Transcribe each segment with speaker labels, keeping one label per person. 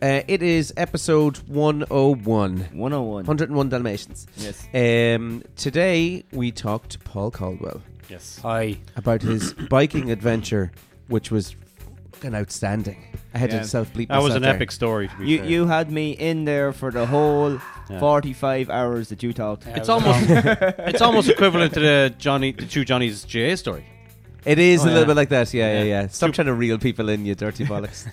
Speaker 1: Uh, it is episode 101.
Speaker 2: 101.
Speaker 1: 101 Dalmatians.
Speaker 2: Yes.
Speaker 1: Um, today we talked to Paul Caldwell
Speaker 3: Yes.
Speaker 2: Hi.
Speaker 1: about his biking adventure, which was fucking outstanding. I had
Speaker 2: Yeah.
Speaker 1: to self bleep.
Speaker 3: That was
Speaker 1: myself
Speaker 3: an
Speaker 1: there.
Speaker 3: epic story. To be
Speaker 2: You
Speaker 3: fair.
Speaker 2: you had me in there for the whole
Speaker 3: Yeah.
Speaker 2: 45 hours that you talked.
Speaker 3: It's almost it's almost equivalent to the Johnny the two Johnny's J story.
Speaker 1: It is a
Speaker 2: Oh,
Speaker 1: little
Speaker 2: yeah.
Speaker 1: bit like that. Yeah, yeah,
Speaker 3: Yeah.
Speaker 1: yeah. Stop trying to reel people in, you dirty bollocks.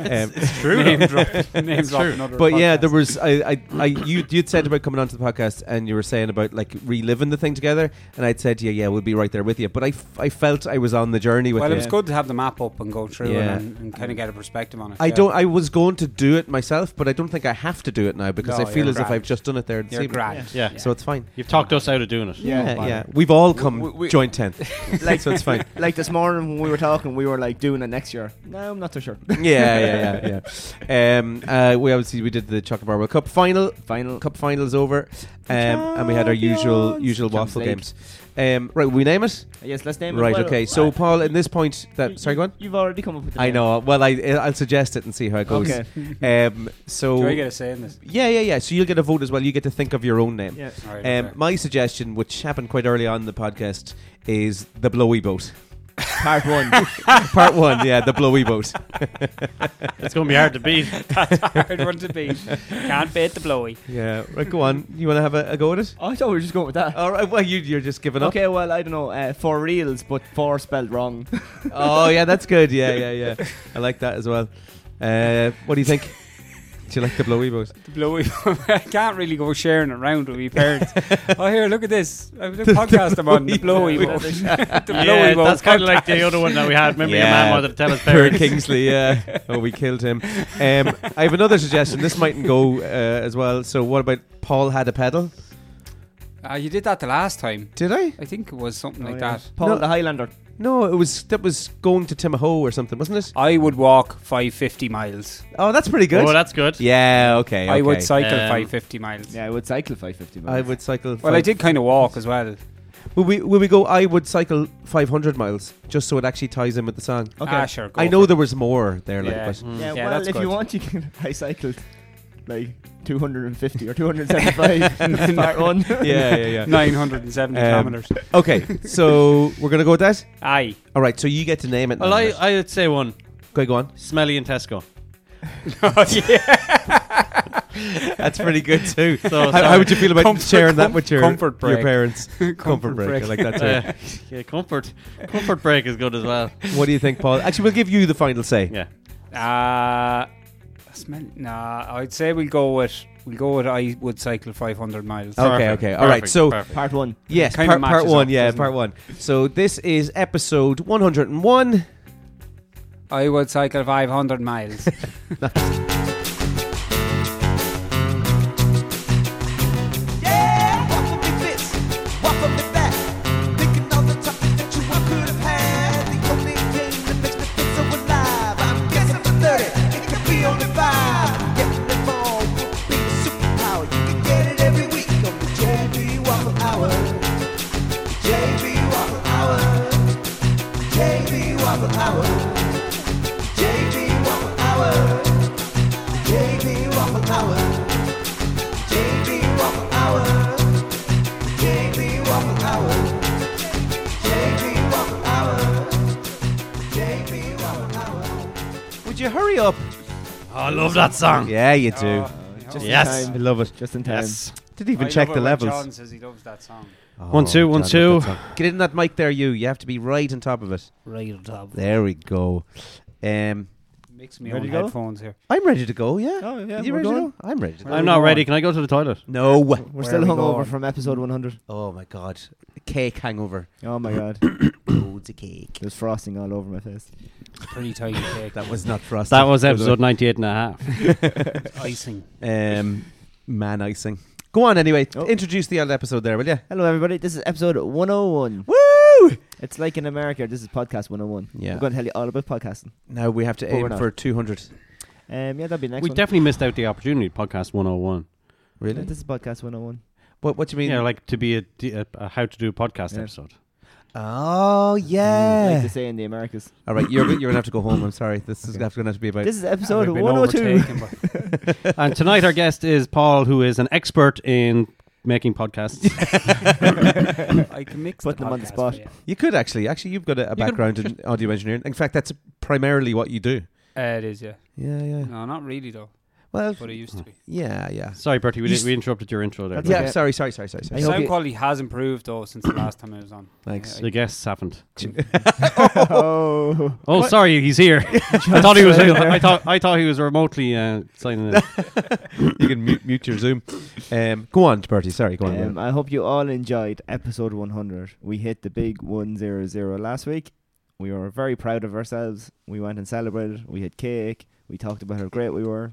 Speaker 1: um,
Speaker 3: True.
Speaker 4: name drop, name drop
Speaker 3: true.
Speaker 4: another
Speaker 1: But yeah,
Speaker 4: podcast.
Speaker 1: there was I, I, I you you'd said about coming onto the podcast, and you were saying about like reliving the thing together, and I'd said yeah, yeah, we'll be right there with you. But I, f- I felt I was on the journey with
Speaker 4: Well,
Speaker 1: you.
Speaker 4: it was good to have the map up and go through
Speaker 1: Yeah.
Speaker 4: it and, and kind of get a perspective on it.
Speaker 1: I
Speaker 4: yeah.
Speaker 1: don't. I was going to do it myself, but I don't think I have to do it now because
Speaker 4: No,
Speaker 1: I feel
Speaker 4: you're
Speaker 1: as if
Speaker 4: grand.
Speaker 1: I've just done it there. this
Speaker 4: You're
Speaker 1: evening.
Speaker 4: grand.
Speaker 3: Yeah.
Speaker 1: so it's fine.
Speaker 3: You've talked us out of doing it.
Speaker 2: Yeah.
Speaker 1: Yeah,
Speaker 4: fine.
Speaker 1: yeah. We've all come
Speaker 2: we- we-
Speaker 1: joint tenth, like so it's fine.
Speaker 2: like this morning when we were talking, we were like doing it next year. No, I'm not so sure.
Speaker 1: Yeah, yeah, yeah, yeah. Um, uh, we obviously we did the Chocolate Bar World Cup final.
Speaker 2: Final.
Speaker 1: Cup final is over, um, and we had our usual
Speaker 2: Champions.
Speaker 1: usual
Speaker 2: Champions
Speaker 1: waffle
Speaker 2: League.
Speaker 1: games. Um, right, we name it.
Speaker 2: Yes, let's name it.
Speaker 1: Right.
Speaker 2: Well,
Speaker 1: Okay. So,
Speaker 2: uh,
Speaker 1: Paul, in this point, that sorry, go on.
Speaker 2: You've already come up with. The
Speaker 1: I
Speaker 2: name.
Speaker 1: know. Well, I I'll suggest it and see how it goes.
Speaker 2: Okay.
Speaker 1: Um. So.
Speaker 4: Do I get a say in this?
Speaker 1: yeah, yeah, yeah. So you'll get a vote as well. You get to think of your own name.
Speaker 2: Yeah.
Speaker 4: All right,
Speaker 1: Um,
Speaker 4: okay.
Speaker 1: my suggestion, which happened quite early on in the podcast, is the blowy boat.
Speaker 2: Part one.
Speaker 1: Part one, yeah, the blowy boat.
Speaker 3: It's going to be hard to beat.
Speaker 4: hard one to beat. Can't beat the blowy.
Speaker 1: Yeah, right. Go on. You want to have a, a go at it?
Speaker 2: I thought we were just going with that.
Speaker 1: All right. Well, you, you're just giving up.
Speaker 2: okay. Well, I don't know. Uh, for reals, but four spelled wrong.
Speaker 1: Oh yeah, that's good. Yeah, yeah, yeah. I like that as well. Uh, what do you think? Do you like the blowy boat?
Speaker 4: The blowy. I can't really go sharing it around with my parents. oh, here, look at this. I was a podcast I'm on. The blowy.
Speaker 1: blowy
Speaker 4: one. the blowy.
Speaker 3: yeah,
Speaker 4: one.
Speaker 3: that's kind of like the other one that we had. Remember
Speaker 1: Yeah.
Speaker 3: your man wanted to tell us
Speaker 1: Poor
Speaker 3: there.
Speaker 1: Kingsley, yeah. Oh, we killed him. Um, I have another suggestion. This mightn't go uh, as well. So, what about Paul had a pedal?
Speaker 4: Ah, you did that the last time.
Speaker 1: Did I?
Speaker 4: I think it was something
Speaker 2: Oh,
Speaker 4: like
Speaker 2: yeah.
Speaker 4: that.
Speaker 2: Paul
Speaker 1: No.
Speaker 2: the Highlander.
Speaker 1: No, it was that was going to Timahoe or something, wasn't it?
Speaker 4: I would walk 550 miles.
Speaker 1: Oh, that's pretty good.
Speaker 3: Oh, that's good.
Speaker 1: yeah, okay.
Speaker 4: I would
Speaker 1: okay.
Speaker 4: cycle
Speaker 3: Um,
Speaker 4: 550 miles.
Speaker 2: Yeah, I would cycle 550 miles.
Speaker 1: I would cycle.
Speaker 4: Well, I did kind of walk as well.
Speaker 1: Will we, will we go? I would cycle 500 miles just so it actually ties in with the song.
Speaker 2: Okay.
Speaker 4: Ah, sure. Go
Speaker 1: I
Speaker 4: for
Speaker 1: know
Speaker 4: it.
Speaker 1: there was more there, like,
Speaker 4: Yeah.
Speaker 1: but
Speaker 3: Mm.
Speaker 2: Yeah,
Speaker 4: Yeah,
Speaker 2: well,
Speaker 4: that's
Speaker 2: if
Speaker 4: good.
Speaker 2: you want, you can. I cycled like 250 or 275 part one.
Speaker 1: yeah, yeah, yeah.
Speaker 4: 970
Speaker 1: Um,
Speaker 4: kilometers.
Speaker 1: Okay, so we're gonna go with that.
Speaker 4: Aye.
Speaker 1: All right, so you get to name it.
Speaker 3: Well,
Speaker 1: now,
Speaker 3: I,
Speaker 1: right?
Speaker 3: I'd say one.
Speaker 1: Okay, go on.
Speaker 3: Smelly and Tesco. Oh,
Speaker 1: That's pretty good too.
Speaker 3: So,
Speaker 1: how, how
Speaker 3: sorry.
Speaker 1: would you feel about
Speaker 4: Comfort-
Speaker 1: sharing that
Speaker 4: com-
Speaker 1: with your
Speaker 4: comfort break.
Speaker 1: your parents? comfort,
Speaker 4: break.
Speaker 1: I like that too.
Speaker 3: Uh, yeah, comfort. Comfort break is good as well.
Speaker 1: what do you think, Paul? Actually, we'll give you the final say.
Speaker 3: Yeah.
Speaker 4: Uh, smell, nah, I'd say we'll go with we'll go with I would cycle 500 miles.
Speaker 1: Okay,
Speaker 3: Perfect,
Speaker 1: okay. All right,
Speaker 3: perfect,
Speaker 1: so-
Speaker 3: perfect.
Speaker 2: Part one.
Speaker 1: Yes,
Speaker 4: Kinda
Speaker 1: part, part
Speaker 4: matches
Speaker 1: one.
Speaker 4: up,
Speaker 1: yeah,
Speaker 4: doesn't
Speaker 1: part
Speaker 4: it?
Speaker 1: one. So this is episode 101.
Speaker 4: I would cycle 500 miles.
Speaker 5: Yeah, waffle me this, waffle me that. Thinking all the chocolate that you all could have had. The only thing that makes me feel so alive. I'm guessing for 30, it could be only five. Getting them all would be a superpower. You can get it every week on the JB Waffle Hour. JB Waffle Hour. JB JB Waffle Hour. JB Waffle Hour. JB Waffle Hour. JB Waffle Hour. JB Waffle Hour. JB Waffle Hour. JB Waffle Hour.
Speaker 1: Would you hurry up?
Speaker 3: I love that song.
Speaker 1: Yeah, you
Speaker 4: Oh,
Speaker 1: do.
Speaker 2: Just in
Speaker 3: Yes.
Speaker 2: time.
Speaker 1: I love it.
Speaker 2: Just in time.
Speaker 3: Yes.
Speaker 1: Didn't even
Speaker 4: I
Speaker 1: check
Speaker 4: love
Speaker 1: the
Speaker 4: it when
Speaker 1: levels.
Speaker 4: John says he loves that song.
Speaker 3: One, two, one,
Speaker 1: Oh, John,
Speaker 3: two.
Speaker 1: that's all. Get in that mic there, you. You have to be right on top of it.
Speaker 4: Right on top.
Speaker 1: There we go. Um,
Speaker 4: Mix me
Speaker 2: Ready
Speaker 4: own
Speaker 2: to go?
Speaker 4: headphones here.
Speaker 1: I'm ready to go. Yeah.
Speaker 2: Oh, yeah,
Speaker 1: you
Speaker 2: we're
Speaker 1: ready to
Speaker 2: going.
Speaker 1: go? I'm ready to go.
Speaker 3: I'm not ready. Can I go to the toilet?
Speaker 1: No.
Speaker 2: We're
Speaker 4: Where
Speaker 2: still
Speaker 4: are we
Speaker 2: hungover
Speaker 4: going?
Speaker 2: from episode 100.
Speaker 1: Oh my god. Cake hangover.
Speaker 2: Oh my god,
Speaker 1: Loads of cake.
Speaker 2: there's frosting all over my face.
Speaker 4: Pretty tiny cake.
Speaker 1: That was not frosted.
Speaker 3: That was episode 98 and a half.
Speaker 4: icing.
Speaker 1: Um, man icing. Go on anyway.
Speaker 2: Oh.
Speaker 1: Introduce the old episode there, will you?
Speaker 2: Hello everybody, this is episode 101.
Speaker 1: Woo!
Speaker 2: It's like in America, this is podcast 101.
Speaker 1: Yeah.
Speaker 2: We're going to tell you all about podcasting.
Speaker 1: Now we have to
Speaker 2: But we're
Speaker 1: aim
Speaker 2: not.
Speaker 1: for 200.
Speaker 2: Um, yeah, that'll be next
Speaker 3: We
Speaker 2: one.
Speaker 3: definitely missed out the opportunity, podcast 101.
Speaker 2: Yeah, This is podcast 101.
Speaker 1: What, what do you mean?
Speaker 3: Yeah, like to be a, d- a- a how to do a podcast
Speaker 2: Yeah.
Speaker 3: episode.
Speaker 1: oh,
Speaker 2: Like
Speaker 1: yeah.
Speaker 2: they say in the Americas.
Speaker 1: All right, you're, you're going to have to go home. I'm sorry. This is going to have to be about.
Speaker 2: This is episode
Speaker 4: We've been
Speaker 2: 102.
Speaker 4: overtaken by-
Speaker 3: and tonight our guest is Paul, who is an expert in making podcasts.
Speaker 4: I can mix
Speaker 2: Putting them on the
Speaker 4: podcast
Speaker 2: spot.
Speaker 4: for you.
Speaker 1: you could actually. Actually, you've got a, a
Speaker 3: could-
Speaker 1: background in audio engineering. In fact, that's primarily what you do.
Speaker 4: Uh, it is, yeah.
Speaker 1: Yeah, yeah.
Speaker 4: No, not really though,
Speaker 1: Well,
Speaker 4: but it used to be.
Speaker 1: yeah, yeah.
Speaker 3: Sorry, Bertie, we,
Speaker 1: You
Speaker 3: did,
Speaker 1: s-
Speaker 3: we interrupted your intro there.
Speaker 2: That's
Speaker 1: Yeah,
Speaker 2: okay.
Speaker 1: sorry, sorry, sorry, sorry. sorry.
Speaker 2: I hope
Speaker 4: Sound
Speaker 2: you-
Speaker 4: quality has improved though since the last time I was on.
Speaker 1: Thanks.
Speaker 3: The guests haven't.
Speaker 2: oh.
Speaker 3: Oh, sorry, he's here. I thought he was. I thought I thought he was remotely uh, signing in.
Speaker 1: you can mute, mute your Zoom. Um, go on, Bertie. Sorry, go on.
Speaker 2: Um, I hope you all enjoyed episode 100. We hit the big 100 last week. We were very proud of ourselves. We went and celebrated. We had cake. We talked about how great we were.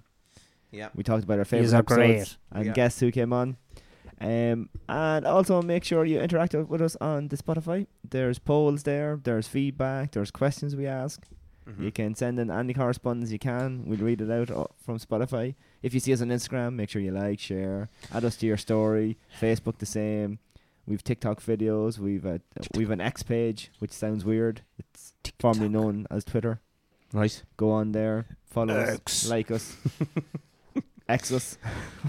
Speaker 1: yeah.
Speaker 2: We talked about our favorite
Speaker 4: are great.
Speaker 2: episodes and
Speaker 1: Yeah.
Speaker 2: guests who came on. Um, and also make sure you interact with us on the Spotify. There's polls there. There's feedback. There's questions we ask. You can send in any correspondence you can. We'll read it out uh, from Spotify. If you see us on Instagram, make sure you like, share, add us to your story. Facebook the same. We've TikTok videos. We've a, we've an X page, which sounds weird. It's formerly known as Twitter.
Speaker 1: Right.
Speaker 2: Go on there, follow us, like us, X us,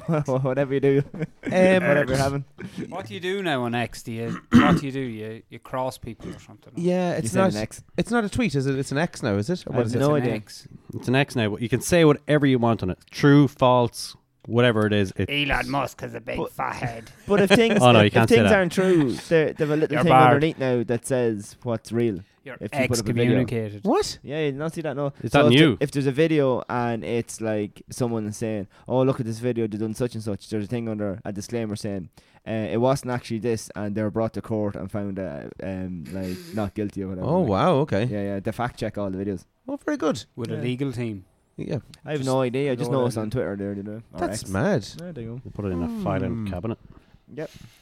Speaker 2: whatever you do, whatever you're having.
Speaker 4: What do you do now on X? Do you what do you do? You you cross people or something?
Speaker 1: Yeah,
Speaker 2: You
Speaker 1: it's
Speaker 2: send
Speaker 1: not.
Speaker 2: an X. Um,
Speaker 1: It's not a tweet, is it? It's an X now, is it? Or
Speaker 2: I
Speaker 1: what
Speaker 2: have
Speaker 1: is it?
Speaker 2: no
Speaker 4: It's an
Speaker 2: idea.
Speaker 4: X.
Speaker 3: It's an X now. but You can say whatever you want on it. True, false, whatever it is. It,
Speaker 6: Elon Musk has a big
Speaker 2: But-
Speaker 6: forehead.
Speaker 2: But if things
Speaker 3: Oh, no,
Speaker 2: if-
Speaker 3: you
Speaker 2: if,
Speaker 3: can't say
Speaker 2: things
Speaker 3: that.
Speaker 2: aren't true, there there's a little
Speaker 4: You're
Speaker 2: thing
Speaker 4: barred.
Speaker 2: underneath now that says what's real.
Speaker 4: You're
Speaker 2: If you put up a video.
Speaker 4: excommunicated.
Speaker 1: What?
Speaker 2: Yeah, you did not see that. No,
Speaker 3: Is that
Speaker 2: if the-
Speaker 3: new?
Speaker 2: if there's a video and it's like someone is saying, "Oh, look at this video, they done such and such," there's a thing under a disclaimer saying, uh, "It wasn't actually this," and they were brought to court and found uh, um, like not guilty or whatever.
Speaker 1: Oh
Speaker 2: like.
Speaker 1: wow. Okay.
Speaker 2: Yeah, yeah. They fact check all the videos.
Speaker 1: Oh, very good.
Speaker 4: With
Speaker 2: Yeah.
Speaker 4: a legal team.
Speaker 1: Yeah.
Speaker 2: I have
Speaker 4: Just
Speaker 2: no idea. I just
Speaker 4: go
Speaker 2: know it's
Speaker 4: ahead.
Speaker 2: on Twitter there, you know. or
Speaker 1: That's
Speaker 2: X.
Speaker 1: mad.
Speaker 2: There they go.
Speaker 3: We'll put it in a file in
Speaker 1: Hmm.
Speaker 3: cabinet.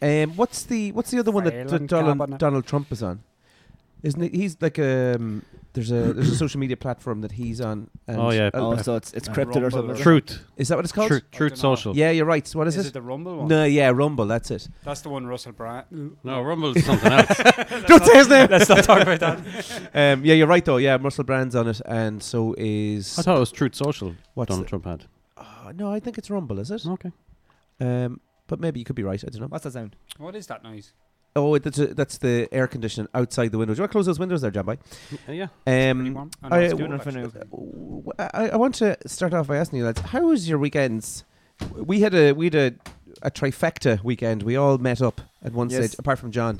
Speaker 1: Um, what's the what's the other one that, that
Speaker 4: Silent
Speaker 1: Donald,
Speaker 4: cabinet.
Speaker 1: Donald Trump is on? Isn't it? He's like um, there's a there's a social media platform that he's on. and-
Speaker 3: Oh, yeah.
Speaker 2: Oh,
Speaker 1: uh,
Speaker 2: so it's it's
Speaker 4: uh, Rumble
Speaker 2: cryptid or
Speaker 4: or
Speaker 2: something.
Speaker 4: something.
Speaker 3: Truth.
Speaker 1: is that what it's called?
Speaker 3: Truth.
Speaker 4: I
Speaker 3: Truth
Speaker 4: dunno.
Speaker 3: social.
Speaker 1: Yeah, you're right. What is,
Speaker 4: Is
Speaker 1: it?
Speaker 4: it the Rumble one?
Speaker 1: no, yeah, Rumble. That's it.
Speaker 4: That's the one Russell Brand.
Speaker 3: No, Rumble's something else.
Speaker 1: Don't say his name.
Speaker 4: Let's not talk about that.
Speaker 1: Um, yeah, you're right though. Yeah, Russell Brand's on it, and so is
Speaker 3: I thought it was Truth Social.
Speaker 1: what's
Speaker 3: Donald
Speaker 1: the-
Speaker 3: Trump had.
Speaker 1: Oh, no, I think it's Rumble. Is it?
Speaker 3: Okay.
Speaker 1: Um, but maybe you could be right. I don't know.
Speaker 2: What's that sound?
Speaker 4: What is that noise?
Speaker 1: Oh, that's a, that's the air conditioning outside the window. Do you want to close those windows there, John? Boy?
Speaker 3: Uh, yeah.
Speaker 1: Um,
Speaker 4: Anyone?
Speaker 1: I-
Speaker 4: it's
Speaker 1: uh,
Speaker 4: good
Speaker 1: w-
Speaker 4: actually.
Speaker 1: w- I, I want to start off by asking you lads, how was your weekends? We had a we had a, a trifecta weekend. We all met up at one
Speaker 2: Yes.
Speaker 1: stage, apart from John.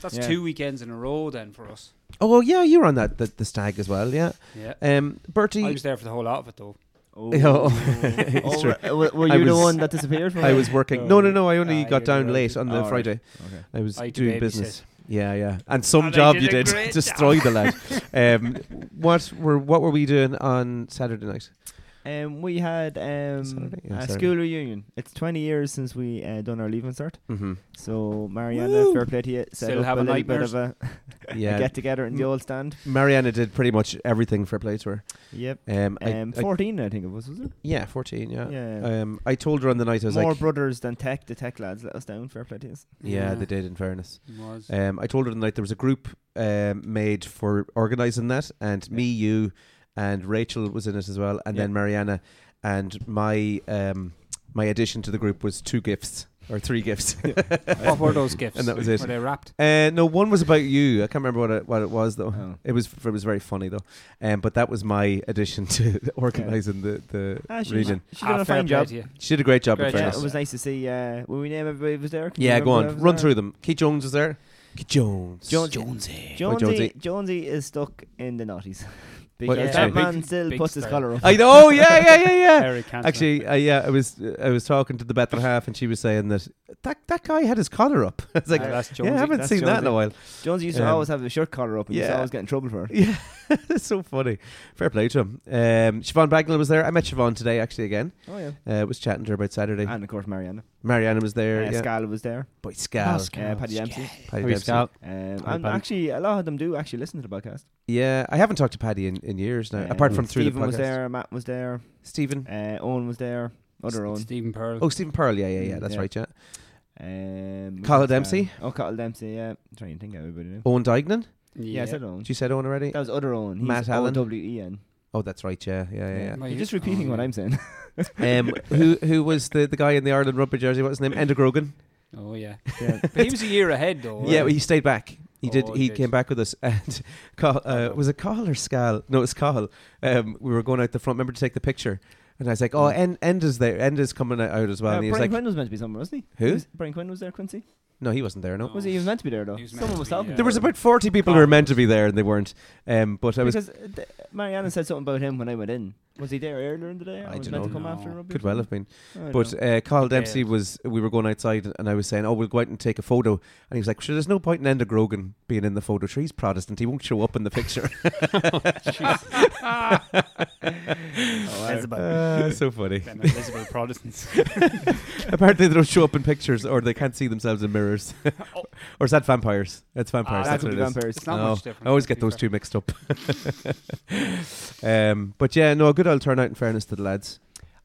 Speaker 4: That's
Speaker 2: Yeah.
Speaker 4: two weekends in a row then for us.
Speaker 1: Oh yeah, you were on that the, the stag as well. Yeah,
Speaker 4: Yeah.
Speaker 1: um, Bertie.
Speaker 4: I was there for the whole lot of it though.
Speaker 2: Oh,
Speaker 1: Oh,
Speaker 2: Oh,
Speaker 1: it's true.
Speaker 2: were- were, were
Speaker 1: I
Speaker 2: you the
Speaker 1: was-
Speaker 2: one that disappeared? From
Speaker 1: I
Speaker 2: it?
Speaker 1: was working. No,
Speaker 4: Oh,
Speaker 1: no, no. I only
Speaker 4: ah,
Speaker 1: got
Speaker 4: you
Speaker 1: down
Speaker 4: were-
Speaker 1: late on the
Speaker 2: Oh, right.
Speaker 1: Friday.
Speaker 2: Okay.
Speaker 1: I was
Speaker 4: I had to
Speaker 1: doing
Speaker 4: babysit.
Speaker 1: business. Yeah, yeah, and some
Speaker 6: And I
Speaker 1: job
Speaker 6: did
Speaker 1: you
Speaker 6: a
Speaker 1: did
Speaker 6: great
Speaker 1: destroy the lad. Um, what were what were we doing on Saturday night?
Speaker 2: Um, we had um,
Speaker 1: Saturday? Yeah,
Speaker 2: a
Speaker 1: Saturday.
Speaker 2: school reunion. It's 20 years since we uh, done our leaving cert.
Speaker 1: Mm-hmm.
Speaker 2: So Mariana, fair play to you. Set
Speaker 4: Still
Speaker 2: up
Speaker 4: having
Speaker 2: a little bit
Speaker 4: nightmares?
Speaker 2: of a,
Speaker 1: Yeah. Mm.
Speaker 2: get together in the old stand.
Speaker 1: Mariana did pretty much everything for play to her.
Speaker 2: Yep.
Speaker 1: Um, I-
Speaker 2: Um,
Speaker 1: I,
Speaker 2: 14, I think it was, was it?
Speaker 1: yeah, fourteen. Yeah.
Speaker 2: Yeah.
Speaker 1: Um, I told her on the night I was
Speaker 2: More
Speaker 1: like,
Speaker 2: brothers than tech. The tech lads let us down. Fair play to us.
Speaker 1: yeah,
Speaker 4: Yeah.
Speaker 1: they did. In fairness,
Speaker 4: Was.
Speaker 1: um, I told her on the night there was a group um, made for organising that, and me, you, and Rachel was in it as well, and
Speaker 2: Yeah.
Speaker 1: then Mariana, and my um, my addition to the group was two gifts or three gifts.
Speaker 4: what were those gifts?
Speaker 1: And that was it.
Speaker 4: Were they wrapped?
Speaker 1: Uh, no, one was about you. I can't remember what it, what it was though.
Speaker 2: Oh.
Speaker 1: It was it was very funny though. Um, but that was my addition to organising the the
Speaker 2: Ah, she's
Speaker 1: region.
Speaker 2: She done
Speaker 4: Ah,
Speaker 2: a
Speaker 4: fair
Speaker 2: fine
Speaker 4: play
Speaker 2: job.
Speaker 4: to you.
Speaker 1: She did a great job.
Speaker 4: Great
Speaker 1: in
Speaker 4: job.
Speaker 2: Yeah,
Speaker 1: fairness.
Speaker 2: it was nice to see. Uh, will we name everybody who was there? Can you
Speaker 1: Yeah, go
Speaker 2: remember who
Speaker 1: on.
Speaker 2: was
Speaker 1: Run
Speaker 2: there?
Speaker 1: through them. Keith Jones was there. Keith Jones.
Speaker 2: Jones-
Speaker 4: Jonesy.
Speaker 2: Jonesy,
Speaker 1: Oh,
Speaker 2: Jonesy.
Speaker 1: Jonesy.
Speaker 2: is stuck in the noughties
Speaker 1: Well,
Speaker 2: because
Speaker 1: that's
Speaker 2: that
Speaker 1: right.
Speaker 2: man
Speaker 4: Big-
Speaker 2: still
Speaker 4: big
Speaker 2: puts his
Speaker 4: style.
Speaker 2: collar up.
Speaker 1: I know. Oh, yeah, yeah, yeah, yeah.
Speaker 4: Eric Cantona.
Speaker 1: Actually, uh, yeah, I was I was talking to the better half, and she was saying that that, that guy had his collar up. I was like,
Speaker 4: Ah, that's
Speaker 1: yeah, I
Speaker 4: Jonesy,
Speaker 1: haven't
Speaker 2: that's
Speaker 1: seen that in a
Speaker 2: Jonesy.
Speaker 1: while.
Speaker 2: Jonesy used to
Speaker 1: Um,
Speaker 2: always have his shirt collar up, and he used
Speaker 1: yeah.
Speaker 2: to always get in trouble for it.
Speaker 1: Yeah, that's so funny. Fair play to him. Um, Siobhan Bagnall was there. I met Siobhan today, actually, again.
Speaker 2: Oh yeah.
Speaker 1: Uh, was chatting to her about Saturday.
Speaker 2: And of course, Mariana.
Speaker 1: Mariana was
Speaker 2: Uh,
Speaker 1: there. yeah.
Speaker 2: Scala was there.
Speaker 1: Boy, Scal.
Speaker 2: Uh, Paddy Dempsey.
Speaker 1: Paddy
Speaker 3: How are you,
Speaker 1: Dempsey.
Speaker 3: Scal?
Speaker 2: Um,
Speaker 3: Hi,
Speaker 2: and
Speaker 3: Paddy.
Speaker 2: actually, a lot of them do actually listen to the podcast.
Speaker 1: Yeah, I haven't talked to Paddy in, in years now,
Speaker 2: Um,
Speaker 1: apart from through
Speaker 2: Stephen
Speaker 1: the podcast.
Speaker 2: was there, Matt was there,
Speaker 1: Stephen.
Speaker 2: uh, Owen was there, other Owen.
Speaker 4: Stephen Pearl.
Speaker 1: Oh, Stephen Pearl. Yeah, yeah, yeah.
Speaker 2: Mm,
Speaker 1: That's
Speaker 2: yeah.
Speaker 1: right, yeah.
Speaker 2: Um,
Speaker 1: Carl
Speaker 2: was there?
Speaker 1: Dempsey?
Speaker 2: Oh, Carl Dempsey. Yeah, I'm trying to think of everybody. Now.
Speaker 1: Owen Dignan.
Speaker 2: yeah, I said Owen.
Speaker 1: Did you say Owen already?
Speaker 2: That was other Owen. He's
Speaker 1: Matt Allen?
Speaker 2: O W E N.
Speaker 1: Oh, that's right. Yeah, yeah, yeah. yeah.
Speaker 4: Well,
Speaker 2: You're
Speaker 4: you-
Speaker 2: just repeating
Speaker 4: oh,
Speaker 2: what
Speaker 4: yeah.
Speaker 2: I'm saying.
Speaker 1: Um, who who was the, the guy in the Ireland rugby jersey? What's his name? Ender Grogan.
Speaker 4: Oh yeah.
Speaker 2: yeah.
Speaker 4: But he was a year ahead though.
Speaker 1: Yeah,
Speaker 4: wasn't
Speaker 1: well, he stayed back. He did.
Speaker 4: Oh,
Speaker 1: he
Speaker 4: did.
Speaker 1: came back with us, and Carl, uh, was it Carl or Scal? No, it's Carl. Um, we were going out the front. Remember to take the picture, and I was like, "Oh, End, End is there. End is coming out out as well."
Speaker 2: Uh,
Speaker 1: and he was
Speaker 2: Brian
Speaker 1: like,
Speaker 2: Quinn was meant to be somewhere, wasn't he?
Speaker 1: Who?
Speaker 2: Was- Brian Quinn was there, Quincy?
Speaker 1: "No, he wasn't there. No,
Speaker 4: No.
Speaker 2: Was he? He was meant to be there, though.
Speaker 4: He was meant
Speaker 2: Someone
Speaker 4: to
Speaker 2: was
Speaker 4: be,
Speaker 2: helping
Speaker 4: yeah.
Speaker 1: there was about forty people who were meant to be there, and they weren't." Um, but I was
Speaker 2: Because uh, th- Mariana said something about him when I went in. Was he there earlier in the day? or
Speaker 1: I
Speaker 2: was he
Speaker 1: dunno.
Speaker 2: meant to come after
Speaker 4: No.
Speaker 2: rugby?
Speaker 1: could well have been.
Speaker 2: I
Speaker 1: But
Speaker 2: dunno.
Speaker 1: uh, Carl
Speaker 4: Yeah.
Speaker 1: Dempsey was. We were going outside, and I was saying, "Oh, we'll go out and take a photo." And he was like, "Sure, there's no point in Ender Grogan being in the photo. Sure, he's Protestant. He won't show up in the picture."
Speaker 4: Elizabeth.
Speaker 1: Ah, so funny.
Speaker 4: Them Elizabeth Protestants.
Speaker 1: Apparently, they don't show up in pictures, or they can't see themselves in mirrors. or is that vampires? That's vampires.
Speaker 4: Ah,
Speaker 1: that's
Speaker 2: that
Speaker 1: what
Speaker 2: could be
Speaker 1: it is.
Speaker 2: vampires.
Speaker 4: It's not
Speaker 1: No,
Speaker 4: much different.
Speaker 1: I always
Speaker 4: to
Speaker 1: get
Speaker 4: be
Speaker 1: those
Speaker 4: fair.
Speaker 1: two mixed up. um, but yeah, no, a good old turnout. In fairness to the lads,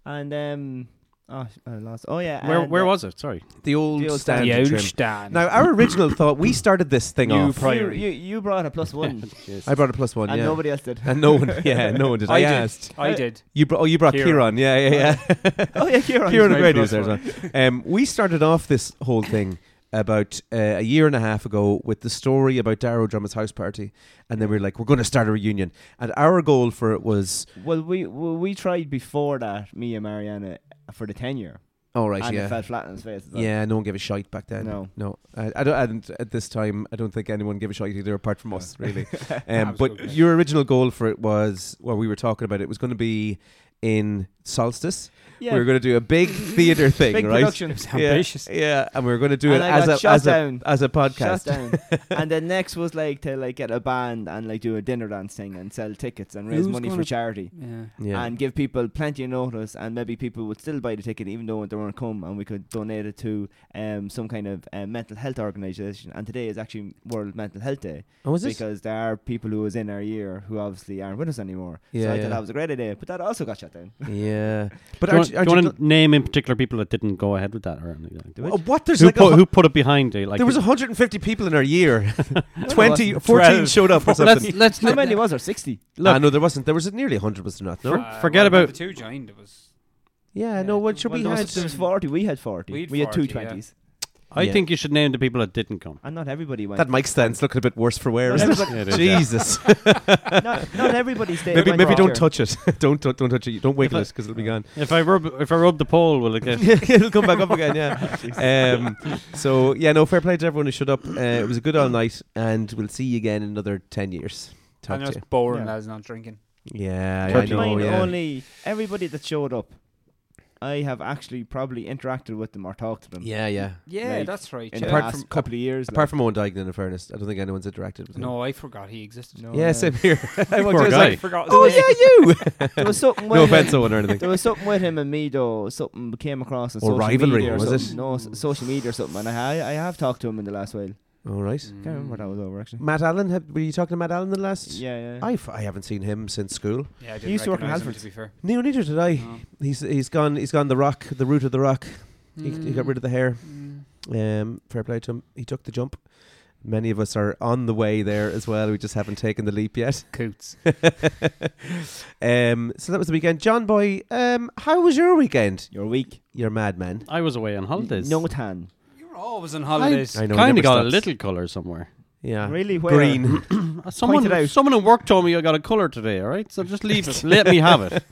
Speaker 2: And um, oh, sh- I lost. Oh yeah.
Speaker 3: Where
Speaker 2: and,
Speaker 3: where
Speaker 2: uh,
Speaker 3: was it? Sorry.
Speaker 1: the old,
Speaker 2: The old
Speaker 1: stand
Speaker 4: The old
Speaker 1: trim.
Speaker 4: stand.
Speaker 1: Now, our original thought we started this thing
Speaker 4: You
Speaker 1: off.
Speaker 4: pro-
Speaker 2: you,
Speaker 4: Priory.
Speaker 2: you? You brought a plus one,
Speaker 1: I brought a plus one,
Speaker 2: and
Speaker 1: yeah,
Speaker 2: nobody else did.
Speaker 1: and no one, yeah, no one did. I,
Speaker 4: I did.
Speaker 1: asked.
Speaker 4: I did.
Speaker 1: You brought, oh, you brought
Speaker 4: Kieran.
Speaker 1: Kieran, yeah, yeah, yeah.
Speaker 2: oh yeah, Kieran.
Speaker 1: Kieran
Speaker 2: was my
Speaker 1: O'Grady was
Speaker 2: plus
Speaker 1: there.
Speaker 2: one.
Speaker 1: as well. Um, we started off this whole thing about uh, a year and a half ago with the story about Darrow Drummer's house party, and then we were like, we're going to start a reunion, and our goal for it was,
Speaker 2: Well, we well, we tried before that, me and Mariana, for the tenure,
Speaker 1: all right,
Speaker 2: and
Speaker 1: yeah.
Speaker 2: it fell flat on his face. as well.
Speaker 1: yeah, no one gave a shite back then.
Speaker 2: No.
Speaker 1: no. I, I don't. And at this time, I don't think anyone gave a shite either, apart from us, really. Um,
Speaker 4: Absolutely.
Speaker 1: but your original goal for it was, well, we were talking about it was going to be in solstice.
Speaker 2: yeah.
Speaker 1: We were going to do a big theater thing,
Speaker 2: Big
Speaker 1: right?
Speaker 2: production.
Speaker 1: Yeah,
Speaker 4: Ambitious.
Speaker 1: Yeah, and we were going to do
Speaker 2: And
Speaker 1: it
Speaker 2: I
Speaker 1: as
Speaker 2: got
Speaker 1: a
Speaker 2: shut
Speaker 1: as
Speaker 2: down.
Speaker 1: a as a podcast.
Speaker 2: Shut down. and the next was like to like get a band and like do a dinner dance thing and sell tickets and raise
Speaker 4: Who's
Speaker 2: money for
Speaker 4: gonna-
Speaker 2: charity.
Speaker 4: Yeah.
Speaker 1: Yeah.
Speaker 2: And give people plenty of notice, and maybe people would still buy the ticket even though they weren't come, and we could donate it to um, some kind of uh, mental health organization. And today is actually World Mental Health Day
Speaker 1: oh, was it?
Speaker 2: because there are people who was in our year who obviously aren't with us anymore. so
Speaker 1: Yeah,
Speaker 2: I
Speaker 1: yeah.
Speaker 2: thought that was a great idea, but that also got shut down.
Speaker 1: Yeah. But
Speaker 3: Do you,
Speaker 1: aren't
Speaker 3: want,
Speaker 1: you, aren't you
Speaker 3: to name in particular people that didn't go ahead with that or anything? like that?
Speaker 1: gl- oh, what? There's
Speaker 3: Who,
Speaker 1: like a
Speaker 3: put,
Speaker 1: hu-
Speaker 3: who put it behind you? Like
Speaker 1: there was
Speaker 3: it-
Speaker 1: 150 people in our year. 20, 14
Speaker 3: Twelve.
Speaker 1: showed up or
Speaker 3: Let's
Speaker 1: something.
Speaker 3: let's
Speaker 2: How
Speaker 3: not-
Speaker 2: many was there? Sixty.
Speaker 1: Ah,
Speaker 3: look.
Speaker 1: no, there wasn't. There was nearly 100, was there not? No.
Speaker 3: For- forget
Speaker 4: well,
Speaker 3: about-
Speaker 4: the two joined. It was.
Speaker 1: yeah, no. What should
Speaker 2: Well,
Speaker 1: we
Speaker 2: there,
Speaker 1: had?
Speaker 2: was, there was forty. We had 40
Speaker 4: We had
Speaker 2: had two
Speaker 4: 40, yeah.
Speaker 2: twenties,
Speaker 3: I
Speaker 1: Yeah.
Speaker 3: think you should name the people that didn't come.
Speaker 2: and not everybody went.
Speaker 1: That mic stand's looking a bit worse for wear, isn't
Speaker 3: Yeah, it is,
Speaker 1: it?
Speaker 3: yeah.
Speaker 1: Jesus.
Speaker 2: not, not everybody stayed.
Speaker 1: maybe
Speaker 2: went
Speaker 1: maybe
Speaker 2: last
Speaker 1: don't
Speaker 2: year.
Speaker 1: touch it. don't, don't don't touch it. Don't wiggle
Speaker 3: I-
Speaker 1: it because it'll be gone.
Speaker 3: If I rub if I rub the pole, will it get?
Speaker 1: It'll come back up again, yeah. um, so yeah, no fair play to everyone who showed up. Uh, it was a good all night, and we'll see you again in another ten years.
Speaker 4: I
Speaker 1: Talk
Speaker 4: know
Speaker 1: to
Speaker 4: it's
Speaker 1: you.
Speaker 4: boring
Speaker 2: Yeah.
Speaker 4: as not drinking.
Speaker 1: Yeah, I
Speaker 2: Keep in
Speaker 1: know.
Speaker 2: mind
Speaker 1: Yeah.
Speaker 2: only everybody that showed up I have actually probably interacted with them or talked to them.
Speaker 1: Yeah, yeah.
Speaker 4: Yeah,
Speaker 2: Like,
Speaker 4: that's right.
Speaker 2: In
Speaker 4: yeah.
Speaker 2: the
Speaker 1: Apart
Speaker 2: past
Speaker 1: from-
Speaker 2: couple of years.
Speaker 1: Apart from Owen Dignan, in fairness, I don't think anyone's interacted with him.
Speaker 4: no, I forgot he existed.
Speaker 2: No,
Speaker 1: Yeah, same here. I
Speaker 3: Poor
Speaker 1: was
Speaker 3: guy.
Speaker 1: like,
Speaker 4: forgot.
Speaker 1: oh
Speaker 4: his name.
Speaker 1: yeah, you.
Speaker 2: there was something.
Speaker 1: no
Speaker 2: with him-
Speaker 1: offense, Owen, or anything.
Speaker 2: There was something with him and me though. Something came across on
Speaker 1: Or
Speaker 2: social
Speaker 1: rivalry,
Speaker 2: media or
Speaker 1: was it?
Speaker 2: something. No, so- social media or something. And I, I have talked to him in the last while.
Speaker 1: All right.
Speaker 2: Can't remember what that was over actually.
Speaker 1: Matt Allen, have, were you talking to Matt Allen the last?
Speaker 2: Yeah, yeah.
Speaker 1: I, f- I haven't seen him since school.
Speaker 4: Yeah, I didn't
Speaker 2: He used to work in
Speaker 4: recognise him,
Speaker 2: Halfords.
Speaker 4: To be fair,
Speaker 1: No, neither did I.
Speaker 4: No.
Speaker 1: He's he's gone. He's gone. The rock, the root of the rock. He, he got rid of the hair. Um, fair play to him. He took the jump. Many of us are on the way there as well. We just haven't taken the leap yet.
Speaker 4: Coots.
Speaker 1: um, so that was the weekend. John Boy, um, how was your weekend?
Speaker 2: You're weak.
Speaker 1: You're a madman.
Speaker 3: I was away on holidays.
Speaker 2: No tan.
Speaker 4: You're always on holidays.
Speaker 1: I know. he
Speaker 3: kind
Speaker 1: never
Speaker 3: of got a
Speaker 1: stops.
Speaker 3: little colour somewhere.
Speaker 1: Yeah.
Speaker 2: Really? Where?
Speaker 1: Green.
Speaker 3: Uh, Someone,
Speaker 2: Point it out.
Speaker 3: someone at work told me I got a colour today. All right, so just leave it. Let me have it.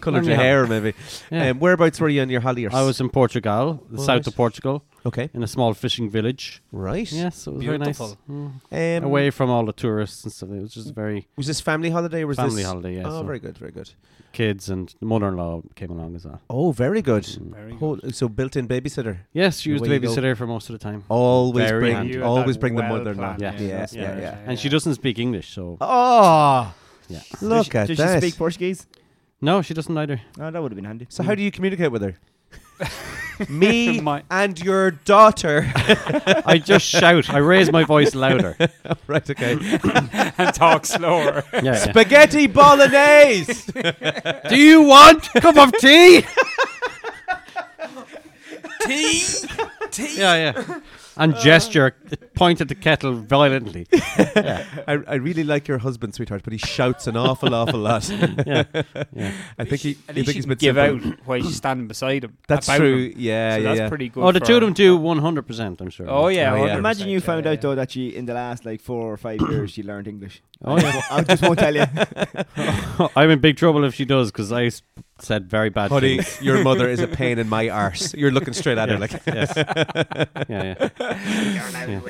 Speaker 1: Coloured
Speaker 3: Let
Speaker 1: your
Speaker 3: me
Speaker 1: hair, maybe.
Speaker 3: Yeah.
Speaker 1: Um, whereabouts were you on your holidays?
Speaker 3: I was in Portugal, the
Speaker 1: All
Speaker 3: south
Speaker 1: right.
Speaker 3: of Portugal,
Speaker 1: Okay.
Speaker 3: in a small fishing village.
Speaker 1: Right.
Speaker 3: Yes, it was
Speaker 4: Beautiful.
Speaker 3: very nice. Mm.
Speaker 1: Um,
Speaker 3: Away from all the tourists and stuff. It was just very
Speaker 1: Was this family holiday or was
Speaker 3: family
Speaker 1: this?
Speaker 3: holiday. Yeah,
Speaker 1: oh,
Speaker 3: so
Speaker 1: very good, very good.
Speaker 3: kids and the mother-in-law came along as well.
Speaker 1: Oh, very good.
Speaker 4: Very good.
Speaker 1: Whole- so built-in babysitter.
Speaker 3: Yes, she was the
Speaker 1: Away you go.
Speaker 3: babysitter for most of the time,
Speaker 1: Always
Speaker 3: Very
Speaker 1: bring,
Speaker 3: handy.
Speaker 4: You had
Speaker 1: always
Speaker 4: that
Speaker 1: bring the
Speaker 4: well
Speaker 1: mother in law.
Speaker 4: planned,
Speaker 3: Yeah.
Speaker 1: yeah,
Speaker 3: that's
Speaker 1: yeah,
Speaker 3: right.
Speaker 1: yeah.
Speaker 3: and she doesn't speak English, so
Speaker 1: Oh,
Speaker 3: yeah.
Speaker 1: look at
Speaker 2: Did
Speaker 1: that.
Speaker 2: she speak Portuguese?
Speaker 3: No, she doesn't either.
Speaker 2: No, that would have been handy.
Speaker 1: so how do you communicate with her? Me
Speaker 4: My-
Speaker 1: and your daughter.
Speaker 3: I just shout. I raise my voice louder. Yeah,
Speaker 1: right. Okay.
Speaker 4: and talk slower.
Speaker 3: yeah.
Speaker 1: Spaghetti bolognese.
Speaker 3: Do you want a cup of tea?
Speaker 4: Tea, tea.
Speaker 3: yeah, yeah. And gesture, point at the kettle violently.
Speaker 1: I, I really like your husband, sweetheart, but he shouts an awful, awful lot.
Speaker 3: Yeah, yeah.
Speaker 1: I think he. I
Speaker 4: At
Speaker 1: think
Speaker 4: least
Speaker 1: he's
Speaker 4: you can
Speaker 1: been
Speaker 4: give
Speaker 1: simple.
Speaker 4: out while you're standing beside him.
Speaker 1: That's
Speaker 4: about
Speaker 1: true.
Speaker 4: him.
Speaker 1: Yeah,
Speaker 4: so
Speaker 1: yeah.
Speaker 4: that's
Speaker 1: yeah.
Speaker 4: pretty good.
Speaker 3: Oh, the
Speaker 4: for
Speaker 3: two of
Speaker 4: him.
Speaker 3: them do 100%, I'm sure.
Speaker 4: Oh yeah,
Speaker 1: Oh, yeah.
Speaker 4: 100%,
Speaker 2: Imagine you found
Speaker 4: yeah,
Speaker 2: out though that she in the last like four or five years she learned English.
Speaker 3: Oh, yeah.
Speaker 2: I just won't tell you.
Speaker 3: I'm in big trouble if she does because I s- said very bad
Speaker 1: Honey,
Speaker 3: things.
Speaker 1: your mother is a pain in my arse. You're looking straight at her like.
Speaker 3: yes. Yeah, yeah.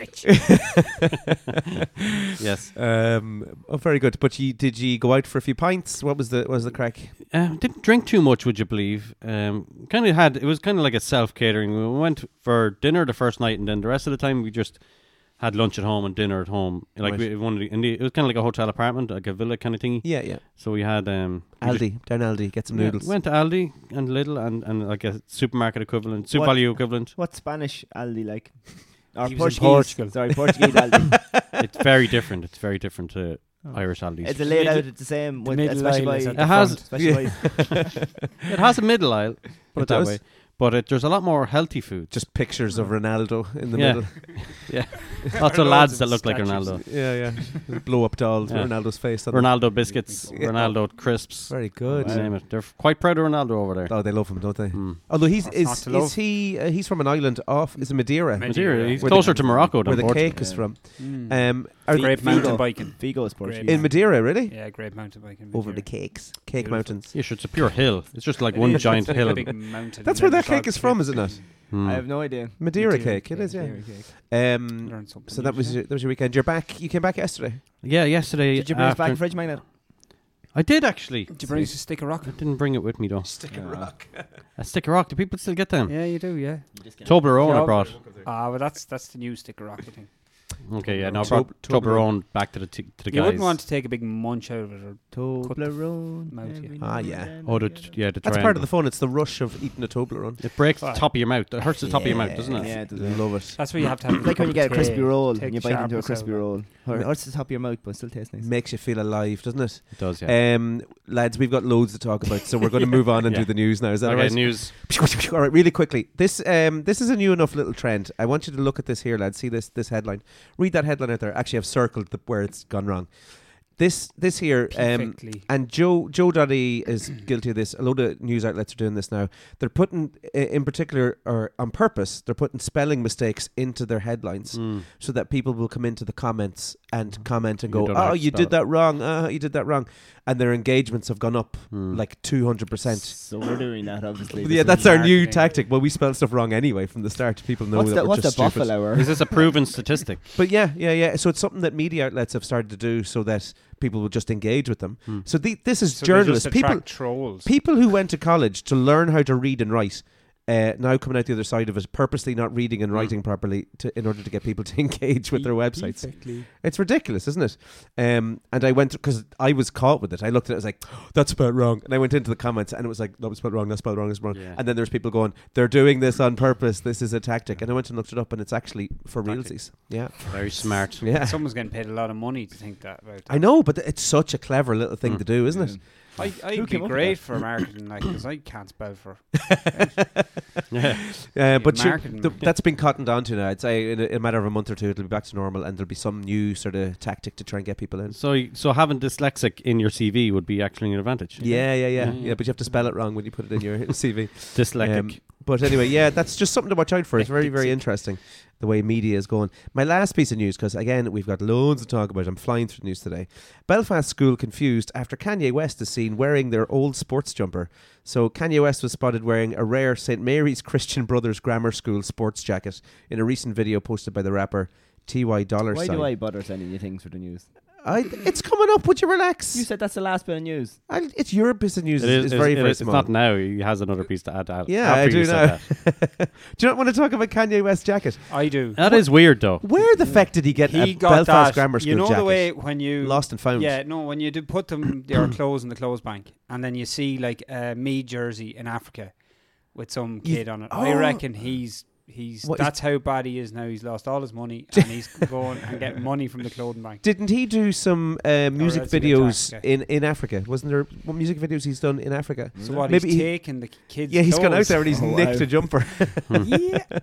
Speaker 3: Yeah. yes.
Speaker 1: Um, oh, very good. But you did you go out for a few pints? What was the what was the crack?
Speaker 3: Um, didn't drink too much, would you believe? Um, kind of had it was kind of like a self catering. We went for dinner the first night, and then the rest of the time we just had lunch at home and dinner at home. Like
Speaker 1: Right.
Speaker 3: we one of the, in the, it was kind of like a hotel apartment, like a villa kind of thingy.
Speaker 1: Yeah, yeah.
Speaker 3: So we had um, we just-
Speaker 1: Aldi down Aldi, get some
Speaker 3: yeah,
Speaker 1: noodles.
Speaker 3: went to Aldi and Lidl and, and like a supermarket equivalent, super
Speaker 2: What-
Speaker 3: value equivalent.
Speaker 2: What's Spanish Aldi like? Or
Speaker 4: He was
Speaker 2: Portuguese?
Speaker 4: in Portugal.
Speaker 2: Sorry, Portuguese Aldi.
Speaker 3: it's very different. It's very different to
Speaker 2: Oh.
Speaker 3: Irish Aldi's.
Speaker 2: It's laid out
Speaker 4: middle-
Speaker 2: at the same
Speaker 4: the
Speaker 2: with a
Speaker 4: middle
Speaker 2: special
Speaker 4: aisle is at
Speaker 2: buy.
Speaker 3: the It has- front.
Speaker 2: special buy.
Speaker 3: it has a middle aisle, put it,
Speaker 1: It
Speaker 3: that
Speaker 1: does.
Speaker 3: way. But it, there's a lot more healthy food.
Speaker 1: Just pictures of Ronaldo in the
Speaker 3: Yeah.
Speaker 1: middle.
Speaker 4: Loads
Speaker 3: Lots of lads
Speaker 4: of
Speaker 3: that look like
Speaker 4: statues.
Speaker 3: Ronaldo.
Speaker 1: Yeah, yeah. Blow up dolls,
Speaker 3: Yeah.
Speaker 1: with Ronaldo's face. On them.
Speaker 3: Ronaldo biscuits,
Speaker 1: Yeah.
Speaker 3: Ronaldo crisps.
Speaker 1: Very good.
Speaker 3: You name it. They're f- quite proud of Ronaldo over there.
Speaker 1: Oh, they love him, don't they?
Speaker 3: Mm.
Speaker 1: Although he's
Speaker 4: That's not
Speaker 1: is,
Speaker 4: to love.
Speaker 1: is he uh, he's from an island off is it Madeira
Speaker 4: Madeira,
Speaker 3: Nigeria,
Speaker 4: yeah.
Speaker 3: he's
Speaker 1: Where the-
Speaker 3: closer to Morocco than
Speaker 1: where the
Speaker 3: Portugal.
Speaker 1: cake is
Speaker 2: Yeah.
Speaker 1: from.
Speaker 3: Hmm.
Speaker 4: Mm.
Speaker 1: Um, are
Speaker 4: Great
Speaker 1: they-
Speaker 4: mountain
Speaker 2: Figo.
Speaker 4: biking.
Speaker 2: Figo is Portuguese.
Speaker 1: in Madeira, really?
Speaker 4: Yeah, great mountain biking.
Speaker 1: Over the
Speaker 4: Madeira.
Speaker 1: cakes, cake
Speaker 4: Beautiful.
Speaker 1: mountains.
Speaker 3: Yeah, sure. It's a pure hill. It's just like
Speaker 4: It
Speaker 3: one
Speaker 4: is, it's
Speaker 3: giant
Speaker 4: like a
Speaker 3: hill.
Speaker 4: big mountain
Speaker 1: That's
Speaker 4: and then
Speaker 1: where that
Speaker 4: there's
Speaker 1: cake
Speaker 4: all
Speaker 1: is from,
Speaker 4: the-
Speaker 1: isn't it?
Speaker 3: Hmm.
Speaker 2: I have no idea.
Speaker 1: Madeira,
Speaker 4: Madeira
Speaker 1: cake, it
Speaker 4: cake,
Speaker 1: is, yeah.
Speaker 2: Madeira cake.
Speaker 1: Um,
Speaker 4: Learn something
Speaker 1: so that
Speaker 4: new
Speaker 1: was
Speaker 4: today.
Speaker 1: your, that was your weekend. You're back. You came back yesterday.
Speaker 3: Yeah, yesterday.
Speaker 2: Did you bring us back
Speaker 3: after-
Speaker 2: a fridge magnet?
Speaker 3: I did actually.
Speaker 4: Did you bring us a stick of rock?
Speaker 3: I didn't bring it with me though.
Speaker 1: Stick
Speaker 2: a Yeah. rock.
Speaker 3: A stick of rock. Do people still get them?
Speaker 4: Yeah, you do. Yeah.
Speaker 3: Toblerone I
Speaker 4: Yeah.
Speaker 3: brought.
Speaker 4: Ah, well, that's that's the new stick of rock. I think
Speaker 3: Okay, yeah, no, I
Speaker 1: Tob-
Speaker 3: brought Toblerone back to the t- to the
Speaker 4: you
Speaker 3: guys.
Speaker 4: wouldn't want to take a big munch out of it. Or
Speaker 2: Toblerone.
Speaker 4: mouth, yeah.
Speaker 2: every
Speaker 1: Ah,
Speaker 2: now
Speaker 1: yeah.
Speaker 2: and
Speaker 3: Oh, the,
Speaker 2: then.
Speaker 3: t- yeah, the
Speaker 1: That's part of
Speaker 3: triangle.
Speaker 1: the fun. It's the rush of eating a Toblerone.
Speaker 3: It breaks
Speaker 4: Fuck.
Speaker 3: the top of your mouth. It hurts the top of your mouth, doesn't it?
Speaker 2: Yeah, it does.
Speaker 1: Love it.
Speaker 4: that's what you have to have.
Speaker 2: It's like when you get a crispy roll and you bite into a
Speaker 4: sharpness out
Speaker 2: crispy
Speaker 4: of it.
Speaker 2: roll. Or it's the top of your mouth, but it still tastes nice.
Speaker 1: Makes you feel alive, doesn't it?
Speaker 3: It does. Yeah.
Speaker 1: Um, lads, we've got loads to talk about, so we're going to move on and
Speaker 3: Yeah.
Speaker 1: do the news now. Is that
Speaker 3: okay,
Speaker 1: all right?
Speaker 3: news.
Speaker 1: All right, really quickly. This um, this is a new enough little trend. I want you to look at this here, lads. See this this headline. Read that headline out there. Actually, I've circled the, where it's gone wrong. This this here. Um,
Speaker 4: Perfectly.
Speaker 1: and Joe Joe Doddy is guilty of this. A load of news outlets are doing this now. They're putting, i- in particular, or on purpose, they're putting spelling mistakes into their headlines
Speaker 3: Mm.
Speaker 1: so that people will come into the comments and comment and
Speaker 3: Hmm. You
Speaker 1: go,
Speaker 3: don't know how
Speaker 1: "Oh,
Speaker 3: to
Speaker 1: you
Speaker 3: spell
Speaker 1: did
Speaker 3: it."
Speaker 1: that wrong. Uh, you did that wrong," and their engagements have gone up
Speaker 3: Mm.
Speaker 1: like two hundred percent.
Speaker 2: So we're doing that, obviously.
Speaker 1: Yeah,
Speaker 2: this week.
Speaker 1: that's our new
Speaker 4: marketing.
Speaker 1: tactic. Well, we spell stuff wrong anyway from the start. People know
Speaker 2: What's
Speaker 1: that
Speaker 2: the,
Speaker 1: we're
Speaker 2: what's the
Speaker 1: just stupid.
Speaker 2: buffalo hour?
Speaker 3: Is this a proven statistic?
Speaker 1: But yeah, yeah, yeah. So it's something that media outlets have started to do, so that people would just engage with them.
Speaker 3: Hmm.
Speaker 1: So the, this is
Speaker 4: So they
Speaker 1: journalists.
Speaker 4: just
Speaker 1: People
Speaker 4: attract trolls.
Speaker 1: people who went to college to learn how to read and write uh, now coming out the other side of it purposely not reading
Speaker 3: Hmm.
Speaker 1: and writing properly to, in order to get people to engage with their websites
Speaker 4: Exactly.
Speaker 1: it's ridiculous isn't it um, and i went because i was caught with it i looked at it I was like that's spelled wrong and i went into the comments and it was like that was spelled wrong that's spelled wrong that's wrong
Speaker 3: Yeah.
Speaker 1: and then there's people going they're doing this on purpose this is a tactic and i went and looked it up and it's actually for
Speaker 3: Tactic.
Speaker 1: realsies yeah
Speaker 3: Very smart.
Speaker 1: yeah
Speaker 4: Someone's getting paid a lot of money to think that about.
Speaker 1: i know but it's such a clever little thing
Speaker 3: Mm.
Speaker 1: to do isn't it
Speaker 4: I, I'd be
Speaker 2: came up with
Speaker 4: great for marketing, like, because I can't spell for.
Speaker 3: Yeah.
Speaker 1: Uh, but sure,
Speaker 4: marketing
Speaker 1: th-
Speaker 4: man.
Speaker 1: that's been cottoned on to now. I'd say in a, in a matter of a month or two, it'll be back to normal, and there'll be some new sort of tactic to try and get people in.
Speaker 3: So, y- so having dyslexic in your CV would be actually an advantage.
Speaker 1: Yeah, yeah, yeah, yeah.
Speaker 3: Yeah, yeah.
Speaker 1: but you have to spell it wrong when you put it in your CV.
Speaker 3: Dyslexic.
Speaker 1: Um, but anyway, yeah, that's just something to watch out for. It's very, very interesting the way media is going. My last piece of news, because again, we've got loads to talk about. I'm flying through the news today. Belfast school confused after Kanye West is seen wearing their old sports jumper. So Kanye West was spotted wearing a rare St. Mary's Christian Brothers Grammar School sports jacket in a recent video posted by the rapper T.Y. Dollar
Speaker 2: Why
Speaker 1: Sign.
Speaker 2: do I bother sending you things for the news?
Speaker 1: I- it's coming up. Would you relax?
Speaker 2: You said that's the last bit of news.
Speaker 1: I, it's your business news.
Speaker 3: It
Speaker 1: is,
Speaker 3: is,
Speaker 1: is very,
Speaker 3: it
Speaker 1: very
Speaker 3: is- it's
Speaker 1: small.
Speaker 3: not now. He has another piece to add. Al-
Speaker 1: Yeah, I
Speaker 3: after you
Speaker 1: do
Speaker 3: said
Speaker 1: know. Do you not want to talk about Kanye West jacket?
Speaker 4: I do.
Speaker 3: That That is weird, though.
Speaker 1: Where the feck did he get
Speaker 4: He
Speaker 1: a
Speaker 4: got
Speaker 1: Belfast
Speaker 4: that.
Speaker 1: Grammar School
Speaker 4: You know
Speaker 1: jacket?
Speaker 4: the way when you
Speaker 1: Lost and found.
Speaker 4: Yeah, no, when you do put them your clothes in the clothes bank, and then you see like a me jersey in Africa with some
Speaker 1: You-
Speaker 4: kid on it.
Speaker 1: Oh.
Speaker 4: I reckon he's he's
Speaker 1: What is-
Speaker 4: that's how bad he is now. He's lost all his money, and he's going and getting money from the clothing bank.
Speaker 1: Didn't he do some uh, music
Speaker 4: that's a good
Speaker 1: videos
Speaker 4: jacket.
Speaker 1: in, in Africa? Wasn't there what music videos he's done in Africa?
Speaker 4: So what?
Speaker 1: Maybe
Speaker 4: he's
Speaker 1: he-
Speaker 4: taking the kids.
Speaker 1: Yeah, he's
Speaker 4: clothes.
Speaker 1: gone out there and he's
Speaker 2: Oh,
Speaker 1: nicked
Speaker 2: wow.
Speaker 1: a jumper,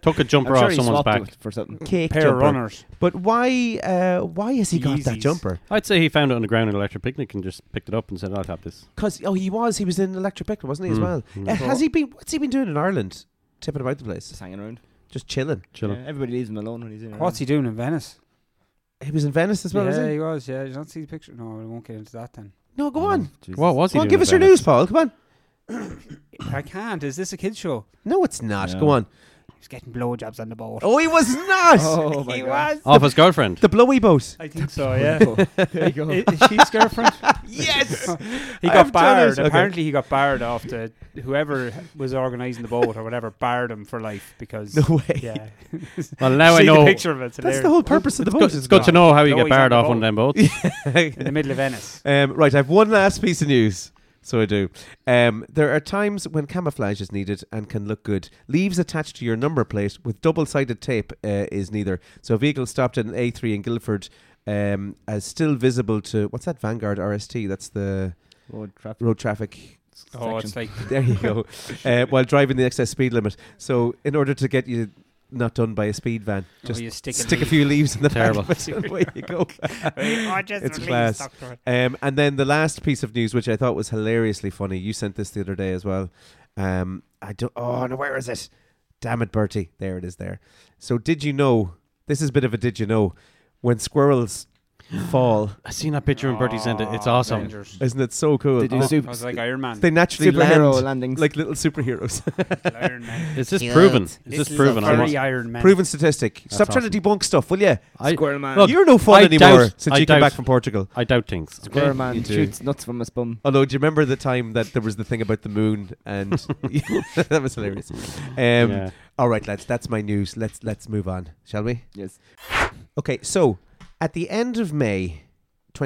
Speaker 3: Took a jumper
Speaker 2: I'm sure
Speaker 3: off
Speaker 2: he
Speaker 3: someone's
Speaker 2: swapped
Speaker 3: back.
Speaker 2: it for something.
Speaker 1: cake
Speaker 4: pair
Speaker 1: jumper.
Speaker 4: of runners.
Speaker 1: But why? Uh, why has he got that
Speaker 4: Yeezys.
Speaker 1: jumper?
Speaker 3: I'd say he found it on the ground at an electric picnic and just picked it up and said, "I'll have this."
Speaker 1: Because oh, he was he was in Electric Picnic, wasn't he as
Speaker 3: Mm.
Speaker 1: well?
Speaker 3: Mm.
Speaker 1: Uh, has he been? What's he been doing in Ireland? Tipping about the place,
Speaker 2: Just hanging around.
Speaker 1: just chilling.
Speaker 3: Chilling.
Speaker 2: Yeah, everybody leaves him alone when he's in.
Speaker 4: What's he doing in Venice?
Speaker 1: He was in Venice as well,
Speaker 4: yeah,
Speaker 1: was he?
Speaker 4: he was. Yeah, did you not see the picture? No, I won't get into that then.
Speaker 1: No, go on,
Speaker 3: What was he?
Speaker 1: go on,
Speaker 3: doing
Speaker 1: give
Speaker 3: in
Speaker 1: us your
Speaker 3: Venice?
Speaker 1: news, Paul. Come on.
Speaker 4: I can't. Is this a kids show?
Speaker 1: No, it's not.
Speaker 2: No.
Speaker 1: Go on.
Speaker 4: He's getting blowjobs on the boat.
Speaker 1: Oh, he was not.
Speaker 2: Oh my
Speaker 4: he
Speaker 2: god.
Speaker 4: was.
Speaker 3: Off his girlfriend.
Speaker 1: The blowy boat.
Speaker 4: I think so. Yeah.
Speaker 2: there you go.
Speaker 4: I- Is she his girlfriend?
Speaker 1: Yes.
Speaker 4: He
Speaker 1: I've done
Speaker 4: got barred.
Speaker 1: it. Okay.
Speaker 4: Apparently, he got barred off the whoever was organising the boat or whatever barred him for life because
Speaker 1: No way.
Speaker 4: yeah.
Speaker 3: well, now I
Speaker 4: See
Speaker 3: know.
Speaker 4: the picture of it. It's
Speaker 1: That's
Speaker 4: hilarious.
Speaker 1: the whole purpose of the boat.
Speaker 3: It's good to know how you
Speaker 4: Always
Speaker 3: get barred
Speaker 4: on the
Speaker 3: off one of them boats.
Speaker 4: in the middle of Venice.
Speaker 1: Um, right, I have one last piece of news. So I do. Um, there are times when camouflage is needed and can look good. Leaves attached to your number plate with double-sided tape uh, is neither. So a vehicle stopped at an A3 in Guildford um, is still visible to what's that Vanguard RST? That's the
Speaker 2: Road traffic.
Speaker 1: road traffic
Speaker 4: Oh, it's like
Speaker 1: There you go. uh, while driving the excess speed limit. So in order to get you not done by a speed van, just
Speaker 4: you stick a
Speaker 1: stick a
Speaker 4: leaf.
Speaker 1: few leaves in the back
Speaker 3: Terrible.
Speaker 1: of it and away you go.
Speaker 4: Oh, I just
Speaker 1: It's
Speaker 4: released
Speaker 1: class.
Speaker 4: Dr.
Speaker 1: Um, and then the last piece of news, which I thought was hilariously funny, you sent this the other day as well. Um, I don't. Oh no, where is it? Damn it, Bertie! There it is. There. So did you know? This is a bit of a did you know? When squirrels fall,
Speaker 3: I seen that picture in Bertie's end. It's
Speaker 4: Aw,
Speaker 3: awesome.
Speaker 4: Avengers.
Speaker 1: isn't it so cool?
Speaker 2: They do
Speaker 1: Oh,
Speaker 4: I
Speaker 2: super,
Speaker 4: was like Iron Man.
Speaker 1: they naturally
Speaker 2: superhero
Speaker 1: land
Speaker 2: landings.
Speaker 1: like little superheroes.
Speaker 4: Iron Man.
Speaker 3: Is this proven? Is
Speaker 4: This
Speaker 3: this
Speaker 4: is
Speaker 3: proven?
Speaker 4: a
Speaker 3: I
Speaker 4: furry
Speaker 3: must-
Speaker 4: Iron Man.
Speaker 1: Proven statistic. Stop trying to debunk stuff, will you?
Speaker 3: I,
Speaker 2: Squirrel man.
Speaker 3: Look,
Speaker 1: You're no fun
Speaker 3: I
Speaker 1: anymore
Speaker 3: doubt-
Speaker 1: since
Speaker 3: I
Speaker 1: you came
Speaker 3: doubt-
Speaker 1: back from Portugal.
Speaker 3: I doubt things.
Speaker 2: Squirrel
Speaker 3: okay?
Speaker 2: man
Speaker 1: You do.
Speaker 2: shoots nuts from his bum.
Speaker 1: Although, do you remember the time that there was the thing about the moon, and that was hilarious. Um,
Speaker 3: Yeah.
Speaker 1: All right, lads, that's my news. Let's let's move on, shall we?
Speaker 2: Yes.
Speaker 1: Okay, so at the end of May,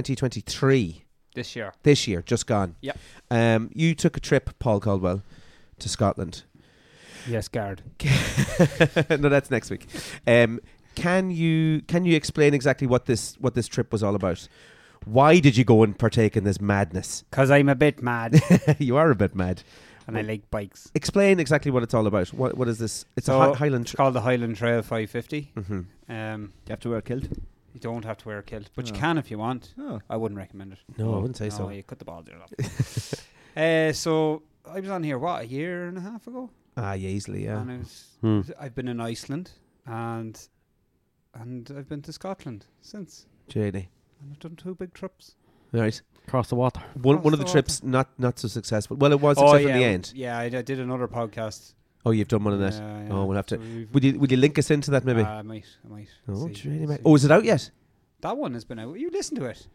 Speaker 1: 2023,
Speaker 4: this year.
Speaker 1: this year, just gone.
Speaker 4: Yep.
Speaker 1: Um, you took a trip, Paul Caldwell, to Scotland.
Speaker 4: Yes, guard.
Speaker 1: no, that's next week. Um, can you can you explain exactly what this what this trip was all about? Why did you go and partake in this madness?
Speaker 4: Because I'm a bit mad
Speaker 1: you are a bit mad.
Speaker 4: and I like bikes.
Speaker 1: Explain exactly what it's all about. What what is this? It's
Speaker 4: So,
Speaker 1: a hi- Highland
Speaker 4: It's
Speaker 1: trip.
Speaker 4: called the Highland Trail 550.
Speaker 1: hmm
Speaker 4: Um,
Speaker 2: You have to wear a kilt.
Speaker 4: you don't have to wear a kilt, but you
Speaker 2: Oh.
Speaker 4: can if you want.
Speaker 2: Oh.
Speaker 4: I wouldn't recommend it.
Speaker 1: No, I wouldn't say
Speaker 4: no,
Speaker 1: so.
Speaker 4: you cut the balls off. uh, so I was on here what a year and a half ago,
Speaker 1: Ah, yeah, easily, yeah.
Speaker 4: and I was,
Speaker 3: Hmm.
Speaker 4: I've been in Iceland and and I've been to Scotland since,
Speaker 1: Really.
Speaker 4: and I've done two big trips.
Speaker 1: Right.
Speaker 3: Across the water.
Speaker 1: One,
Speaker 4: Across
Speaker 1: one of
Speaker 4: the
Speaker 1: the trips not not so successful. Well, it was
Speaker 4: Oh,
Speaker 1: successful
Speaker 4: yeah,
Speaker 1: in the
Speaker 4: w-
Speaker 1: end.
Speaker 4: Yeah, I, d- I did another podcast.
Speaker 1: Oh, you've done one of that.
Speaker 4: Yeah, yeah.
Speaker 1: Oh, we'll have to-
Speaker 4: So we've-
Speaker 1: Would you would you link us into that maybe?
Speaker 4: Uh, I might, I might.
Speaker 1: oh,
Speaker 4: see,
Speaker 1: it's really ma-
Speaker 4: see.
Speaker 1: oh, is it out yet?
Speaker 4: that one has been out? You listen to it?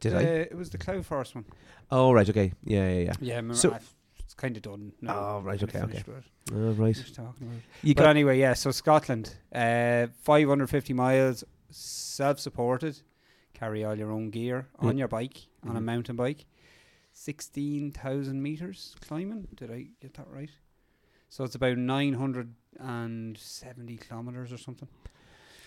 Speaker 1: Did
Speaker 4: the,
Speaker 1: I?
Speaker 4: Uh, It was the Cloud Forest one.
Speaker 1: Oh, right. Okay. Yeah, yeah, yeah.
Speaker 4: Yeah, I remember.
Speaker 1: So-
Speaker 4: I- it's kind of done. No,
Speaker 1: Oh, right, okay, okay. Oh,
Speaker 4: Right.
Speaker 1: right.
Speaker 4: Talking about. it.
Speaker 1: You
Speaker 4: but
Speaker 1: got
Speaker 4: anyway, yeah. So Scotland, uh, 550 miles, self-supported. Carry all your own gear on
Speaker 1: Mm.
Speaker 4: your bike, on a
Speaker 1: Mhm.
Speaker 4: mountain bike. 16,000 meters climbing. Did I get that right? So it's about 970 kilometers or something.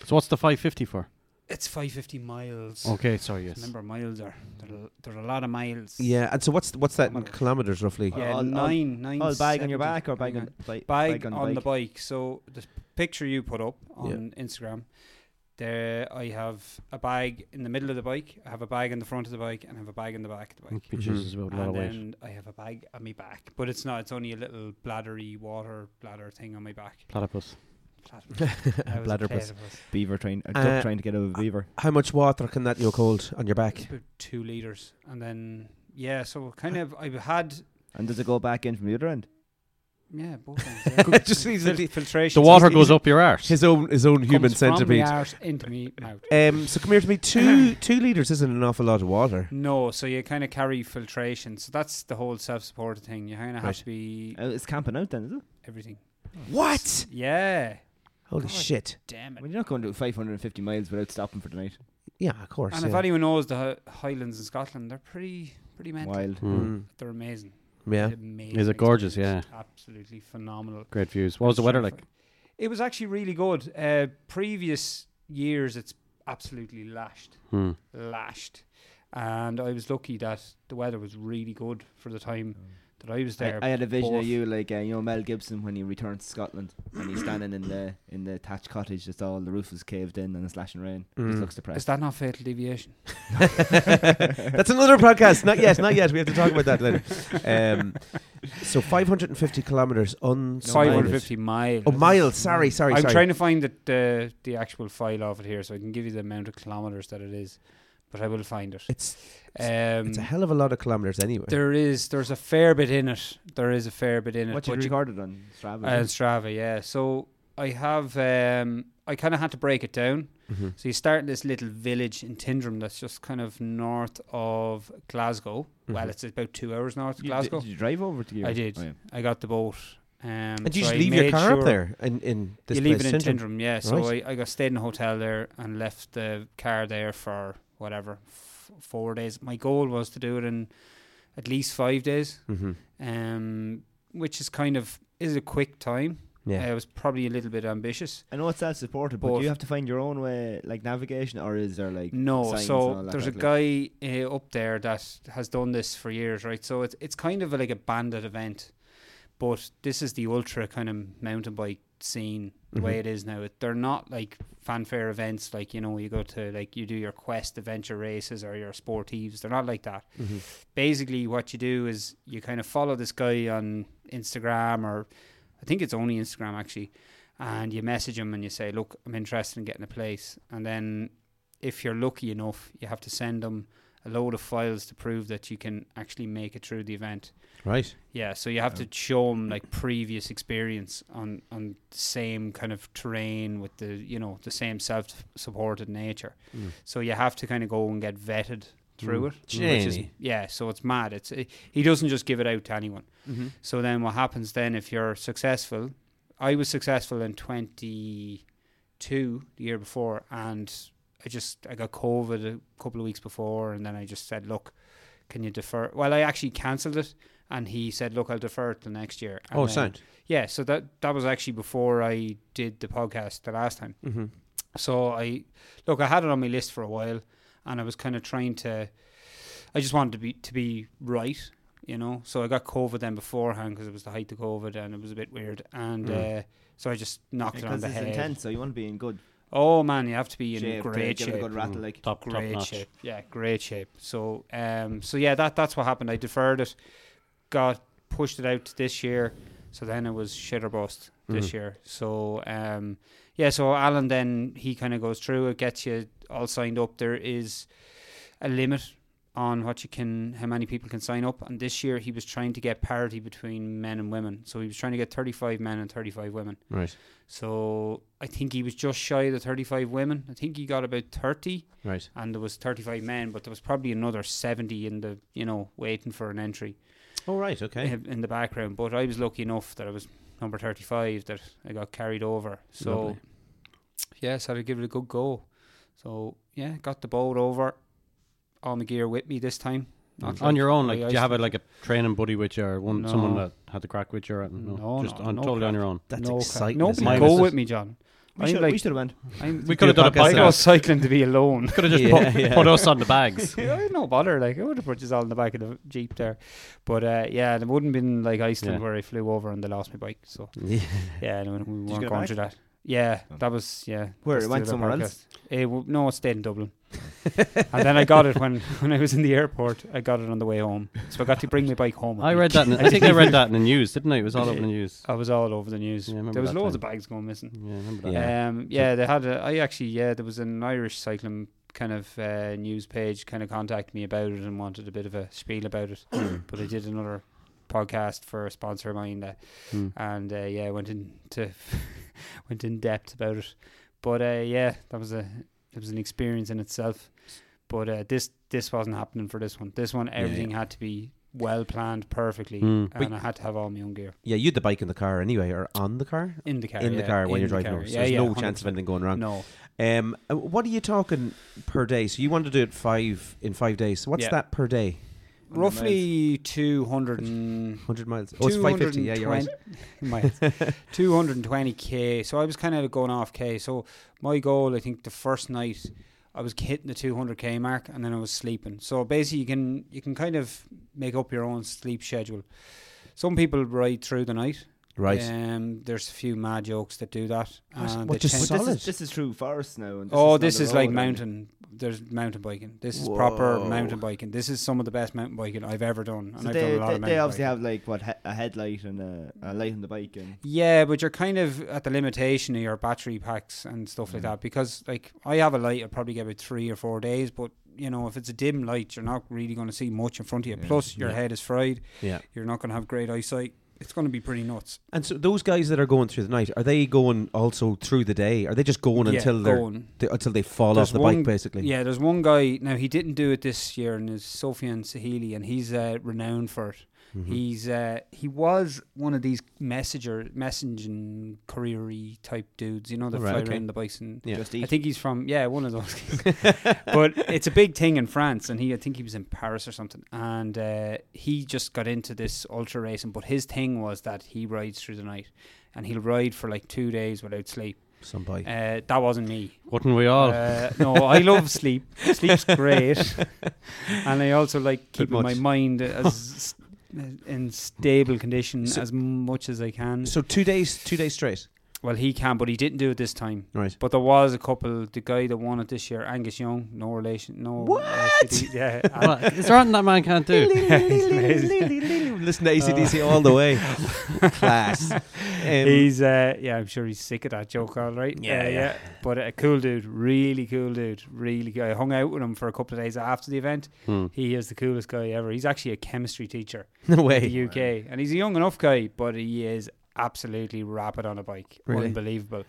Speaker 3: So what's the 550 for?
Speaker 4: It's 550 miles.
Speaker 3: Okay, sorry, Oh, yes.
Speaker 4: Remember, miles are there. Are, there are a lot of miles.
Speaker 1: yeah. And so what's what's that in
Speaker 4: Kilometers.
Speaker 1: kilometers roughly?
Speaker 4: Yeah,
Speaker 2: All- all-
Speaker 4: nine, nine.
Speaker 2: Oh, bag on your back or
Speaker 4: seventy.
Speaker 2: bag on,
Speaker 4: bag,
Speaker 2: bike, bike on,
Speaker 4: on
Speaker 2: the
Speaker 4: the
Speaker 2: bike.
Speaker 4: bike. So the picture you put up
Speaker 1: Yeah.
Speaker 4: on Instagram, there I have a bag in the middle of the bike. I have a bag in the front of the bike, and I have a bag in the back of the bike.
Speaker 3: Peaches is about a lot
Speaker 4: and
Speaker 3: of weight.
Speaker 4: then I have a bag on my back, but it's not. It's only a little bladdery water bladder thing on my back.
Speaker 3: Platypus.
Speaker 4: Bladder.
Speaker 1: Bladderpus.
Speaker 2: Beaver trying, a
Speaker 1: Uh,
Speaker 2: duck trying to get out of a beaver.
Speaker 1: How much water can that yoke hold on your
Speaker 4: It's
Speaker 1: back?
Speaker 4: about two liters, and then yeah. So kind of I've had
Speaker 2: And does it go back in from the other end?
Speaker 4: yeah both ends, yeah.
Speaker 1: It just needs a
Speaker 4: Fil-
Speaker 1: li-
Speaker 4: filtration.
Speaker 3: The water
Speaker 1: his-
Speaker 3: goes up your arse.
Speaker 1: His own his own human
Speaker 4: comes from my
Speaker 1: centipede.
Speaker 4: arse into me mouth.
Speaker 1: Um, so come here to me. Two two liters isn't an awful lot of water.
Speaker 4: No, so you kind of carry filtration. So that's the whole self-supported thing. You kind of
Speaker 1: Right.
Speaker 4: have to be
Speaker 2: Uh, it's camping out then, is it?
Speaker 4: everything.
Speaker 1: What?
Speaker 4: Yeah.
Speaker 1: Holy
Speaker 4: God.
Speaker 1: shit!
Speaker 4: Damn it.
Speaker 2: Well, you're not going to do 550 miles without stopping for the night.
Speaker 1: Yeah, of course.
Speaker 4: And
Speaker 1: yeah.
Speaker 4: if anyone knows the Hi- Highlands in Scotland, they're pretty pretty mental.
Speaker 2: Wild.
Speaker 3: Mm.
Speaker 1: Mm,
Speaker 4: They're amazing.
Speaker 1: yeah.
Speaker 4: Amazing
Speaker 3: Is it gorgeous?
Speaker 4: experience. Absolutely phenomenal.
Speaker 3: Great views. What was the weather like?
Speaker 4: Surfer. It was actually really good. Uh, previous years, it's absolutely lashed.
Speaker 3: Hmm.
Speaker 4: Lashed. And I was lucky that the weather was really good for the time that I was
Speaker 2: I,
Speaker 4: there.
Speaker 2: I had a vision
Speaker 4: both.
Speaker 2: of you like uh, you know Mel Gibson when he returns to Scotland and he's standing in the in the thatched cottage that's all the roof is caved in and it's lashing rain. He
Speaker 1: Mm.
Speaker 2: just looks
Speaker 4: Is
Speaker 2: depressed.
Speaker 4: that not fatal deviation?
Speaker 1: That's another podcast. Not yet. Not yet. We have to talk about that later. Um, so 550 kilometers on
Speaker 4: 550 miles.
Speaker 1: Oh, miles. Sorry, sorry,
Speaker 4: I'm
Speaker 1: sorry.
Speaker 4: trying to find the, the the actual file of it here, so I can give you the amount of kilometers that it is. But I will find it.
Speaker 1: It's
Speaker 4: Um,
Speaker 1: it's a hell of a lot of kilometers anyway.
Speaker 4: there is there's a fair bit in it. There is a fair bit in it.
Speaker 2: What you
Speaker 4: but you-
Speaker 2: recorded on Strava?
Speaker 4: uh,
Speaker 2: is it?
Speaker 4: Strava, yeah. So I have um, I kind of had to break it down.
Speaker 1: Mhm.
Speaker 4: So you start in this little village in Tindrum that's just kind of north of Glasgow. Well,
Speaker 1: Mhm.
Speaker 4: it's about two hours north of
Speaker 2: You-
Speaker 4: Glasgow.
Speaker 2: Did, you drive over to you?
Speaker 4: I did.
Speaker 2: Oh, yeah.
Speaker 4: I got the boat. Um,
Speaker 1: and you
Speaker 4: so
Speaker 1: just
Speaker 4: I
Speaker 1: leave your
Speaker 4: made
Speaker 1: car up
Speaker 4: sure-
Speaker 1: there in in this
Speaker 4: you leave
Speaker 1: place,
Speaker 4: it in
Speaker 1: Syndrome.
Speaker 4: Tindrum, yeah. So
Speaker 1: Right.
Speaker 4: I, I got stayed in a hotel there and left the car there for whatever f- four days. My goal was to do it in at least five days,
Speaker 1: Mhm.
Speaker 4: um, which is kind of is a quick time.
Speaker 1: Yeah.
Speaker 4: I was probably a little bit ambitious.
Speaker 2: I know it's self-supported, but
Speaker 4: Both.
Speaker 2: do you have to find your own way, like navigation, or is there like
Speaker 4: No,
Speaker 2: signs and all
Speaker 4: so
Speaker 2: that
Speaker 4: there's a
Speaker 2: crap like-
Speaker 4: guy uh, up there that has done this for years, right? So it's it's kind of like a bandit event, but this is the ultra kind of mountain bike scene the way
Speaker 2: Mm-hmm.
Speaker 4: it is now. It, they're not like fanfare events, like you know you go to like you do your quest adventure races or your sportives. They're not like that.
Speaker 2: Mm-hmm.
Speaker 4: Basically, what you do is you kind of follow this guy on Instagram or I think it's only Instagram actually, and you message him and you say, "Look, I'm interested in getting a place," and then if you're lucky enough, you have to send them a load of files to prove that you can actually make it through the event.
Speaker 1: Right.
Speaker 4: Yeah, so you have to show them like previous experience on on the same kind of terrain with the you know the same self supported nature. So you have to kind of go and get vetted through it. which is-
Speaker 1: Jenny.
Speaker 4: yeah, so it's mad. It's it, he doesn't just give it out to anyone. So then what happens then if you're successful? I was successful in 22 the year before and I just I got COVID a couple of weeks before and then I just said, "Look, can you defer?" Well, I actually cancelled it and he said, "Look, I'll defer it till next year." And uh,
Speaker 1: Oh,
Speaker 4: then-
Speaker 1: sound.
Speaker 4: Yeah, so that that was actually before I did the podcast the last time.
Speaker 1: Mm-hmm.
Speaker 4: So I look, I had it on my list for a while, and I was kind of trying to. I just wanted to be to be right, you know. So I got COVID then beforehand because it was the height of COVID and it was a bit weird, and uh, so I just knocked it on
Speaker 2: Because
Speaker 4: the
Speaker 2: it's
Speaker 4: head.
Speaker 2: intense, so you want to be in good
Speaker 4: Oh man, you have to be in
Speaker 2: shape. to
Speaker 4: great
Speaker 2: give it a
Speaker 4: shape.
Speaker 2: good rattle, like
Speaker 3: Top, top
Speaker 4: Great
Speaker 3: notch.
Speaker 4: shape. Yeah, great shape. So um so yeah, that that's what happened. I deferred it, got pushed it out to this year. So then it was shit or bust this
Speaker 3: Mm-hmm.
Speaker 4: year. So um yeah, so Alan then he kinda goes through it, gets you all signed up. There is a limit on what you can, how many people can sign up. And this year he was trying to get parity between men and women. So he was trying to get 35 men and 35 women.
Speaker 3: Right.
Speaker 4: So I think he was just shy of the 35 women. I think he got about 30
Speaker 3: Right.
Speaker 4: and there was 35 men, but there was probably another 70 in the, you know, waiting for an entry
Speaker 3: Oh, right. Okay.
Speaker 4: in in the background. But I was lucky enough that I was number 35 that I got carried over. So,
Speaker 3: Lovely.
Speaker 4: yeah, so I give it a good go. So, yeah, got the boat over. All my gear with me this time.
Speaker 2: Mm.
Speaker 4: Not
Speaker 3: on your own,
Speaker 4: I
Speaker 3: like, do you
Speaker 4: ice-
Speaker 3: have a, like a training buddy with you, or one someone
Speaker 4: No.
Speaker 3: that had the crack with you, or no,
Speaker 4: No,
Speaker 3: just
Speaker 4: no,
Speaker 3: on
Speaker 4: no
Speaker 3: totally on
Speaker 4: crack.
Speaker 3: your own.
Speaker 1: That's
Speaker 4: no,
Speaker 1: exciting.
Speaker 4: Nobody
Speaker 1: isn't
Speaker 3: My
Speaker 1: it?
Speaker 4: go
Speaker 3: missus-
Speaker 4: with me, John.
Speaker 2: We
Speaker 4: I'm
Speaker 2: should
Speaker 4: like-
Speaker 2: we should have went.
Speaker 4: I'm,
Speaker 3: We could have
Speaker 1: do a
Speaker 3: done
Speaker 4: I
Speaker 3: a
Speaker 1: podcast
Speaker 3: bike
Speaker 4: go
Speaker 3: race.
Speaker 4: cycling to be alone.
Speaker 3: Could have just
Speaker 1: Yeah,
Speaker 3: put,
Speaker 1: yeah.
Speaker 3: put us on the bags.
Speaker 4: Yeah, I had no bother. Like I would have put you all in the back of the jeep there, but uh, yeah, it wouldn't been like Iceland
Speaker 3: Yeah.
Speaker 4: where I flew over and they lost my bike. So
Speaker 1: Yeah.
Speaker 4: Yeah, no, we
Speaker 2: go
Speaker 4: weren't going
Speaker 2: back?
Speaker 4: through that. Yeah,
Speaker 2: Oh.
Speaker 4: that was yeah.
Speaker 2: Where,
Speaker 4: that's the
Speaker 2: it went
Speaker 4: other
Speaker 2: somewhere else?
Speaker 4: podcast. Eh, w- no, it stayed in Dublin. and then I got it when, when I was in the airport. I got it on the way home, so I got to bring my bike home. with
Speaker 3: I
Speaker 4: me.
Speaker 3: read that. In, I think I read that in the news, didn't I? It was all over the news.
Speaker 4: I was all over the news.
Speaker 3: Yeah, I remember
Speaker 4: there was
Speaker 3: that
Speaker 4: loads
Speaker 3: time.
Speaker 4: of bags going missing.
Speaker 3: Yeah, I remember that.
Speaker 1: Yeah.
Speaker 4: Um, yeah, they had. A, I actually, yeah, there was an Irish cycling kind of uh, news page kind of contacted me about it and wanted a bit of a spiel about it.
Speaker 1: Hmm.
Speaker 4: but I did another podcast for a sponsor of mine that,
Speaker 3: Hmm.
Speaker 4: and uh, yeah, went into went in depth about it. But uh, yeah, that was a it was an experience in itself. But uh, this this wasn't happening for this one. This one,
Speaker 1: yeah.
Speaker 4: everything had to be well planned perfectly,
Speaker 3: Hmm.
Speaker 4: and I had to have all my own gear
Speaker 1: Yeah, you had the bike in the car anyway, or on the car?
Speaker 4: in the car.
Speaker 1: in the
Speaker 4: yeah,
Speaker 1: car while
Speaker 4: in
Speaker 1: you're
Speaker 4: the
Speaker 1: driving
Speaker 4: car.
Speaker 1: over. So
Speaker 4: Yeah,
Speaker 1: there's
Speaker 4: yeah,
Speaker 1: no chance of
Speaker 4: 100%.
Speaker 1: anything going wrong.
Speaker 4: No,
Speaker 1: Um, uh, what are you talking per day? So you want to do it five in five days. What's
Speaker 4: Yeah.
Speaker 1: that per day?
Speaker 4: roughly 200 and
Speaker 1: Hundred miles. Oh, it's five fifty. Yeah, you're right.
Speaker 4: 220 miles. 220k so i was kind of going off k so my goal i think the first night i was hitting the 200k mark and then i was sleeping so basically you can you can kind of make up your own sleep schedule some people ride through the night
Speaker 1: Right.
Speaker 4: um there's a few mad jokes that do that
Speaker 1: What?
Speaker 4: and
Speaker 1: What,
Speaker 4: they
Speaker 1: just
Speaker 4: change-
Speaker 2: But this
Speaker 1: Solid.
Speaker 2: is this is true forest now. And this
Speaker 4: oh
Speaker 2: not
Speaker 4: this
Speaker 2: the
Speaker 4: is like
Speaker 2: road, I mean.
Speaker 4: mountain there's mountain biking this is proper
Speaker 1: Whoa.
Speaker 4: mountain biking this is some of the best mountain biking i've ever done and
Speaker 2: So
Speaker 4: i've
Speaker 2: they,
Speaker 4: done a lot
Speaker 2: they,
Speaker 4: of
Speaker 2: they
Speaker 4: mountain biking.
Speaker 2: obviously have like what he- a headlight and a, a light on the bike and
Speaker 4: Yeah, but you're kind of at the limitation of your battery packs and stuff
Speaker 1: Mm.
Speaker 4: like that because, like, I have a light. I probably get about three or four days, but you know, if it's a dim light, you're not really going to see much in front of you. Plus, your
Speaker 1: Yeah.
Speaker 4: head is fried.
Speaker 1: Yeah.
Speaker 4: You're not going to have great eyesight. It's going to be pretty nuts.
Speaker 1: And so those guys that are going through the night, are they going also through the day? Are they just going
Speaker 4: Yeah,
Speaker 1: until they're
Speaker 4: going.
Speaker 1: they- until they fall
Speaker 4: There's
Speaker 1: off the
Speaker 4: one-
Speaker 1: bike, basically?
Speaker 4: Yeah, there's one guy now. He didn't do it this year, and is Sofian Sahili, and he's uh, renowned for it.
Speaker 1: Mm-hmm.
Speaker 4: He's uh, he was one of these messenger, messaging, careery type dudes. You know, that
Speaker 1: Oh, Right,
Speaker 4: fly
Speaker 1: okay.
Speaker 4: around the bikes and
Speaker 1: Yeah.
Speaker 2: just
Speaker 4: I
Speaker 2: eat.
Speaker 4: think he's from yeah, one of those. but it's a big thing in France, and he I think he was in Paris or something, and uh, he just got into this ultra racing. But his thing was that he rides through the night, and he'll ride for like two days without sleep.
Speaker 1: Some bike.
Speaker 4: Uh, that wasn't me.
Speaker 3: Wouldn't we
Speaker 1: Oh.
Speaker 3: all?
Speaker 4: Uh, no, I love sleep. Sleep's great, and I also like
Speaker 1: Bit
Speaker 4: keeping my
Speaker 1: much.
Speaker 4: mind as in stable condition
Speaker 1: So-
Speaker 4: as much as I can.
Speaker 1: so two days, two days straight.
Speaker 4: Well, he can, but he didn't do it this time.
Speaker 1: Right.
Speaker 4: But there was a couple. The guy that won it this year, Angus Young, no relation, no. What? Yeah. and-
Speaker 3: What? Is there nothing that man can't do?
Speaker 1: Listen to
Speaker 3: Uh.
Speaker 1: ACDC all the way. Class. Um,
Speaker 4: He's uh, yeah, I'm sure he's sick of that joke, all right.
Speaker 1: Yeah,
Speaker 4: Uh,
Speaker 1: yeah.
Speaker 4: But a cool dude, really cool dude, really. Cool. I hung out with him for a couple of days after the event.
Speaker 3: Hmm.
Speaker 4: He is the coolest guy ever. He's actually a chemistry teacher
Speaker 1: no
Speaker 4: in
Speaker 1: way.
Speaker 4: the UK, and he's a young enough guy, but he is absolutely rapid on a bike,
Speaker 1: Really?
Speaker 4: unbelievable.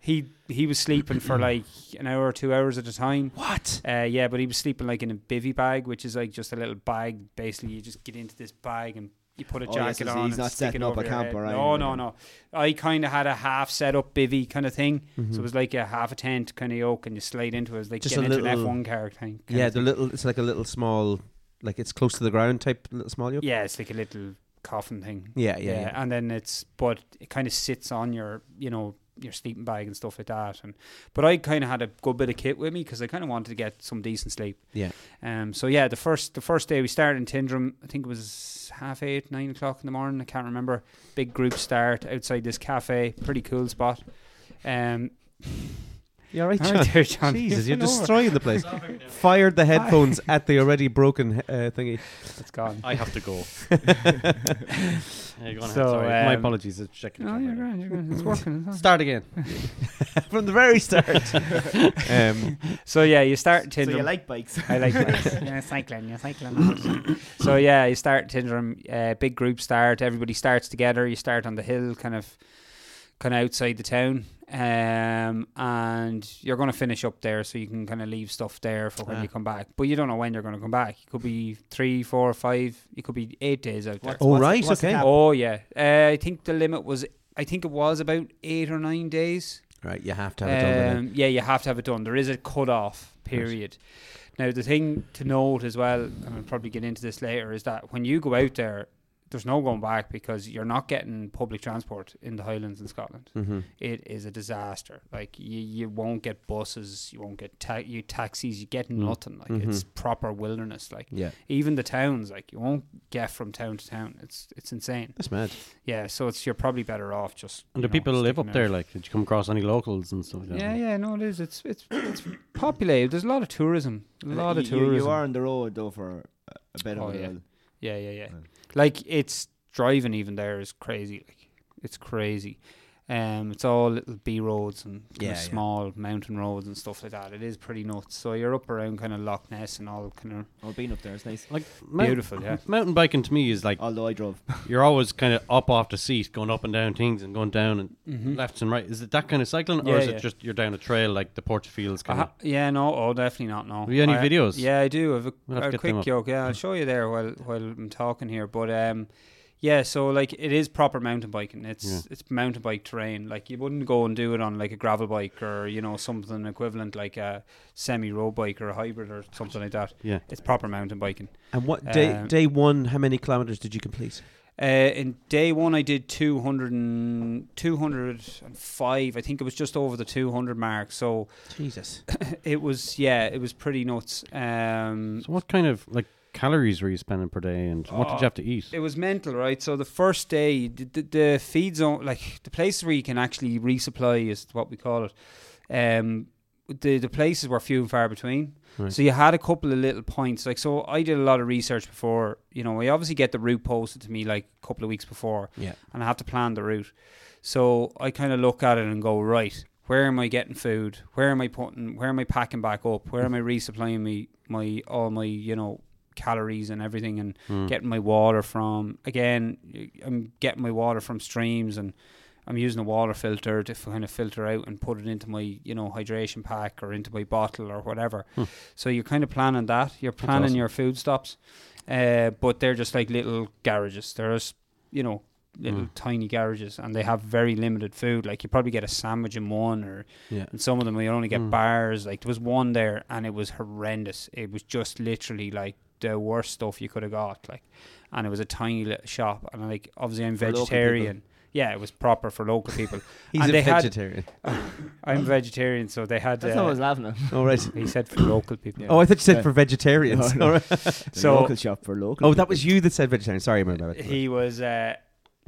Speaker 4: He he was sleeping for like an hour or two hours at a time.
Speaker 1: What?
Speaker 4: Uh, yeah, but he was sleeping like in a bivy bag, which is like just a little bag. Basically, you just get into this bag and you put a
Speaker 2: Oh, yeah,
Speaker 4: jacket
Speaker 2: so
Speaker 4: on.
Speaker 2: he's
Speaker 4: and
Speaker 2: not
Speaker 4: stick it
Speaker 2: setting up
Speaker 4: over
Speaker 2: a
Speaker 4: your
Speaker 2: camp
Speaker 4: head.
Speaker 2: or
Speaker 4: No,
Speaker 2: anything,
Speaker 4: no,
Speaker 2: yeah.
Speaker 4: no. I kind of had a half set up bivy kind of thing. So it was like a half a tent kind of yoke, and you slide into it. It was like
Speaker 1: Mm-hmm. Just
Speaker 4: getting
Speaker 1: a
Speaker 4: into
Speaker 1: little-
Speaker 4: an F1 car thing. kind
Speaker 1: Yeah,
Speaker 4: of
Speaker 1: the
Speaker 4: thing.
Speaker 1: little. It's like a little small, like it's close to the ground type little small yoke.
Speaker 4: yeah, it's like a little coffin thing.
Speaker 1: Yeah, yeah, yeah.
Speaker 4: And then it's, but it kind of sits on your, you know, your sleeping bag and stuff like that. And but I kind of had a good bit of kit with me because I kind of wanted to get some decent sleep.
Speaker 1: Yeah.
Speaker 4: Um. So yeah, the first the first day we started in Tindrum. I think it was half eight, nine o'clock in the morning. I can't remember. Big group start outside this cafe. Pretty cool spot. Um.
Speaker 1: You're right,
Speaker 4: all
Speaker 1: John.
Speaker 4: right there, John.
Speaker 1: Jesus, you're
Speaker 4: You've been over.
Speaker 1: destroying the place. Fired the headphones at the already broken uh, thingy.
Speaker 4: It's gone.
Speaker 3: I have to go. Yeah, go on ahead,
Speaker 4: So,
Speaker 3: sorry.
Speaker 4: um,
Speaker 3: My
Speaker 1: Oh,
Speaker 3: apologies. It's checking.
Speaker 4: No,
Speaker 3: out
Speaker 4: you're
Speaker 3: later.
Speaker 4: grand, you're grand. It's working. it's
Speaker 3: Start again.
Speaker 1: from the very start. um,
Speaker 4: on. So yeah, you start
Speaker 2: So
Speaker 4: Tinder.
Speaker 2: you like bikes?
Speaker 4: I like that. yeah, cycling, yeah, cycling. so yeah, you start Tinder, uh, big group start. Everybody starts together. You start on the hill, kind of, kind of outside the town, um, and you're going to finish up there, so you can kind of leave stuff there for when
Speaker 1: Ah.
Speaker 4: you come back. But you don't know when you're going to come back. It could be three, four, five. It could be eight days out there.
Speaker 2: What's-
Speaker 1: Oh,
Speaker 2: what's the-
Speaker 1: right,
Speaker 2: what's the
Speaker 1: okay.
Speaker 2: cap?
Speaker 4: Oh yeah, uh, I think the limit was. I think it was about eight or nine days.
Speaker 1: right, you have to have it done. by then.
Speaker 4: Um, yeah, you have to have it done. There is a cut-off period. Now, the thing to note as well, and I'll probably get into this later, is that when you go out there, there's no going back because you're not getting public transport in the Highlands in Scotland.
Speaker 1: Mm-hmm.
Speaker 4: It is a disaster. Like you, you won't get buses, you won't get ta- you taxis, you get nothing. Like it's proper wilderness. Like
Speaker 1: Mm. Mm-hmm. Yeah,
Speaker 4: even the towns, like you won't get from town to town. It's it's insane.
Speaker 1: that's mad.
Speaker 4: Yeah, so it's you're probably better off just.
Speaker 3: And
Speaker 4: you know,
Speaker 3: do people live
Speaker 4: sticking
Speaker 3: up
Speaker 4: out.
Speaker 3: there? Like, did you come across any locals and stuff? Like that?
Speaker 4: Yeah, yeah, no, it is. It's it's it's populated. There's a lot of tourism. A lot of
Speaker 2: Uh, you, you-
Speaker 4: tourism.
Speaker 2: You are on the road though for a- a bit
Speaker 4: Oh,
Speaker 2: of a
Speaker 4: yeah.
Speaker 2: while.
Speaker 4: Yeah, yeah, yeah.
Speaker 2: Right.
Speaker 4: Like it's driving even there is crazy. Like it's crazy. Um, it's all little B roads and kinda
Speaker 1: Yeah, yeah.
Speaker 4: small mountain roads and stuff like that. It is pretty nuts. So you're up around kind of Loch Ness and all kind of
Speaker 2: I've been Oh, up there. It's nice.
Speaker 3: Like mount-
Speaker 4: Beautiful, Uh, yeah.
Speaker 3: Mountain biking to me is like
Speaker 2: Although I drove.
Speaker 3: you're always kind of up off the seat, going up and down things, and going down and lefts and right. Is it that kind of cycling,
Speaker 4: Mm-hmm. Yeah,
Speaker 3: or is
Speaker 4: yeah.
Speaker 3: it just you're down a trail like the Portafields
Speaker 4: I
Speaker 3: kind
Speaker 4: ha- yeah, no, oh, definitely not. No.
Speaker 3: Have you any
Speaker 4: I-
Speaker 3: videos?
Speaker 4: Yeah, I do. Have a,
Speaker 3: We'll have to
Speaker 4: a
Speaker 3: get them
Speaker 4: quick
Speaker 3: up.
Speaker 4: yoke. Yeah, I'll show you there while while I'm talking here. But um, yeah. So like, it is proper mountain biking. It's
Speaker 3: Yeah.
Speaker 4: it's mountain bike terrain. Like you wouldn't go and do it on like a gravel bike or you know something equivalent like a semi road bike or a hybrid or something like that.
Speaker 3: Yeah.
Speaker 4: It's proper mountain biking.
Speaker 1: And what day?
Speaker 4: Um,
Speaker 1: day one, how many kilometers did you complete?
Speaker 4: Uh, in day one, I did 200 and, 205. I think it was just over the 200 mark. So
Speaker 1: Jesus.
Speaker 4: it was, yeah, it was pretty nuts. Um,
Speaker 3: So what kind of like calories were you spending per day, and what did
Speaker 4: Oh,
Speaker 3: you have to eat?
Speaker 4: It was mental, right? So the first day, the, the, the feed zone, like the place where you can actually resupply is what we call it. Um, the the places were few and far between.
Speaker 3: Right.
Speaker 4: So you had a couple of little points. Like so, I did a lot of research before. You know, I obviously get the route posted to me like a couple of weeks before,
Speaker 1: Yeah.
Speaker 4: and I have to plan the route. So I kind of look at it and go, right, where am I getting food? Where am I putting? Where am I packing back up? Where am I resupplying me my all my you know calories and everything and getting my water from again y- I'm getting my water from streams and I'm using a water filter to kind of filter out and put it into my you know hydration pack or into my bottle or whatever so you're kind of planning that you're planning
Speaker 3: awesome.
Speaker 4: your food stops uh, but they're just like little garages there's you know little
Speaker 2: Hmm.
Speaker 4: tiny garages and they have very limited food like you probably get a sandwich in one or
Speaker 3: Yeah.
Speaker 4: and some of them you only get
Speaker 2: Hmm.
Speaker 4: bars like there was one there and it was horrendous it was just literally like the worst stuff you could have got like and it was a tiny little shop and like obviously i'm
Speaker 2: local people.
Speaker 4: vegetarian yeah it was proper for local people
Speaker 1: He's
Speaker 4: and
Speaker 1: a
Speaker 4: they
Speaker 1: vegetarian.
Speaker 4: had i'm vegetarian so they had
Speaker 2: That's not what I
Speaker 4: uh,
Speaker 2: was laughing at.
Speaker 1: All right.
Speaker 4: he said for local people
Speaker 2: Yeah.
Speaker 1: Oh, I thought you said
Speaker 2: Yeah.
Speaker 1: for vegetarians.
Speaker 2: No, no.
Speaker 1: All right.
Speaker 2: The
Speaker 4: So-
Speaker 2: local shop for local.
Speaker 1: Oh, that
Speaker 2: people.
Speaker 1: was you that said vegetarian. Sorry, my bad.
Speaker 4: he was uh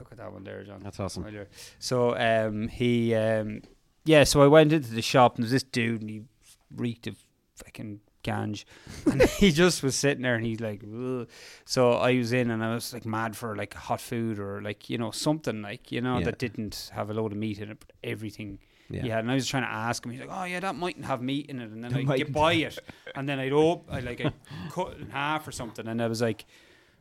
Speaker 4: look at that one there john
Speaker 3: That's awesome.
Speaker 4: Familiar. So um, he, um, yeah. So I went into the shop and there was this dude and he reeked of fucking ganj, and he just was sitting there and he's like, Ugh. so I was in and I was like mad for like hot food or like you know something like you know
Speaker 1: Yeah.
Speaker 4: that didn't have a load of meat in it, but everything.
Speaker 1: Yeah.
Speaker 4: Yeah. and I was trying to ask him. He's like, "Oh yeah, that mightn't have meat in it." And then
Speaker 2: That
Speaker 4: I
Speaker 2: mightn't.
Speaker 4: would buy it, and then I'd op- I like I cut it in half or something, and I was like,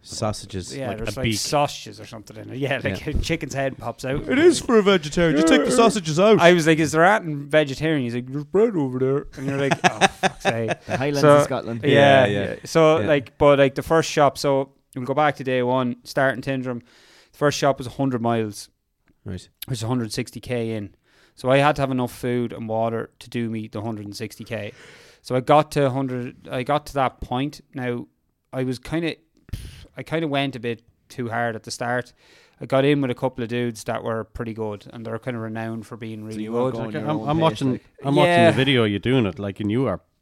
Speaker 1: Sausages.
Speaker 4: "Yeah,
Speaker 3: like
Speaker 4: there's
Speaker 3: a
Speaker 4: like
Speaker 3: beak.
Speaker 4: sausages or something in it." Yeah, like a chicken's head pops out.
Speaker 1: for a vegetarian. Just take the sausages out.
Speaker 4: I was like, "Is there rat and vegetarian?" He's like, "There's bread over there," and you're like, "Oh, fuck's sake."
Speaker 2: the Highlands
Speaker 4: So-
Speaker 2: of Scotland.
Speaker 4: Yeah, yeah,
Speaker 1: yeah.
Speaker 4: So
Speaker 1: Yeah.
Speaker 4: like, but like the first shop. So we'll go back to day one. Starting Tindrum, the first shop was 100 miles,
Speaker 1: right.
Speaker 4: which is 160k in. So I had to have enough food and water to do me the 160k. So I got to 100. I got to that point. Now I was kind of, I kind of went a bit too hard at the start. I got in with a couple of dudes that were pretty good, and they're kind of renowned for being really
Speaker 2: you weren't
Speaker 4: good.
Speaker 2: going
Speaker 3: Like,
Speaker 2: your
Speaker 3: I'm,
Speaker 2: own
Speaker 3: I'm
Speaker 2: pace,
Speaker 3: watching.
Speaker 2: like-
Speaker 3: I'm
Speaker 4: Yeah.
Speaker 3: watching the video. You're doing it like, and you are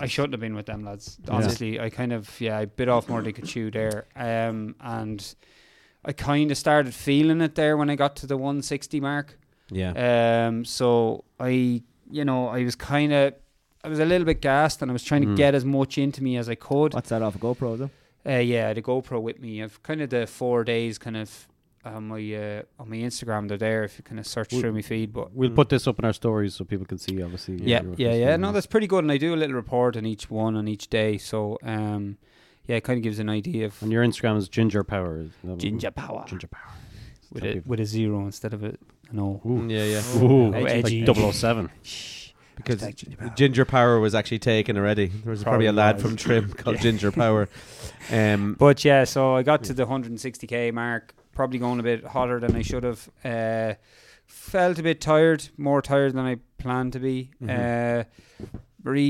Speaker 4: I shouldn't have been with them lads. Honestly, I kind of yeah, I bit off more than I could chew there. Um, and I kind of started feeling it there when I got to the 160 mark.
Speaker 3: Yeah.
Speaker 4: Um, so I, you know, I was kind of, I was a little bit gassed, and I was trying
Speaker 3: Mm.
Speaker 4: to get as much into me as I could.
Speaker 2: What's that off a GoPro though?
Speaker 4: Uh, yeah, the GoPro with me. I've kind of the four days kind of on my uh, on my Instagram. They're there if you kind of search through my feed. But Mm.
Speaker 3: We'll put this up in our stories so people can see, obviously.
Speaker 4: yeah,
Speaker 3: your-
Speaker 4: yeah, yeah, No, that's pretty good. And I do a little report on each one on each day. So um, yeah, it kind of gives an idea of
Speaker 3: And your Instagram is Ginger Power. isn't that what-
Speaker 4: ginger power
Speaker 3: Ginger Power.
Speaker 4: with a, with a zero instead of a no.
Speaker 1: Yeah, yeah.
Speaker 3: Ooh,
Speaker 4: Oh, edgy.
Speaker 3: like 007.
Speaker 1: Because Ginger Power was actually taken already. There was probably, a
Speaker 4: Probably
Speaker 1: lad
Speaker 4: was.
Speaker 1: from Trim called Ginger Power. Um,
Speaker 4: But yeah, so I got to the 160k mark, probably going a bit hotter than I should have. Uh, felt a bit tired, more tired than I planned to be.
Speaker 1: Mm-hmm.
Speaker 4: Uh,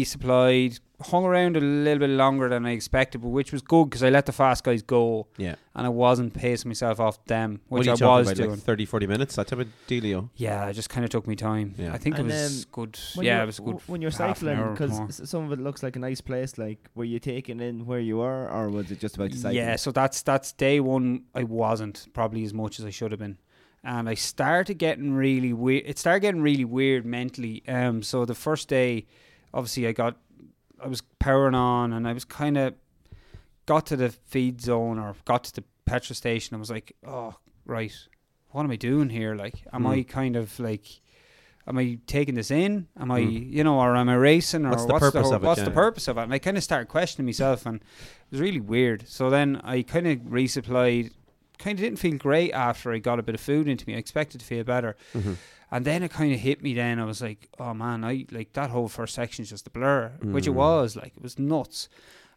Speaker 4: resupplied, hung around a little bit longer than I expected, but which was good because I let the fast guys go
Speaker 1: yeah.
Speaker 4: and I wasn't pacing myself off them,
Speaker 1: What
Speaker 4: which
Speaker 1: are
Speaker 4: I
Speaker 1: you talking
Speaker 4: was
Speaker 1: about,
Speaker 4: doing.
Speaker 1: Like 30, 40 minutes? That type of dealio.
Speaker 4: yeah, I just kind of took my time.
Speaker 1: Yeah.
Speaker 4: I think
Speaker 2: And,
Speaker 4: it was
Speaker 2: um,
Speaker 4: good.
Speaker 2: When
Speaker 4: Yeah,
Speaker 2: you're-
Speaker 4: it was good.
Speaker 2: w- when you're
Speaker 4: half an
Speaker 2: cycling
Speaker 4: hour
Speaker 2: because
Speaker 4: more.
Speaker 2: some of it looks like a nice place. Like, were you taking in where you were, or was it just about the cycling?
Speaker 4: Yeah, so that's that's day one. I wasn't probably as much as I should have been, and I started getting really weird. It started getting really weird mentally. Um, so the first day, obviously, I got, I was powering on, and I was kind of got to the feed zone or got to the petrol station. I was like, oh right, what am I doing here? Like,
Speaker 1: Hmm.
Speaker 4: am I kind of like. Am I taking this in? Am I, you know, or am I racing? Or
Speaker 1: Hmm. What's
Speaker 4: what's
Speaker 1: the
Speaker 4: the
Speaker 1: purpose
Speaker 4: whole-
Speaker 1: of it,
Speaker 4: What's the
Speaker 1: yeah.
Speaker 4: purpose of it? And I kind of started questioning myself, and it was really weird. So then I kind of resupplied. Kind of didn't feel great after I got a bit of food into me. I expected to feel better,
Speaker 1: Mm-hmm.
Speaker 4: and then it kind of hit me. Then I was like, "Oh man, I like that whole first section is just a blur," which
Speaker 1: Mm.
Speaker 4: it was. Like it was nuts,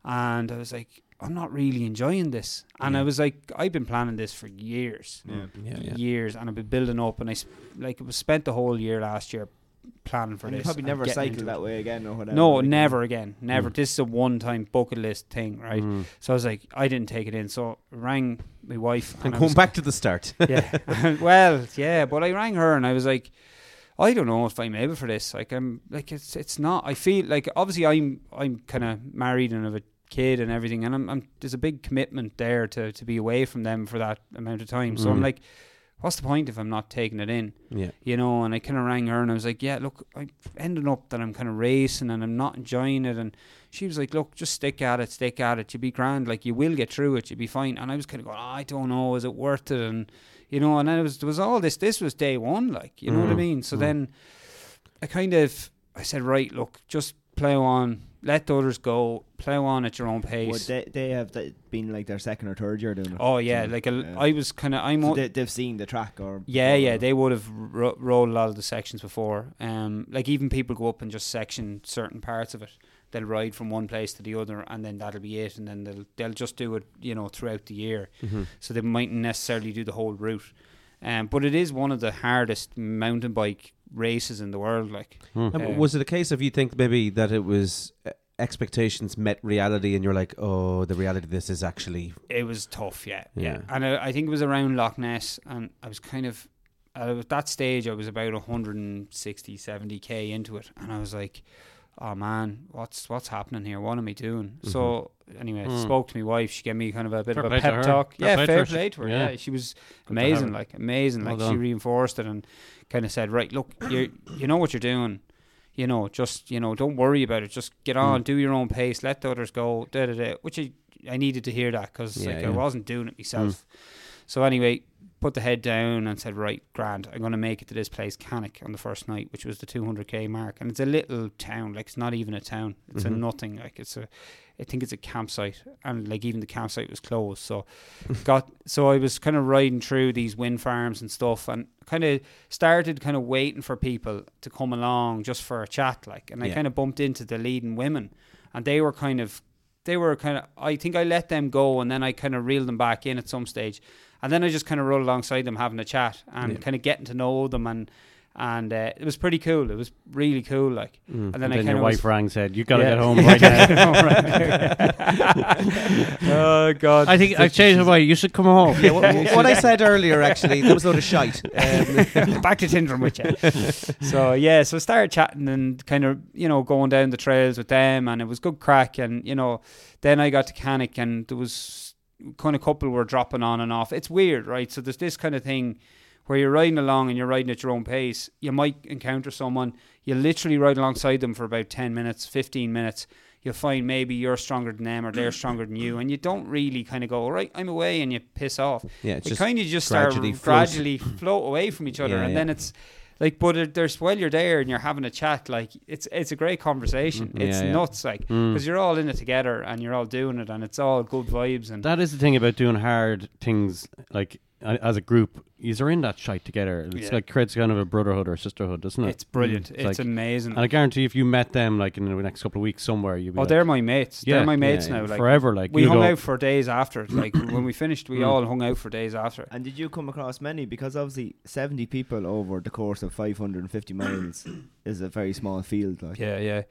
Speaker 4: and I was like, "I'm not really enjoying this." And I was like, "I've been planning this for years,
Speaker 1: Yeah,
Speaker 4: years, and I've been building up." And I sp- like it was spent the whole year last year planning for
Speaker 2: and you
Speaker 4: this.
Speaker 2: probably
Speaker 4: and
Speaker 2: never
Speaker 4: getting
Speaker 2: cycle
Speaker 4: into it.
Speaker 2: that way again, or whatever.
Speaker 4: No,
Speaker 2: like-
Speaker 4: never again. Never.
Speaker 1: Mm.
Speaker 4: This is a one time bucket list thing, right? So I was like, I didn't take it in. So I rang my wife.
Speaker 1: And
Speaker 4: I
Speaker 1: going
Speaker 4: was-
Speaker 1: back to the start.
Speaker 4: Yeah. well, yeah, but I rang her and I was like, I don't know if I'm able for this. Like I'm like it's it's not I feel like obviously I'm I'm kinda married and have a kid and everything and I'm, I'm there's a big commitment there to, to be away from them for that amount of time. So I'm like, what's the point if I'm not taking it in?
Speaker 1: yeah.
Speaker 4: you know, and I kind of rang her and I was like, yeah, look, I'm ending up that I'm kind of racing and I'm not enjoying it. And she was like, look, just stick at it, stick at it. You'll be grand. Like, you will get through it. You'll be fine. And I was kind of going, "Ah, I don't know. Is it worth it? And, you know, and then it was, there was all this. This was day one, like, you know
Speaker 2: Mm,
Speaker 4: what I mean? So then I kind of, I said, right, look, just plow on, let the others go, plow on at your own
Speaker 2: Well,
Speaker 4: pace.
Speaker 2: they, they have th- been like their second or third year doing it.
Speaker 4: oh, yeah.
Speaker 2: so,
Speaker 4: Like, a,
Speaker 2: Mm, yeah.
Speaker 4: I was kind of, I'm,
Speaker 2: So
Speaker 4: o-
Speaker 2: they, they've seen the track, or
Speaker 4: Yeah,
Speaker 2: or-
Speaker 4: yeah, they would have ro- rolled a lot of the sections before. Um, like even people go up and just section certain parts of it. They'll ride from one place to the other, and then that'll be it. And then they'll they'll just do it, you know, throughout the year. So they mightn't necessarily do the whole route. Um, but it is one of the hardest mountain bike races in the world. Like,
Speaker 1: And
Speaker 4: Um,
Speaker 1: was it a case of you think maybe that it was uh, expectations met reality, and you're like, oh, the reality of this is actually
Speaker 4: it was tough, yeah, yeah.
Speaker 1: Yeah.
Speaker 4: And I, I think it was around Loch Ness, and I was kind of uh, at that stage. I was about 160, 70 k into it, and I was like, "Oh man, what's what's happening here? What am I doing?" So anyway, I
Speaker 3: Mm.
Speaker 4: spoke to my wife. She gave me kind of a bit
Speaker 3: Mm-hmm. Fair
Speaker 4: of
Speaker 3: play
Speaker 4: a
Speaker 3: to her.
Speaker 4: pep talk.
Speaker 3: Fair
Speaker 4: yeah,
Speaker 3: play to
Speaker 4: fair
Speaker 3: her.
Speaker 4: play to her.
Speaker 3: Yeah.
Speaker 4: Yeah, she was
Speaker 3: to have
Speaker 4: amazing,
Speaker 3: her.
Speaker 4: like amazing.
Speaker 3: Well
Speaker 4: like she
Speaker 3: done.
Speaker 4: reinforced it and kind of said, "Right, look, you you know what you're doing." You know, just you know, don't worry about it. Just get on, do your own pace, let the others go. Da da da. Which I, I needed to hear that because
Speaker 1: Yeah,
Speaker 4: like
Speaker 1: yeah.
Speaker 4: I wasn't doing it myself. So anyway, put the head down and said, "Right, grand, I'm going to make it to this place, Canic, on the first night, which was the 200k mark." And it's a little town, like it's not even a town; it's a nothing. Like it's a, I think it's a campsite, and like even the campsite was closed. So got so I was kind of riding through these wind farms and stuff, and kind of started kind of waiting for people to come along just for a chat, like. And I
Speaker 1: Yeah.
Speaker 4: kind of bumped into the leading women, and they were kind of they were kind of I think I let them go and then I kind of reeled them back in at some stage and then I just kind of rolled alongside them having a chat and kind of getting to know them and and uh, it was pretty cool it was really cool like and then
Speaker 3: Mm. And
Speaker 4: I
Speaker 3: then
Speaker 4: kind
Speaker 3: your
Speaker 4: of
Speaker 3: wife
Speaker 4: was,
Speaker 3: rang said, "You gotta
Speaker 4: Yeah.
Speaker 3: get home right now."
Speaker 4: oh god
Speaker 3: I think I changed my way. You should come home.
Speaker 1: Yeah, what, what I said earlier, actually, there was a lot of shite. Uh,
Speaker 4: um, back to Tinder with you. so yeah, so I started chatting and kind of you know going down the trails with them, and it was good crack. And you know, then I got to Canic, and there was kind of couple were dropping on and off. It's weird, right? So there's this kind of thing where you're riding along and you're riding at your own pace. You might encounter someone, you literally ride alongside them for about ten minutes, fifteen minutes. You'll find maybe you're stronger than them or they're stronger than you, and you don't really kind of go, "All right, I'm away, and you piss off.
Speaker 1: Yeah, it's
Speaker 4: it
Speaker 1: just
Speaker 4: kind of just start
Speaker 1: gradually
Speaker 4: gradually,
Speaker 1: flows.
Speaker 3: Hmm.
Speaker 4: float away from each other,
Speaker 1: Yeah,
Speaker 4: and
Speaker 1: yeah.
Speaker 4: then it's like, but it- there's while you're there and you're having a chat, like it's it's a great conversation.
Speaker 3: Mm,
Speaker 4: it's
Speaker 1: yeah, yeah.
Speaker 4: nuts, like because you're all in it together and you're all doing it, and it's all good vibes and
Speaker 3: That is the thing about doing hard things, like a- as a group, you're in that shite together. It's
Speaker 4: Yeah.
Speaker 3: like creates kind of a brotherhood or sisterhood, doesn't it?
Speaker 4: it's brilliant.
Speaker 3: Mm.
Speaker 4: It's,
Speaker 3: like-
Speaker 4: amazing.
Speaker 3: And I guarantee, if you met them like in the next couple of weeks somewhere, you'd be
Speaker 4: oh,
Speaker 3: like,
Speaker 4: they're my mates.
Speaker 3: Yeah,
Speaker 4: they're my mates
Speaker 3: yeah,
Speaker 4: now. Like
Speaker 3: forever, like,
Speaker 4: we
Speaker 3: you
Speaker 4: hung
Speaker 3: go- Mm.
Speaker 4: out for days after. it, Like when we finished, we all hung out for days after.
Speaker 2: And did you come across many? Because obviously, seventy people over the course of five hundred and fifty miles is a very small field. Like,
Speaker 4: Yeah, yeah.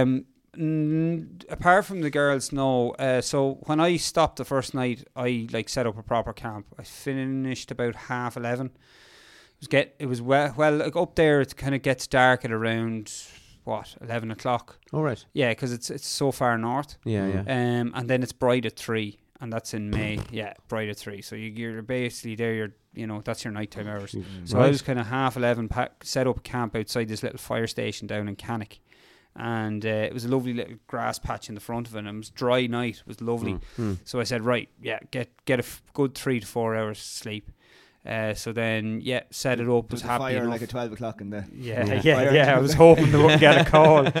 Speaker 4: Um, mm, apart from the girls, no. Uh, so when I stopped the first night, I like set up a proper camp. I finished about half eleven. It was get it was well well like up there. It kind of gets dark at around what eleven o'clock.
Speaker 1: All right.
Speaker 4: Yeah, because it's it's so far north.
Speaker 1: Yeah, yeah.
Speaker 4: Um, and then it's bright at three, and that's in May. Yeah, bright at three. So you, you're basically there. You're you know that's your
Speaker 1: Oh,
Speaker 4: nighttime hours. So I was kind of half eleven, pack, set up camp outside this little fire station down in Cannock, and uh, it was a lovely little grass patch in the front of it. And it was dry night. It was lovely.
Speaker 1: Hmm.
Speaker 3: Mm,
Speaker 4: So I said, right, yeah, get get a f- good three to four hours sleep. Uh, so then, yeah, set it up.
Speaker 2: There was
Speaker 4: Was
Speaker 2: a
Speaker 4: happy
Speaker 2: fire
Speaker 4: enough.
Speaker 2: like at twelve o'clock in the.
Speaker 4: Yeah,
Speaker 2: Fire
Speaker 4: yeah, yeah. I was hoping they wouldn't get a call. uh,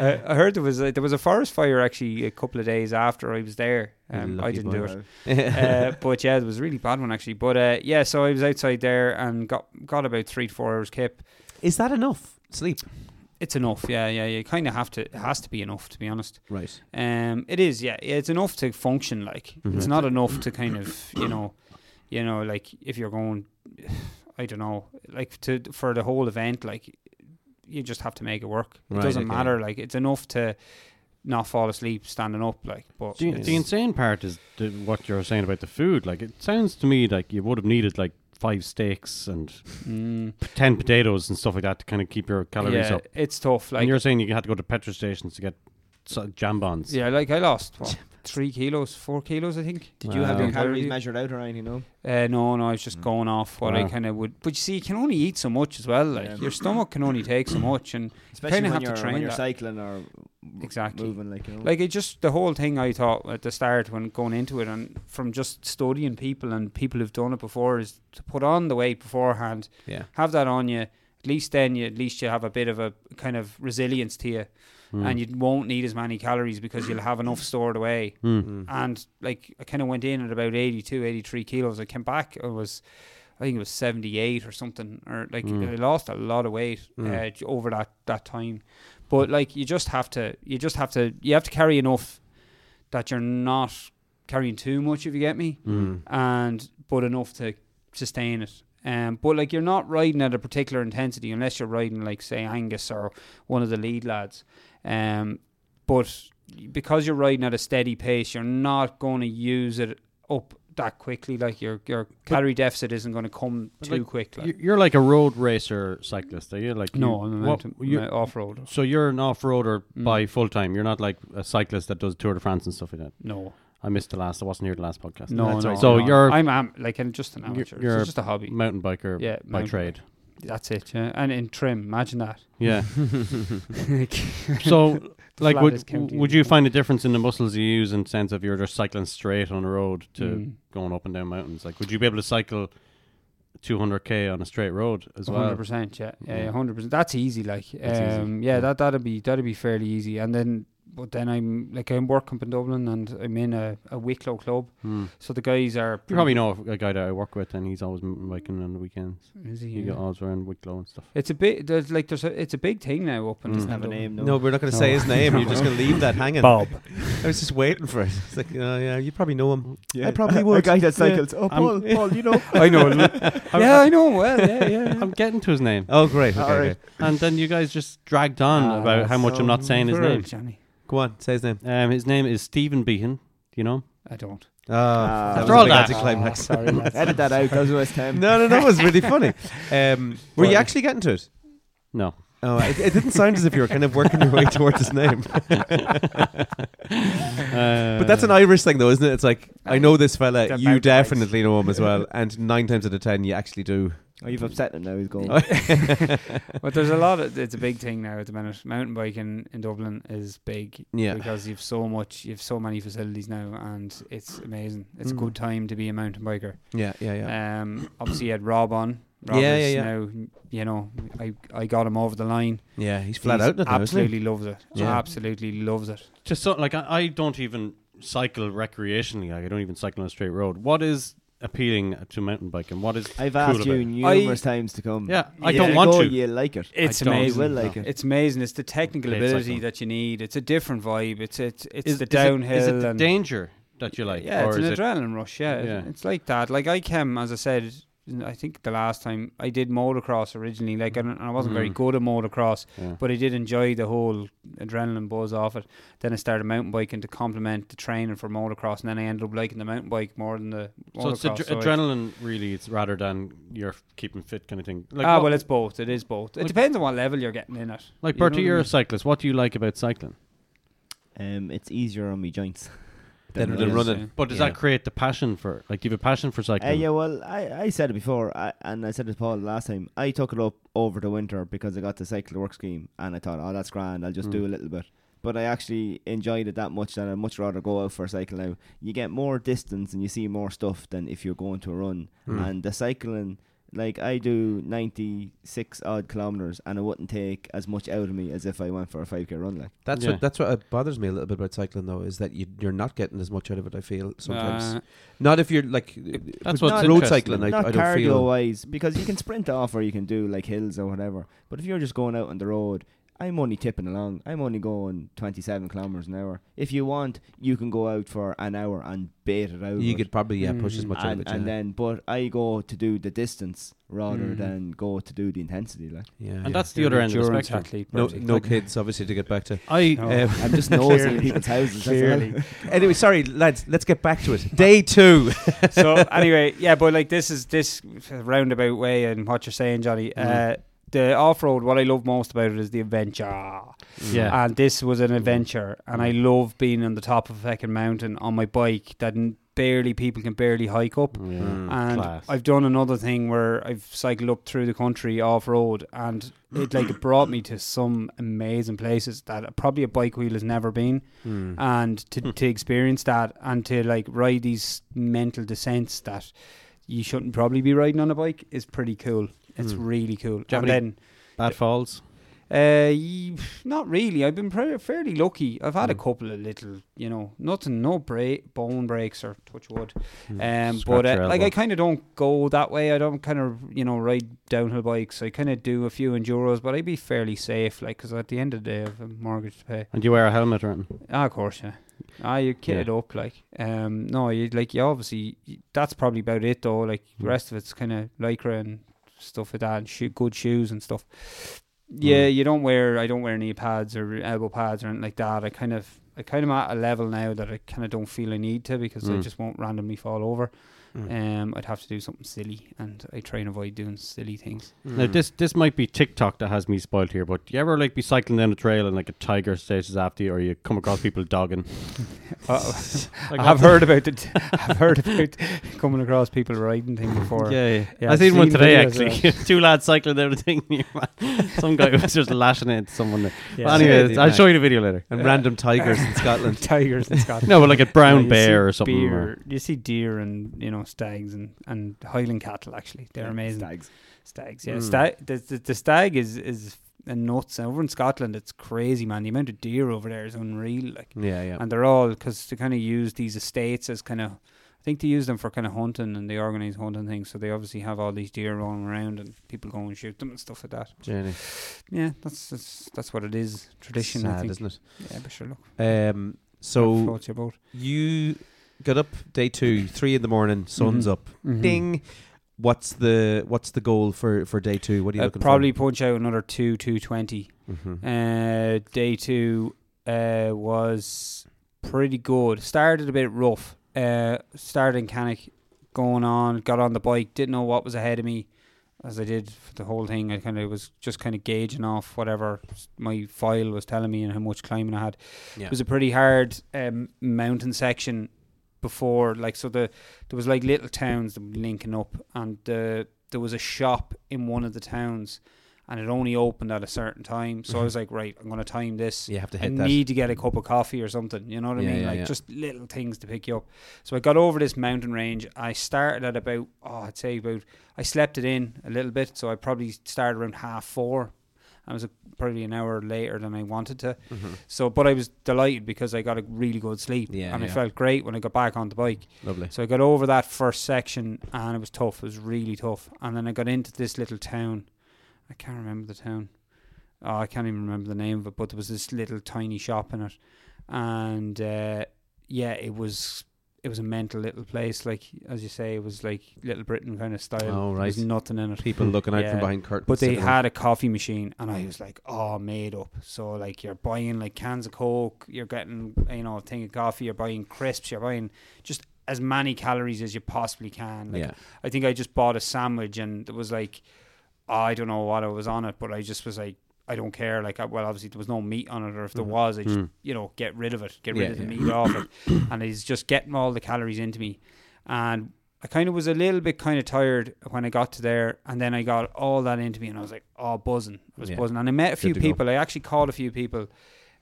Speaker 4: I heard there was a, there was a forest fire actually a couple of days after I was there. Um, I
Speaker 1: Lucky
Speaker 4: didn't
Speaker 1: boy.
Speaker 4: do it, uh, but yeah, it was a really bad one actually. But uh, yeah, so I was outside there and got got about three to four hours kip.
Speaker 1: Is that enough sleep?
Speaker 4: It's enough, yeah, yeah. You kind of have to. It has to be enough, to be honest.
Speaker 1: Right.
Speaker 4: Um, it is, yeah. yeah, It's enough to function. Like
Speaker 3: Mm-hmm.
Speaker 4: it's not enough to kind of, you know, you know, like if you're going, I don't know, like to for the whole event, like you just have to make it work.
Speaker 1: Right,
Speaker 4: it doesn't
Speaker 1: okay.
Speaker 4: matter. Like it's enough to not fall asleep standing up. Like, but
Speaker 3: The,
Speaker 4: it's-
Speaker 3: the insane part is the, what you're saying about the food. Like, it sounds to me like you would have needed like five steaks and
Speaker 4: Mm,
Speaker 3: p- ten potatoes and stuff like that to kind of keep your calories
Speaker 4: yeah,
Speaker 3: up.
Speaker 4: it's tough.
Speaker 3: and
Speaker 4: Like,
Speaker 3: you're saying you had to go to petrol stations to get so- jambons.
Speaker 4: yeah, like I lost what, three kilos, four kilos, I think.
Speaker 2: Did you have
Speaker 3: Wow.
Speaker 2: your calories Mm.
Speaker 4: Entirely.
Speaker 2: measured out or anything? No.
Speaker 4: Uh, no, no, I was just going off what I
Speaker 3: Wow.
Speaker 4: kind of would. But you see, you can only eat so much as well. Like
Speaker 2: Yeah.
Speaker 4: your stomach can only take so much, and
Speaker 2: Especially
Speaker 4: kinda
Speaker 2: when
Speaker 4: have to
Speaker 2: you're,
Speaker 4: train
Speaker 2: when you're
Speaker 4: that.
Speaker 2: cycling or
Speaker 4: Exactly.
Speaker 2: moving like you know.
Speaker 4: Like it just the whole thing I thought at the start when going into it and from just studying people and people who've done it before is to put on the weight beforehand.
Speaker 1: Yeah.
Speaker 4: Have that on you. At least then you at least you have a bit of a kind of resilience to you. And you won't need as many calories because you'll have enough stored away.
Speaker 3: Hmm.
Speaker 4: And like I kind of went in at about 82, 83 kilos. I came back. I was, I think it was 78 or something. Or like I lost a lot of weight uh, j- over that that time. But like you just have to, you just have to, you have to carry enough that you're not
Speaker 3: Mm.
Speaker 4: carrying too much, if you get me, and but enough to sustain it. Um, but like you're not riding at a particular intensity unless you're riding like say Angus or one of the lead lads. Um, but because you're riding at a steady pace, you're not going to use it up that quickly. Like your your calorie deficit isn't going to come
Speaker 3: But,
Speaker 4: too
Speaker 3: like,
Speaker 4: quickly.
Speaker 3: you- You're like a road racer cyclist, are you? Like
Speaker 4: no,
Speaker 3: you,
Speaker 4: I'm a
Speaker 3: what-
Speaker 4: mountain,
Speaker 3: you-
Speaker 4: off road.
Speaker 3: So you're an off-roader
Speaker 4: Mm.
Speaker 3: by full time. You're not like a cyclist that does Tour de France and stuff like that.
Speaker 4: No,
Speaker 3: I missed the last. I wasn't here the last podcast.
Speaker 4: no,
Speaker 3: That's
Speaker 4: no,
Speaker 3: right. So
Speaker 4: no.
Speaker 3: you're
Speaker 4: I'm am, like I'm just an amateur.
Speaker 3: you're
Speaker 4: it's just a hobby.
Speaker 3: mountain biker
Speaker 4: Yeah,
Speaker 3: by
Speaker 4: mountain
Speaker 3: trade.
Speaker 4: That's it. Yeah, and in trim, imagine that.
Speaker 3: Yeah. so like would
Speaker 4: flattest county
Speaker 3: would
Speaker 4: in
Speaker 3: you
Speaker 4: the
Speaker 3: find a difference in the muscles you use in sense of you're just cycling straight on the road to
Speaker 4: Mm.
Speaker 3: going up and down mountains? Like would you be able to cycle 200k on a straight road as well?
Speaker 4: Hundred percent, yeah,
Speaker 3: Yeah.
Speaker 4: yeah, hundred percent. That's easy, like,
Speaker 3: That's easy,
Speaker 4: um,
Speaker 3: yeah.
Speaker 4: yeah, that that'd be that'd be fairly easy. And then, but then I'm like I'm working up in Dublin, and I'm in a, a Wicklow club,
Speaker 3: Hmm.
Speaker 4: so the guys are
Speaker 3: You probably know a guy that I work with, and he's always mountain biking on the weekends.
Speaker 4: Is he,
Speaker 3: You
Speaker 4: yeah.
Speaker 3: get odds around Wicklow and stuff.
Speaker 4: It's a bit there's like there's a it's a big thing now up in
Speaker 3: Mm.
Speaker 4: mm.
Speaker 2: Doesn't have a name. No.
Speaker 1: No, we're not going to say his
Speaker 4: No.
Speaker 1: name. You're just going to leave that hanging.
Speaker 4: Bob.
Speaker 1: I was just waiting for it. It's like, oh, yeah, you probably know him. I probably
Speaker 2: A
Speaker 1: would.
Speaker 2: guy that
Speaker 1: Yeah.
Speaker 2: cycles. Oh, Paul, Paul, you know.
Speaker 4: I know. yeah, I know. him Well, yeah, yeah. yeah.
Speaker 3: I'm getting to his name,
Speaker 1: Oh, great. Okay,
Speaker 2: All right.
Speaker 1: okay.
Speaker 3: and then you guys just dragged on
Speaker 4: Ah,
Speaker 3: about how much I'm not
Speaker 4: so
Speaker 3: saying his
Speaker 4: good,
Speaker 3: name.
Speaker 4: Johnny.
Speaker 1: Go on, say his name.
Speaker 3: Um, his name is Stephen Beaton. Do you know? him?
Speaker 4: I don't.
Speaker 1: Oh, that was
Speaker 3: After all
Speaker 1: a big
Speaker 3: that-
Speaker 1: anticlimax.
Speaker 4: Ah, sorry, lads.
Speaker 2: Edit that out. That was West Ham.
Speaker 1: No, no, no, it was really funny. Um, were you
Speaker 3: Well-
Speaker 1: actually getting to it?
Speaker 3: No.
Speaker 1: Oh, it, it didn't sound as if you were kind of working your way towards his name. Uh, But that's an Irish thing, though, isn't it? It's like, I know this fella,
Speaker 4: That
Speaker 1: you
Speaker 4: mountain bikes.
Speaker 1: definitely know him as well. And nine times out of ten, you actually do.
Speaker 2: Oh, you've upset him now. He's going.
Speaker 4: But there's a lot of it's a big thing now at the minute. Mountain biking in Dublin is big
Speaker 1: Yeah.
Speaker 4: because you've so much, you've so many facilities now, and it's amazing. It's
Speaker 1: Mm.
Speaker 4: a good time to be a mountain biker.
Speaker 1: Yeah, yeah, yeah.
Speaker 4: Um, obviously you had Rob on. Rob
Speaker 1: Yeah,
Speaker 4: is
Speaker 1: yeah, yeah.
Speaker 4: Now you know, I I got him over the line.
Speaker 1: yeah, he's flat
Speaker 4: He's
Speaker 1: out now, isn't he?
Speaker 4: absolutely loves it.
Speaker 1: Yeah.
Speaker 4: Absolutely loves it.
Speaker 3: just so like I, I don't even cycle recreationally. Like I don't even cycle on a straight road. What is appealing to mountain biking? What is
Speaker 2: I've
Speaker 3: cool
Speaker 2: asked
Speaker 3: about
Speaker 2: you
Speaker 3: it?
Speaker 2: numerous times to come.
Speaker 3: Yeah, I
Speaker 2: If
Speaker 3: don't
Speaker 2: you
Speaker 3: want
Speaker 2: go,
Speaker 3: to.
Speaker 2: You like it.
Speaker 4: It's
Speaker 3: I don't
Speaker 4: amazing.
Speaker 2: will like it.
Speaker 4: It's amazing. It's the technical
Speaker 3: Blade
Speaker 4: ability
Speaker 3: cycling.
Speaker 4: that you need. It's a different vibe. It's it's it's
Speaker 3: Is
Speaker 4: the
Speaker 3: is it-
Speaker 4: downhill.
Speaker 3: Is it the
Speaker 4: and
Speaker 3: danger that you like?
Speaker 4: Yeah, it's
Speaker 3: or
Speaker 4: an
Speaker 3: is it,
Speaker 4: adrenaline rush. Yeah, it-
Speaker 3: Yeah.
Speaker 4: it's like that. Like I came, as I said, I think the last time I did motocross originally. Like, and I wasn't very
Speaker 3: Mm.
Speaker 4: good at motocross,
Speaker 3: Yeah.
Speaker 4: but I did enjoy the whole adrenaline buzz off it. Then I started mountain biking to complement the training for motocross, and then I ended up liking the mountain bike more than the
Speaker 3: so
Speaker 4: motocross.
Speaker 3: it's adre-
Speaker 4: so I-
Speaker 3: adrenaline, really. It's rather than you're f- keeping fit kind of thing. Like,
Speaker 4: ah,
Speaker 3: what-
Speaker 4: well, it's both. It is both. It
Speaker 3: Like-
Speaker 4: depends on what level you're getting in at.
Speaker 3: like
Speaker 4: you know
Speaker 3: Bertie,
Speaker 4: what I
Speaker 3: you're a
Speaker 4: mean?
Speaker 3: cyclist. What do you like about cycling?
Speaker 2: Um, it's easier on me joints.
Speaker 1: Than
Speaker 2: it
Speaker 1: than
Speaker 2: is.
Speaker 1: running.
Speaker 3: But does
Speaker 2: Yeah.
Speaker 3: that create the passion for? Like, you have a passion for
Speaker 2: Uh,
Speaker 3: cycling.
Speaker 2: yeah, well, I, I said it before, I, and I said it to Paul last time. I took it up over the winter because I got the cycle to work scheme, and I thought, oh, that's grand. I'll just do a little bit. But I actually enjoyed it that much that I'd much rather go out for a cycle now. You get more distance and you see more stuff than if you're going to a run. And the cycling, like I do 96 odd kilometers, and it wouldn't take as much out of me as if I went for a 5k run. Like,
Speaker 1: That's
Speaker 3: Yeah.
Speaker 1: what that's what uh, bothers me a little bit about cycling, though, is that you, you're not getting as much out of it. I feel sometimes.
Speaker 4: Uh,
Speaker 1: Not if you're like
Speaker 3: That's
Speaker 1: that's
Speaker 3: what's
Speaker 1: what road
Speaker 3: interesting.
Speaker 1: cycling. I,
Speaker 2: not
Speaker 1: I don't
Speaker 2: cardio
Speaker 1: feel.
Speaker 2: wise because you can sprint off or you can do like hills or whatever. But if you're just going out on the road, I'm only tipping along. I'm only going 27 kilometers an hour. If you want, you can go out for an hour and bait it out.
Speaker 1: You could probably yeah push as much out of
Speaker 2: Mm, and,
Speaker 1: it.
Speaker 2: and
Speaker 1: yeah.
Speaker 2: then, but I go to do the distance rather
Speaker 4: Mhm.
Speaker 2: than go to do the intensity. Like
Speaker 1: yeah, yeah.
Speaker 3: and that's the
Speaker 4: you're
Speaker 3: other
Speaker 4: an
Speaker 3: end of the
Speaker 4: endurance
Speaker 3: spectrum.
Speaker 4: athlete,
Speaker 1: no
Speaker 4: Bertie.
Speaker 1: no
Speaker 4: Like-
Speaker 1: kids obviously to get back to.
Speaker 3: I
Speaker 4: No.
Speaker 1: Um,
Speaker 2: I'm just nosing
Speaker 4: Clearly.
Speaker 2: people's houses. that's all.
Speaker 4: Clearly.
Speaker 1: anyway, sorry lads, let's get back to it. Day two.
Speaker 4: so anyway, yeah, but like this is this roundabout way and what you're saying, Johnny. Uh, the off road, what I love most about it is the adventure.
Speaker 3: yeah.
Speaker 4: And this was an adventure, and I love being on the top of a fucking mountain on my bike that n- barely people can barely hike up.
Speaker 3: Yeah.
Speaker 4: And
Speaker 3: Mm, Class.
Speaker 4: I've done another thing where I've cycled up through the country off road, and it like brought me to some amazing places that probably a bike wheel has never been
Speaker 3: Hmm.
Speaker 4: and to, to experience that and to like ride these mental descents that you shouldn't probably be riding on a bike is pretty cool. It's really cool.
Speaker 3: Hmm. you have
Speaker 4: and
Speaker 3: any- Bad falls.
Speaker 4: then, uh, ye- not really. I've been pre- fairly lucky. I've had a couple of little, you know, nothing, no break, bone breaks or touch wood. Um,
Speaker 3: Scratch
Speaker 4: but
Speaker 3: your
Speaker 4: uh, like
Speaker 3: elbow.
Speaker 4: I kind of don't go that way. I don't kind of you know ride downhill bikes. I kind of do a few enduros, but I'd be fairly safe, like because at the end of the day, I've a mortgage to pay.
Speaker 3: And you wear a helmet, right?
Speaker 4: Ah, of course, yeah. Ah, you kid
Speaker 3: Yeah.
Speaker 4: it up like. Um, no, you like you obviously that's probably about it though. Like the rest of it's kind of lycra and stuff like that, and shoe, good shoes and stuff. Yeah, you don't wear. I don't wear knee pads or elbow pads or anything like that. I kind of, I kind of at a level now that I kind of don't feel I need to because I
Speaker 3: Mm.
Speaker 4: just won't randomly fall over.
Speaker 1: Mm.
Speaker 4: Um, I'd have to do something silly, and I try and avoid doing silly things.
Speaker 3: Now this this might be TikTok that has me spoiled here, but you ever like be cycling down a trail and like a tiger chases after you, or you come across people dogging?
Speaker 4: Uh-oh.
Speaker 3: Like
Speaker 4: I have
Speaker 3: that's-
Speaker 4: heard about it. I've heard about coming across people riding thing before.
Speaker 3: yeah,
Speaker 4: Yeah,
Speaker 3: I
Speaker 4: I've
Speaker 3: seen, one
Speaker 4: seen
Speaker 3: today
Speaker 4: videos of
Speaker 3: actually. Two lads cycling down a thing. Some guy was just lashing it at someone. There.
Speaker 4: Yeah.
Speaker 3: But anyway, I'll show you the video later.
Speaker 1: and random tigers in Scotland.
Speaker 4: tigers in Scotland.
Speaker 3: No, but like a
Speaker 4: Yeah,
Speaker 3: brown
Speaker 4: you
Speaker 3: bear
Speaker 4: see
Speaker 3: or something.
Speaker 4: Beer,
Speaker 3: or-
Speaker 4: You see deer and you know stags and, and Highland cattle. Actually, they're amazing.
Speaker 2: Stags.
Speaker 4: Stags,
Speaker 3: Hmm.
Speaker 4: yeah.
Speaker 1: Mm.
Speaker 4: Stag. The, the, the stag is is a nuts. Over in Scotland, it's crazy, man. The amount of deer over there is unreal. Like,
Speaker 1: Yeah, yeah.
Speaker 4: and they're all because they kind of use these estates as kind of. I think they use them for kind of hunting and they organize hunting things. So they obviously have all these deer rolling around and people go and shoot them and stuff like that.
Speaker 1: Jenny.
Speaker 4: Yeah, that's that's, that's what it is. Tradition, I
Speaker 1: Sad,
Speaker 4: think.
Speaker 1: isn't
Speaker 4: Yeah, but sure, look.
Speaker 1: it? Um,
Speaker 4: So
Speaker 1: so you got up day two, three in the morning, sun's
Speaker 4: Mhm.
Speaker 1: up,
Speaker 3: Mm-hmm.
Speaker 1: ding. What's the what's the goal for, for day two? What are you
Speaker 4: Uh,
Speaker 1: looking
Speaker 4: probably
Speaker 1: for?
Speaker 4: punch out another two two twenty.
Speaker 1: Mhm.
Speaker 4: Uh, day two uh, was pretty good. Started a bit rough. Uh, started in Canic, going on, got on the bike, didn't know what was ahead of me. As I did for the whole thing, I kind of was just kind of gauging off whatever s- my file was telling me and how much climbing I had.
Speaker 1: Yeah.
Speaker 4: It was a pretty hard um, mountain section before, like so the there was like little towns that were linking up, and uh, there was a shop in one of the towns, and it only opened at a certain time. So I was like, right, I'm gonna time this.
Speaker 1: Mm-hmm. You have to
Speaker 4: I
Speaker 1: hit that.
Speaker 4: need to get a cup of coffee or something. You know what I
Speaker 1: Yeah,
Speaker 4: mean?
Speaker 1: yeah,
Speaker 4: like
Speaker 1: yeah.
Speaker 4: just little things to pick you up. So I got over this mountain range. I started at about oh, I'd say about I slept it in a little bit, so I probably started around half four. I was uh, probably an hour later than I wanted to. So, but I was delighted because I got a really good sleep,
Speaker 1: Mm-hmm. Yeah,
Speaker 4: and I
Speaker 1: yeah.
Speaker 4: felt great when I got back on the bike.
Speaker 1: Lovely.
Speaker 4: So I got over that first section, and it was tough. It was really tough. And then I got into this little town. I can't remember the town. Oh, I can't even remember the name of it. But there was this little tiny shop in it, and uh, yeah, it was it was a mental little place. Like as you say, it was like Little Britain kind of style.
Speaker 1: Oh,
Speaker 4: There was
Speaker 1: right.
Speaker 4: nothing in it.
Speaker 1: People looking out
Speaker 4: Yeah.
Speaker 1: from behind curtains.
Speaker 4: But they
Speaker 1: sitting on-
Speaker 4: had a coffee machine, and I was like, "Oh, made up." So like, you're buying like cans of Coke, you're getting you know a thing of coffee, you're buying crisps, you're buying just as many calories as you possibly can. Like,
Speaker 1: Yeah.
Speaker 4: I think I just bought a sandwich, and it was like, I don't know what I was on it, but I just was like, I don't care. Like, I, well, obviously there was no meat on it, or if there was, I just you know get rid of it, get rid
Speaker 1: Mm. Yeah,
Speaker 4: of the
Speaker 1: yeah.
Speaker 4: meat off it, and it's just getting all the calories into me, and I kind of was a little bit kind of tired when I got to there, and then I got all that into me, and I was like, oh, buzzing. I was
Speaker 1: Yeah.
Speaker 4: buzzing, and I met a few
Speaker 1: to go.
Speaker 4: people. I actually called a few people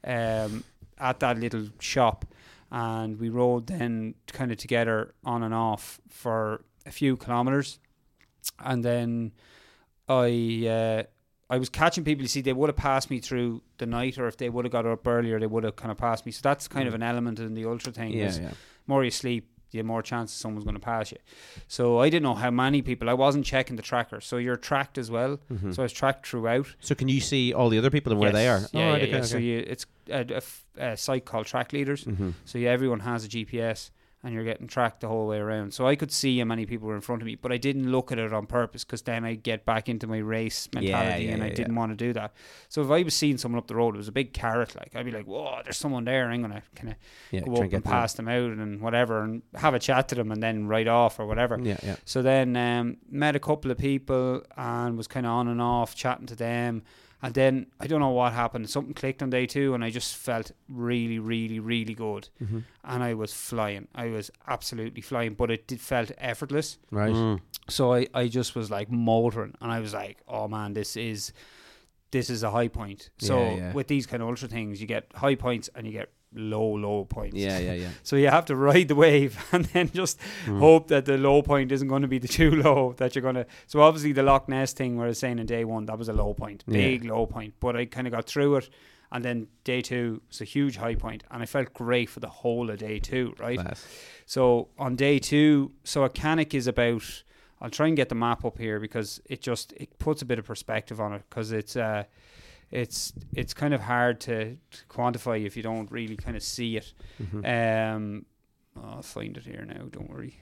Speaker 4: um, at that little shop, and we rode then kind of together on and off for a few kilometers, and then I. Uh, I was catching people. You see, they would have passed me through the night, or if they would have got up earlier, they would have kind of passed me. So that's kind of an element in the ultra thing.
Speaker 1: Mm. Yeah,
Speaker 4: is
Speaker 1: yeah.
Speaker 4: more you sleep, the more chances someone's going to pass you. So I didn't know how many people. I wasn't checking the tracker. So you're tracked as well.
Speaker 1: Mm-hmm.
Speaker 4: So I was tracked throughout.
Speaker 1: So can you see all the other people and where they are?
Speaker 4: Yes. Yeah,
Speaker 1: All right,
Speaker 4: yeah, yeah.
Speaker 1: okay, okay. Mm-hmm.
Speaker 4: So you, it's a, a f- a site called Track Leaders. So yeah, everyone has a GPS and you're getting tracked the whole way around. So I could see how many people were in front of me, but I didn't look at it on purpose because then I get back into my race mentality
Speaker 1: yeah,
Speaker 4: and I
Speaker 1: yeah,
Speaker 4: didn't
Speaker 1: yeah.
Speaker 4: want to do that. So if I was seeing someone up the road, it was a big carrot. Like I'd be like, "Whoa, there's someone there. I'm gonna kind of
Speaker 1: Yeah, try
Speaker 4: go
Speaker 1: and
Speaker 4: up
Speaker 1: get
Speaker 4: and
Speaker 1: them.
Speaker 4: pass them out and whatever, and have a chat to them and then ride off or whatever."
Speaker 1: Yeah, yeah.
Speaker 4: So then um, met a couple of people and was kind of on and off chatting to them. And then I don't know what happened. Something clicked on day two, and I just felt really, really, really good.
Speaker 1: Mm-hmm.
Speaker 4: And I was flying. I was absolutely flying, but it did felt effortless.
Speaker 1: Right.
Speaker 4: So I, I just was like motoring, and I was like, oh man, this is this is a high point. So
Speaker 1: Yeah, yeah.
Speaker 4: with these kind of ultra things, you get high points and you get low, low points.
Speaker 1: Yeah, Hmm. yeah, yeah.
Speaker 4: So you have to ride the wave and then just hope that the low point isn't going to be the too low that you're going to. So obviously the Loch Ness thing where I was saying in day one that was a low point,
Speaker 1: Yeah.
Speaker 4: big low point. But I kind of got through it, and then day two was a huge high point, and I felt great for the whole of day two. Right.
Speaker 1: Class.
Speaker 4: So on day two, so a canic is about. I'll try and get the map up here because it just it puts a bit of perspective on it because it's uh it's it's kind of hard to, to quantify if you don't really kind of see it. Um, I'll find it here now. Don't worry.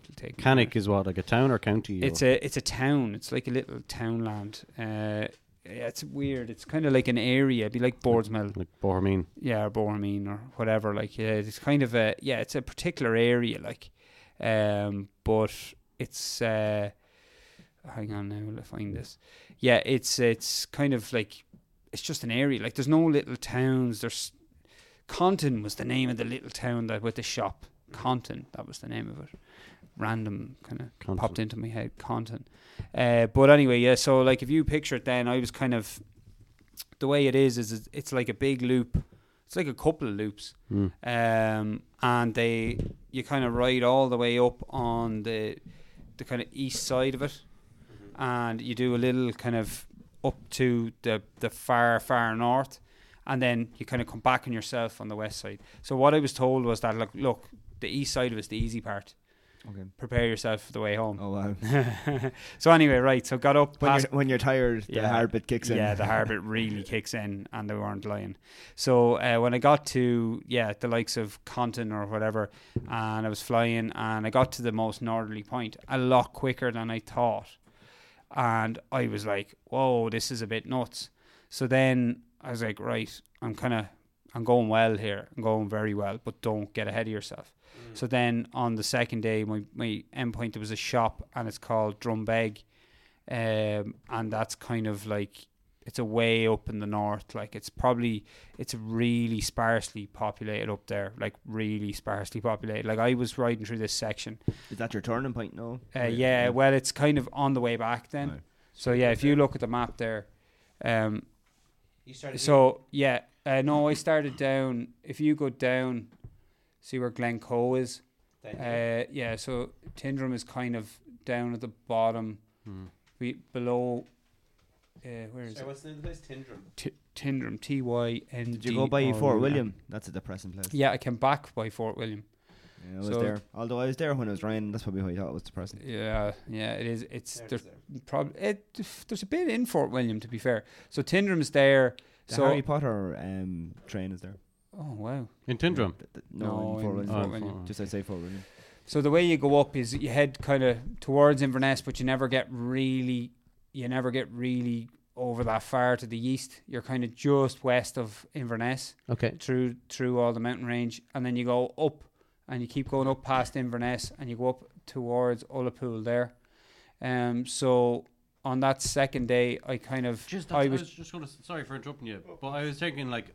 Speaker 4: It'll take me a minute.
Speaker 3: Canic is what like a town or county? or-
Speaker 4: It's a it's a town. It's like a little townland. Uh, yeah, it's weird. It's kind of like an area. It'd be like Boardsmill,
Speaker 3: like Bormeen.
Speaker 4: yeah, or Bormeen or whatever. Like yeah, it's kind of a yeah, it's a particular area. Like, um, but it's uh, hang on now. I'll find this. Yeah, it's it's kind of like it's just an area. Like there's no little towns. There's Conton was the name of the little town that with the shop. Conton, that was the name of it. Random kind of
Speaker 3: Conton.
Speaker 4: popped into my head. Conton. Uh, but anyway, yeah. So like, if you picture it, then I was kind of the way it is. Is it's- it's like a big loop. It's like a couple of loops, um, and they you kind of ride all the way up on the the kind of east side of it, and you do a little kind of up to the the far far north, and then you kind of come back on yourself on the west side. So what I was told was that look, look, the east side of it's the easy part.
Speaker 2: Okay.
Speaker 4: Prepare yourself for the way home.
Speaker 2: Oh wow.
Speaker 4: so anyway, right. So got up.
Speaker 2: When
Speaker 4: past-
Speaker 2: you're, when you're tired, the
Speaker 4: Yeah.
Speaker 2: hard bit kicks in.
Speaker 4: yeah, the hard bit really kicks in, and they weren't lying. So uh, when I got to yeah the likes of Conton or whatever, and I was flying, and I got to the most northerly point a lot quicker than I thought, and I was like, "Whoa, this is a bit nuts." So then I was like, "Right, I'm kind of I'm going well here. I'm going very well, but don't get ahead of yourself."
Speaker 2: Mm.
Speaker 4: So then on the second day, my my end point there was a shop, and it's called Drumbeg um, and that's kind of like it's a way up in the north. Like it's probably it's really sparsely populated up there. Like really sparsely populated. Like I was riding through this section.
Speaker 2: Is that your turning point? No.
Speaker 4: Uh, yeah, well, it's kind of on the way back then.
Speaker 2: Right.
Speaker 4: So yeah, if you look at the map there, um,
Speaker 1: You started
Speaker 4: so yeah, uh, no, I started down. If you go down, see where Glencoe is. Uh, yeah, so Tindrum is kind of down at the bottom,
Speaker 2: Hmm.
Speaker 4: we below. Uh, where is it?
Speaker 1: what's the name of the place? Tindrum.
Speaker 4: T- Tindrum, T Y N D.
Speaker 2: Did you go
Speaker 1: Oh,
Speaker 2: by Fort William? That's a depressing place.
Speaker 4: Yeah, I came back by Fort William.
Speaker 2: Yeah, I was
Speaker 4: So-
Speaker 2: there. Although I was there when it was raining, that's probably why I thought it was depressing.
Speaker 4: Yeah, yeah, it is. It's there's probably it, there's a bit in Fort William to be fair. So Tindrum's there.
Speaker 2: The
Speaker 4: so
Speaker 2: Harry Potter um, train is there.
Speaker 4: oh wow.
Speaker 3: In Tindrum.
Speaker 2: Th- th- No,
Speaker 4: No, in
Speaker 2: in Fort William.
Speaker 4: Fort Oh, in William.
Speaker 3: Fort
Speaker 2: Just I say Fort William.
Speaker 4: So the way you go up is you head kind of towards Inverness, but you never get really, you never get really over that far to the east. You're kind of just west of Inverness.
Speaker 1: Okay.
Speaker 4: through through all the mountain range, and then you go up, and you keep going up past Inverness, and you go up towards Ullapool there. Um, so on that second day, I kind of
Speaker 3: Just that's,
Speaker 4: I
Speaker 3: I, was,
Speaker 4: was
Speaker 3: just going to. Sorry for interrupting you, but I Oh, was thinking like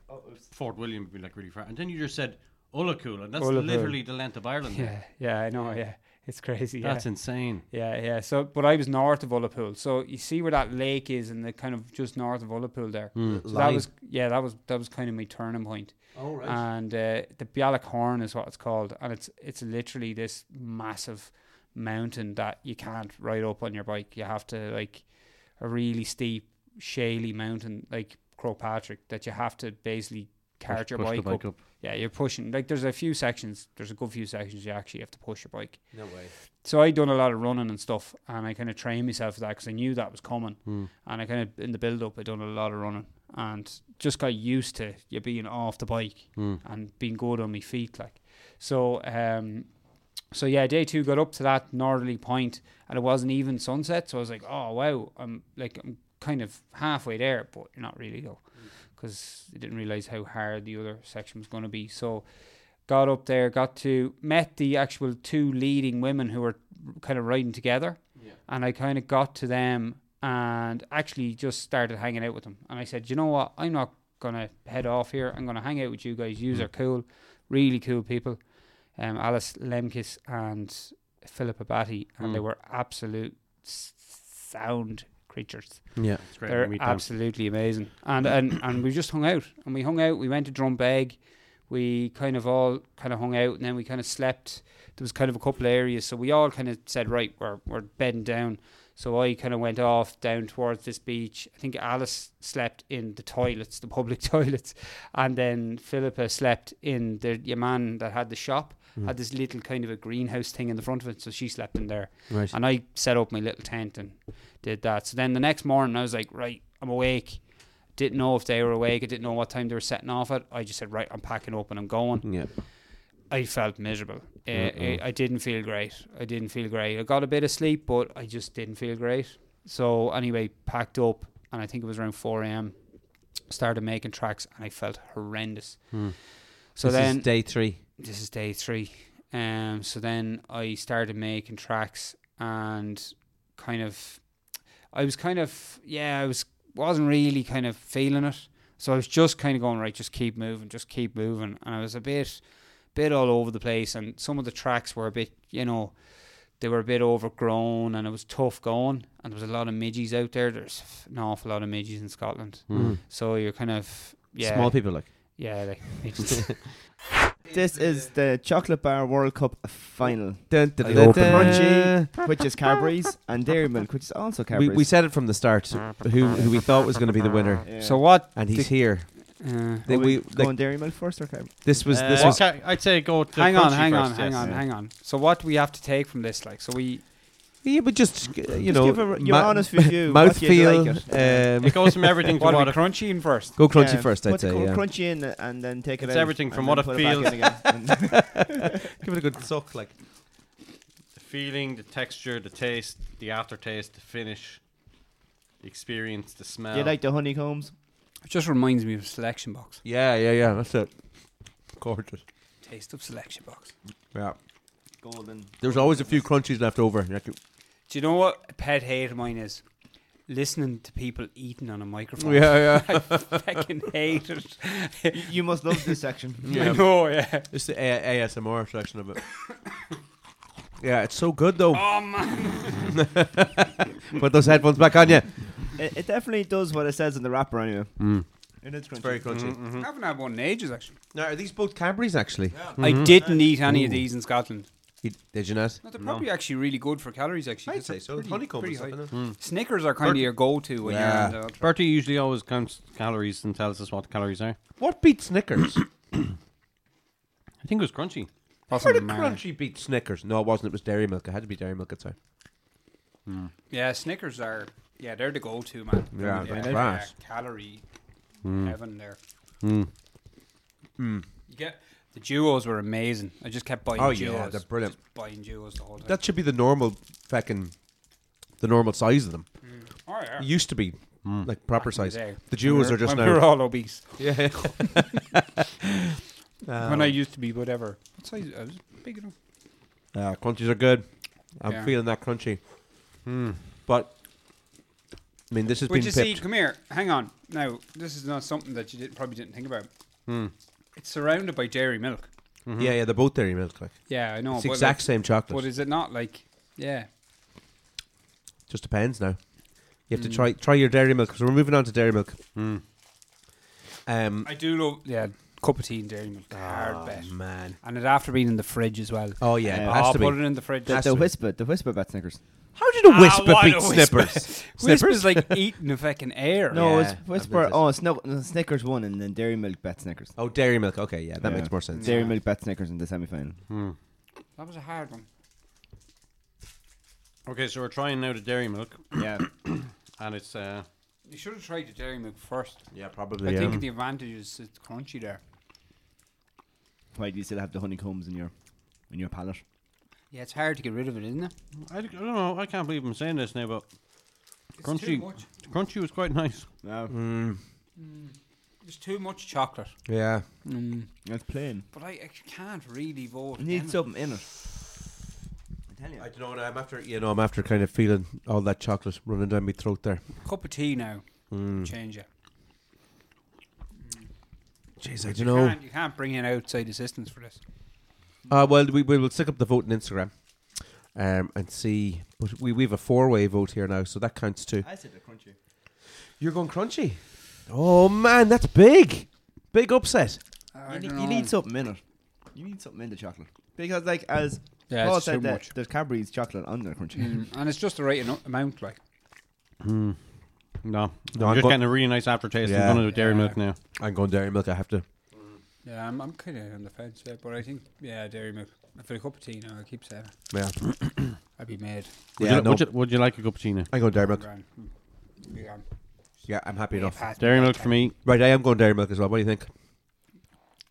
Speaker 3: Fort William would be like really far, and then you just said Ullacool, and that's
Speaker 4: Ullacool.
Speaker 3: literally the length of Ireland.
Speaker 4: yeah yeah I know yeah it's crazy yeah.
Speaker 3: That's insane.
Speaker 4: Yeah, yeah. So, but I was north of Ullapool. So you see where that lake is, and the kind of just north of Ullapool there. So that
Speaker 1: Line.
Speaker 4: was yeah, that was that was kind of my turning point. Oh right. And uh, the Bialik Horn is what it's called, and it's it's literally this massive mountain that you can't ride up on your bike. You have to like a really steep, shaly mountain like Crowpatrick that you have to basically carry your
Speaker 3: push the
Speaker 4: bike, up.
Speaker 3: bike up.
Speaker 4: Yeah, you're pushing. Like there's a few sections. There's a good few sections you actually have to push your bike
Speaker 1: No way.
Speaker 4: so I done a lot of running and stuff, and I kind of trained myself for that because I knew that was coming. And I kind of in the build up, I done a lot of running and just got used to you being off the bike and being good on my feet, like. So, um, so yeah, day two got up to that northerly point, and it wasn't even sunset. So I was like, oh wow, I'm like I'm kind of halfway there, but you're not really though, because I didn't realize how hard the other section was going to be. So got up there, got to met the actual two leading women who were kind of riding together, and I kind of got to them and actually just started hanging out with them. And I said, you know what, I'm not gonna head off here. I'm gonna hang out with you guys. Yous are cool, really cool people. Um, Alice Lemkis and Philippa Batty, and they were absolute s- sound creatures.
Speaker 1: Yeah.
Speaker 3: It's great.
Speaker 4: They're
Speaker 3: when we meet them.
Speaker 4: absolutely amazing. And, and and we just hung out. And we hung out. We went to Drumbeg. We kind of all kind of hung out and then we kind of slept. There was kind of a couple of areas. So we all kind of said, right, we're, we're bedding down. So I kind of went off down towards this beach. I think Alice slept in the toilets, the public toilets. And then Philippa slept in the your man that had the shop,
Speaker 1: Mm.
Speaker 4: had this little kind of a greenhouse thing in the front of it. So she slept in there.
Speaker 1: Right.
Speaker 4: And I set up my little tent and did that. So then the next morning, I was like, right, I'm awake. Didn't know if they were awake. I didn't know what time they were setting off at. I just said, right, I'm packing up and I'm going.
Speaker 1: Yeah.
Speaker 4: I felt miserable. Uh, I, I didn't feel great. I didn't feel great. I got a bit of sleep, but I just didn't feel great. So anyway, packed up, and I think it was around four a.m. Started making tracks, and I felt horrendous. So
Speaker 1: Hmm. this
Speaker 4: then
Speaker 1: is day three.
Speaker 4: this is day three. Um, so then I started making tracks and kind of, I was kind of, yeah, I was wasn't really kind of feeling it. So I was just kind of going right, just keep moving, just keep moving, and I was a bit, bit all over the place. And some of the tracks were a bit, you know, they were a bit overgrown, and it was tough going. And there was a lot of midgies out there. There's an awful lot of midgies in Scotland. So you're kind of, yeah,
Speaker 1: Small people like.
Speaker 4: yeah, like midges.
Speaker 2: This is the Chocolate Bar World Cup final,
Speaker 1: Dun, dun,
Speaker 2: Like
Speaker 1: dun,
Speaker 2: open.
Speaker 1: dun.
Speaker 2: Crunchy. which is Cadbury's and Dairy Milk, which is also
Speaker 1: We,
Speaker 2: Cadbury's.
Speaker 1: we said it from the start who who we thought was going to be the winner,
Speaker 2: Yeah.
Speaker 4: So what?
Speaker 1: and he's here.
Speaker 4: Uh,
Speaker 1: They-
Speaker 2: Are
Speaker 1: we,
Speaker 2: we, go
Speaker 1: like,
Speaker 2: on Dairy Milk first or Cadbury's?
Speaker 1: this was this
Speaker 3: Uh,
Speaker 1: was
Speaker 3: ca- I'd say go to
Speaker 4: hang on,
Speaker 3: Crunchy
Speaker 4: hang on,
Speaker 3: first,
Speaker 4: hang
Speaker 3: yes.
Speaker 4: on,
Speaker 2: Yeah.
Speaker 4: hang on. So what do we have to take from this? Like, so we
Speaker 1: yeah, but just uh, you
Speaker 2: Just
Speaker 1: know,
Speaker 2: give a- your honest review,
Speaker 1: mouth
Speaker 2: what you
Speaker 1: feel.
Speaker 2: like it.
Speaker 1: um,
Speaker 3: It goes from everything to
Speaker 4: what are
Speaker 3: what
Speaker 4: we
Speaker 3: it
Speaker 4: crunching first?
Speaker 1: go crunchy
Speaker 2: Yeah,
Speaker 1: first,
Speaker 2: put
Speaker 1: I'd
Speaker 2: the
Speaker 1: say.
Speaker 2: cr-
Speaker 1: Yeah.
Speaker 2: Crunchy in and then take it
Speaker 3: It's
Speaker 2: out.
Speaker 3: everything
Speaker 2: and
Speaker 3: from
Speaker 2: then
Speaker 3: what it
Speaker 2: put back
Speaker 3: feels.
Speaker 2: in again. And-
Speaker 1: Give it a good suck, like.
Speaker 3: the feeling, the texture, the taste, the aftertaste, the finish, the experience, the smell.
Speaker 2: you like the honeycombs?
Speaker 4: It just reminds me of selection box.
Speaker 1: Yeah, yeah, yeah. That's it. Gorgeous.
Speaker 4: Taste of selection box.
Speaker 1: Yeah.
Speaker 2: Golden.
Speaker 1: There's always a few crunchies left over. Like,
Speaker 4: Do you know what a pet hate of mine is? Listening to people eating on a microphone.
Speaker 1: yeah.
Speaker 4: I fucking hate it.
Speaker 2: You, you must love this section.
Speaker 4: I know, yeah.
Speaker 1: It's the a- ASMR section of it. yeah, it's so good though.
Speaker 4: Oh man.
Speaker 1: Put those headphones back on you.
Speaker 2: It, it definitely does what it says in the wrapper anyway. It is crunchy.
Speaker 1: Very crunchy.
Speaker 4: I haven't had one in ages actually.
Speaker 1: Now, are these both Cadbury's actually?
Speaker 4: Mm-hmm. I didn't eat any of these in Scotland.
Speaker 1: You- Did you not?
Speaker 4: No, they're probably actually really good for calories actually. 'cause they're pretty- pretty high. Snickers are kind of
Speaker 3: Bert-
Speaker 4: your go to when
Speaker 1: Yeah.
Speaker 4: you're in the ultra.
Speaker 3: Bertie usually always counts calories and tells us what the calories are.
Speaker 1: What beat Snickers?
Speaker 3: I think it was crunchy.
Speaker 1: Where
Speaker 4: Wasn't
Speaker 1: did
Speaker 4: mad.
Speaker 1: Crunchy beat Snickers? No, it wasn't. It was Dairy Milk. It had to be Dairy Milk at the time.
Speaker 4: Yeah, Snickers are. Yeah, they're the go-to man.
Speaker 1: Yeah, Hmm.
Speaker 4: yeah,
Speaker 1: they're
Speaker 4: they're
Speaker 1: class.
Speaker 4: calorie heaven there.
Speaker 1: Hmm.
Speaker 4: Hmm. You get the duos were amazing. I just kept buying.
Speaker 1: Oh, yeah,
Speaker 4: duos.
Speaker 1: they're brilliant.
Speaker 4: Just buying duos the whole time.
Speaker 1: That should be the normal fucking, the normal size of them.
Speaker 4: oh, yeah.
Speaker 1: It used to be like proper
Speaker 4: Back in
Speaker 1: size.
Speaker 4: the day.
Speaker 1: The Jews
Speaker 4: When
Speaker 1: are just
Speaker 4: when we were
Speaker 1: now.
Speaker 4: all obese.
Speaker 1: Yeah. Um,
Speaker 4: when I used to be whatever. What size? I was big enough.
Speaker 1: Yeah, crunchies are good. I'm
Speaker 4: Yeah.
Speaker 1: feeling that crunchy. Hmm. But I mean, this has
Speaker 4: Which
Speaker 1: been
Speaker 4: you see,
Speaker 1: pipped.
Speaker 4: come here. Hang on. Now, this is not something that you did, probably didn't think about.
Speaker 1: Hmm.
Speaker 4: It's surrounded by dairy milk.
Speaker 1: Yeah, yeah, they're both dairy milk. Like
Speaker 4: Yeah, I know.
Speaker 1: it's
Speaker 4: but
Speaker 1: the exact
Speaker 4: like,
Speaker 1: same chocolate.
Speaker 4: But is it not like? Yeah.
Speaker 1: Just depends now. You have to try try your dairy milk. So we're moving on to dairy milk. Um, oh,
Speaker 4: I do love yeah cup of tea and dairy milk. hard bet.
Speaker 1: Ah, man.
Speaker 4: And it after being in the fridge as well.
Speaker 1: Oh yeah,
Speaker 2: Uh,
Speaker 1: it has
Speaker 4: I'll
Speaker 1: to be.
Speaker 4: put it in the fridge.
Speaker 2: The,
Speaker 1: That's
Speaker 2: the
Speaker 1: right.
Speaker 2: whisper, the whisper about Snickers.
Speaker 1: How did a whisper
Speaker 4: what
Speaker 1: beat
Speaker 4: a whisper.
Speaker 1: Snippers?
Speaker 4: Whisper's like eating a fucking air.
Speaker 2: No,
Speaker 1: Yeah, I've
Speaker 2: it's whisper.
Speaker 1: noticed.
Speaker 2: Oh, it's no, no, Snickers won, and then Dairy Milk bet Snickers.
Speaker 1: Oh, dairy milk. Okay, yeah, that
Speaker 2: Yeah.
Speaker 1: makes more sense.
Speaker 2: Dairy Milk bet Snickers in the semi-final.
Speaker 4: Hmm. That was a hard one.
Speaker 3: Okay, so we're trying now the dairy milk,
Speaker 2: yeah,
Speaker 3: and it's uh,
Speaker 4: You should have tried the dairy milk first.
Speaker 1: Yeah, probably.
Speaker 4: I
Speaker 1: yeah.
Speaker 4: think the advantage is it's crunchy there.
Speaker 2: why do you still have the honeycombs in your in your palate?
Speaker 4: Yeah, it's hard to get rid of it, isn't it?
Speaker 3: I, d- I don't know. I can't believe I'm saying this now, but
Speaker 4: It's too
Speaker 3: crunchy,
Speaker 4: much.
Speaker 3: crunchy was quite nice.
Speaker 2: No,
Speaker 4: Hmm. There's too much chocolate.
Speaker 1: yeah.
Speaker 2: it's plain.
Speaker 4: But I, I can't really vote.
Speaker 2: It needs
Speaker 4: against
Speaker 2: something in it. I tell you.
Speaker 1: I don't know. I'm after. You know, I'm after kind of feeling all that chocolate running down my throat there.
Speaker 4: it. cup of tea now. Change it.
Speaker 1: Jeez, I
Speaker 4: You,
Speaker 1: don't know.
Speaker 4: can't, you can't bring in outside assistance for this.
Speaker 1: Uh, well, we, we will stick up the vote on Instagram, um, and see. But we we have a four way vote here now, so that counts too.
Speaker 2: I said the crunchy.
Speaker 1: Uh, You're going crunchy. Oh man, that's big, big upset.
Speaker 4: I
Speaker 2: You,
Speaker 4: don't
Speaker 2: need,
Speaker 4: know.
Speaker 2: you need something in it. You need something in the chocolate because, like, as
Speaker 4: Yeah,
Speaker 2: Paul
Speaker 4: it's too
Speaker 2: said, that
Speaker 4: much.
Speaker 2: there's Cadbury's chocolate on the crunchy.
Speaker 4: Mm, and it's just the right eno- amount, like.
Speaker 3: No,
Speaker 1: No,
Speaker 3: I'm
Speaker 1: I'm
Speaker 3: just
Speaker 1: go-
Speaker 3: getting a really nice aftertaste.
Speaker 1: Yeah.
Speaker 3: I'm going to do dairy
Speaker 4: Yeah.
Speaker 3: milk now.
Speaker 1: I'm going dairy milk. I have to.
Speaker 4: Yeah, I'm, I'm kind of on the fence, yeah, but I think, yeah, dairy milk. For a cup of tea now, I keep saying it.
Speaker 1: Yeah,
Speaker 4: I'd be mad.
Speaker 3: Would,
Speaker 1: yeah.
Speaker 3: you,
Speaker 1: no,
Speaker 3: would, you, would you like a cappuccino?
Speaker 1: I'm going dairy milk.
Speaker 4: Grand. Mm. Be gone. Just
Speaker 1: Yeah, I'm happy enough.
Speaker 4: Pat,
Speaker 3: Dairy milk for me.
Speaker 1: Right, I am going dairy milk as well. What do you think?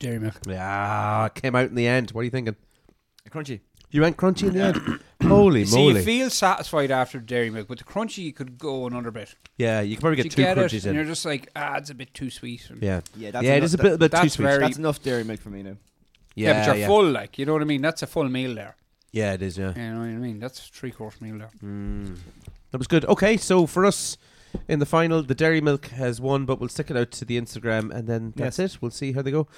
Speaker 4: Dairy milk.
Speaker 1: Yeah, it came out in the end. What are you thinking?
Speaker 2: Crunchy.
Speaker 1: You went crunchy in the end. Holy
Speaker 4: See, you
Speaker 1: moly!
Speaker 4: feel satisfied after dairy milk, but the crunchy you could go another bit.
Speaker 1: yeah, you can probably
Speaker 4: You
Speaker 1: get two
Speaker 4: get it,
Speaker 1: crunchies
Speaker 4: and you're
Speaker 1: in.
Speaker 4: just like, ah, it's a bit too sweet. And-
Speaker 1: Yeah,
Speaker 2: Yeah, that's
Speaker 1: yeah, it
Speaker 2: enough-
Speaker 1: is a
Speaker 2: that-
Speaker 1: bit, a bit too
Speaker 4: that's
Speaker 1: sweet.
Speaker 4: very-
Speaker 2: That's enough dairy milk for me now.
Speaker 4: Yeah,
Speaker 1: yeah,
Speaker 4: but you're
Speaker 1: yeah.
Speaker 4: full, like you know what I mean. That's a full meal there.
Speaker 1: Yeah, it is. Yeah,
Speaker 4: You know what I mean. That's a three course meal there.
Speaker 1: Mm. that was good. Okay, so for us in the final, the dairy milk has won, but we'll stick it out to the Instagram, and then that's it. We'll see how they go.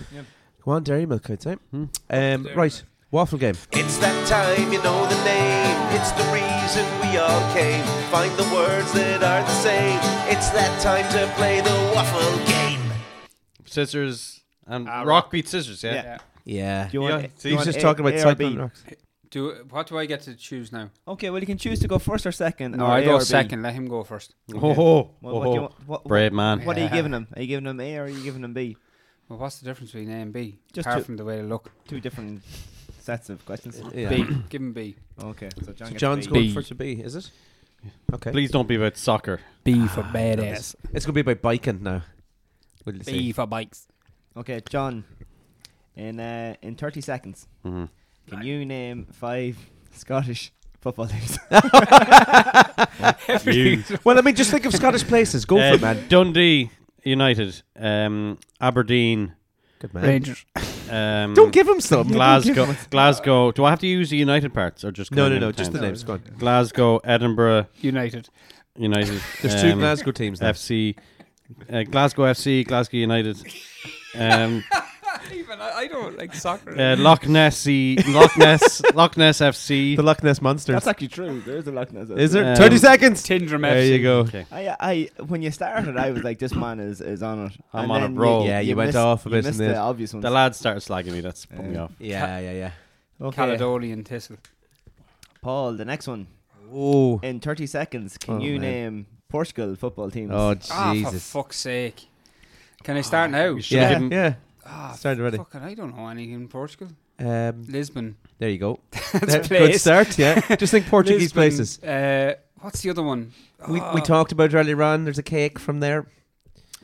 Speaker 1: Go on, dairy milk, I'd say.
Speaker 2: Hmm.
Speaker 1: Um, right, waffle game.
Speaker 5: It's that time, you know the name. It's the reason we all came. Find the words that are the same. It's that time to play the waffle game.
Speaker 3: Scissors and
Speaker 2: Ah,
Speaker 3: rock, beat scissors. Yeah.
Speaker 2: Yeah.
Speaker 1: Yeah,
Speaker 2: Do you
Speaker 3: Yeah,
Speaker 2: want, do
Speaker 3: so
Speaker 2: you
Speaker 3: he's
Speaker 2: want
Speaker 1: he's just
Speaker 2: A-
Speaker 1: talking
Speaker 2: A
Speaker 1: about
Speaker 2: or
Speaker 1: cycling
Speaker 2: B?
Speaker 1: rocks.
Speaker 4: Do what do I get to choose now?
Speaker 2: Okay, well you can choose to go first or second.
Speaker 4: No,
Speaker 2: or
Speaker 4: I
Speaker 2: A
Speaker 4: go
Speaker 2: or B.
Speaker 4: second. Let him go first.
Speaker 3: Ho ho
Speaker 2: What,
Speaker 3: ho,
Speaker 2: what do you
Speaker 3: ho.
Speaker 2: want- what-
Speaker 3: Brave man.
Speaker 2: What are you
Speaker 4: Yeah.
Speaker 2: giving him? Are you giving him A or are you giving him B?
Speaker 4: Well, what's the difference between A and B?
Speaker 2: Just
Speaker 4: Apart
Speaker 2: two-
Speaker 4: from the way they look.
Speaker 2: Two different sets of questions.
Speaker 1: Yeah.
Speaker 4: B. Give him B.
Speaker 2: Okay, so, John
Speaker 1: So
Speaker 2: gets
Speaker 1: John's
Speaker 2: B.
Speaker 1: going
Speaker 3: B.
Speaker 1: for to B, is it? Okay,
Speaker 3: Please don't be about soccer.
Speaker 1: Ah,
Speaker 4: B for badass.
Speaker 1: it's going to be about biking now. We'll see.
Speaker 4: B for bikes.
Speaker 2: Okay, John. In uh, in thirty seconds,
Speaker 1: Mm-hmm.
Speaker 3: Mhm.
Speaker 2: can you name five Scottish football teams?
Speaker 3: You.
Speaker 1: Well, I mean, just think of Scottish places. Go for
Speaker 3: Uh,
Speaker 1: it, man.
Speaker 3: Dundee United, um, Aberdeen,
Speaker 1: Good man.
Speaker 4: Rangers.
Speaker 3: um,
Speaker 1: Don't give him some.
Speaker 3: Glasgow. Glasgow. Do I have to use the United parts or just can
Speaker 1: No,
Speaker 3: I
Speaker 1: no,
Speaker 3: name
Speaker 1: no. Just the
Speaker 3: towns?
Speaker 1: names. Go on.
Speaker 3: Glasgow, Edinburgh
Speaker 4: United.
Speaker 3: United.
Speaker 1: There's two
Speaker 3: um,
Speaker 1: Glasgow teams. Now.
Speaker 3: FC, uh, Glasgow FC, Glasgow United, um,
Speaker 4: Even I, I don't like soccer.
Speaker 3: uh, Loch Nessy, Loch Ness, Loch Ness FC.
Speaker 1: The Loch Ness Monsters.
Speaker 2: That's actually true. There's a Loch Ness.
Speaker 1: Is there?
Speaker 3: Um,
Speaker 1: 30 seconds.
Speaker 4: Tindrum
Speaker 1: There
Speaker 4: FC.
Speaker 1: you go.
Speaker 3: Okay.
Speaker 2: I, I when you started, I was like, this man is, is on it.
Speaker 3: I'm
Speaker 2: And
Speaker 3: on a
Speaker 2: then
Speaker 3: roll.
Speaker 1: Yeah, you went
Speaker 2: missed-
Speaker 1: off a
Speaker 2: you
Speaker 1: bit in
Speaker 2: missed
Speaker 1: the
Speaker 2: the
Speaker 1: end.
Speaker 2: obvious ones.
Speaker 3: The lads started slagging me. That's put me off.
Speaker 1: Yeah, yeah, yeah.
Speaker 2: okay,
Speaker 4: Caledonian Thistle.
Speaker 2: Paul, the next one
Speaker 1: Oh,
Speaker 2: in thirty seconds. Can
Speaker 1: Oh,
Speaker 2: you
Speaker 1: man.
Speaker 2: name Portugal football teams?
Speaker 1: oh,
Speaker 4: Ah, for
Speaker 1: Jesus. Ah,
Speaker 4: fuck's sake. Can I start now?
Speaker 3: should
Speaker 1: yeah,
Speaker 3: Should've
Speaker 1: yeah.
Speaker 4: Ah,
Speaker 1: Started already.
Speaker 4: Fucking, I don't know anything in Portugal.
Speaker 1: Um,
Speaker 4: Lisbon.
Speaker 1: there you go.
Speaker 4: That's
Speaker 1: Good
Speaker 4: place.
Speaker 1: start. Yeah. Just think Portuguese
Speaker 4: Lisbon,
Speaker 1: places.
Speaker 4: Uh, what's the other one?
Speaker 1: We,
Speaker 4: Ah,
Speaker 1: we talked about it earlier on. There's a cake from there.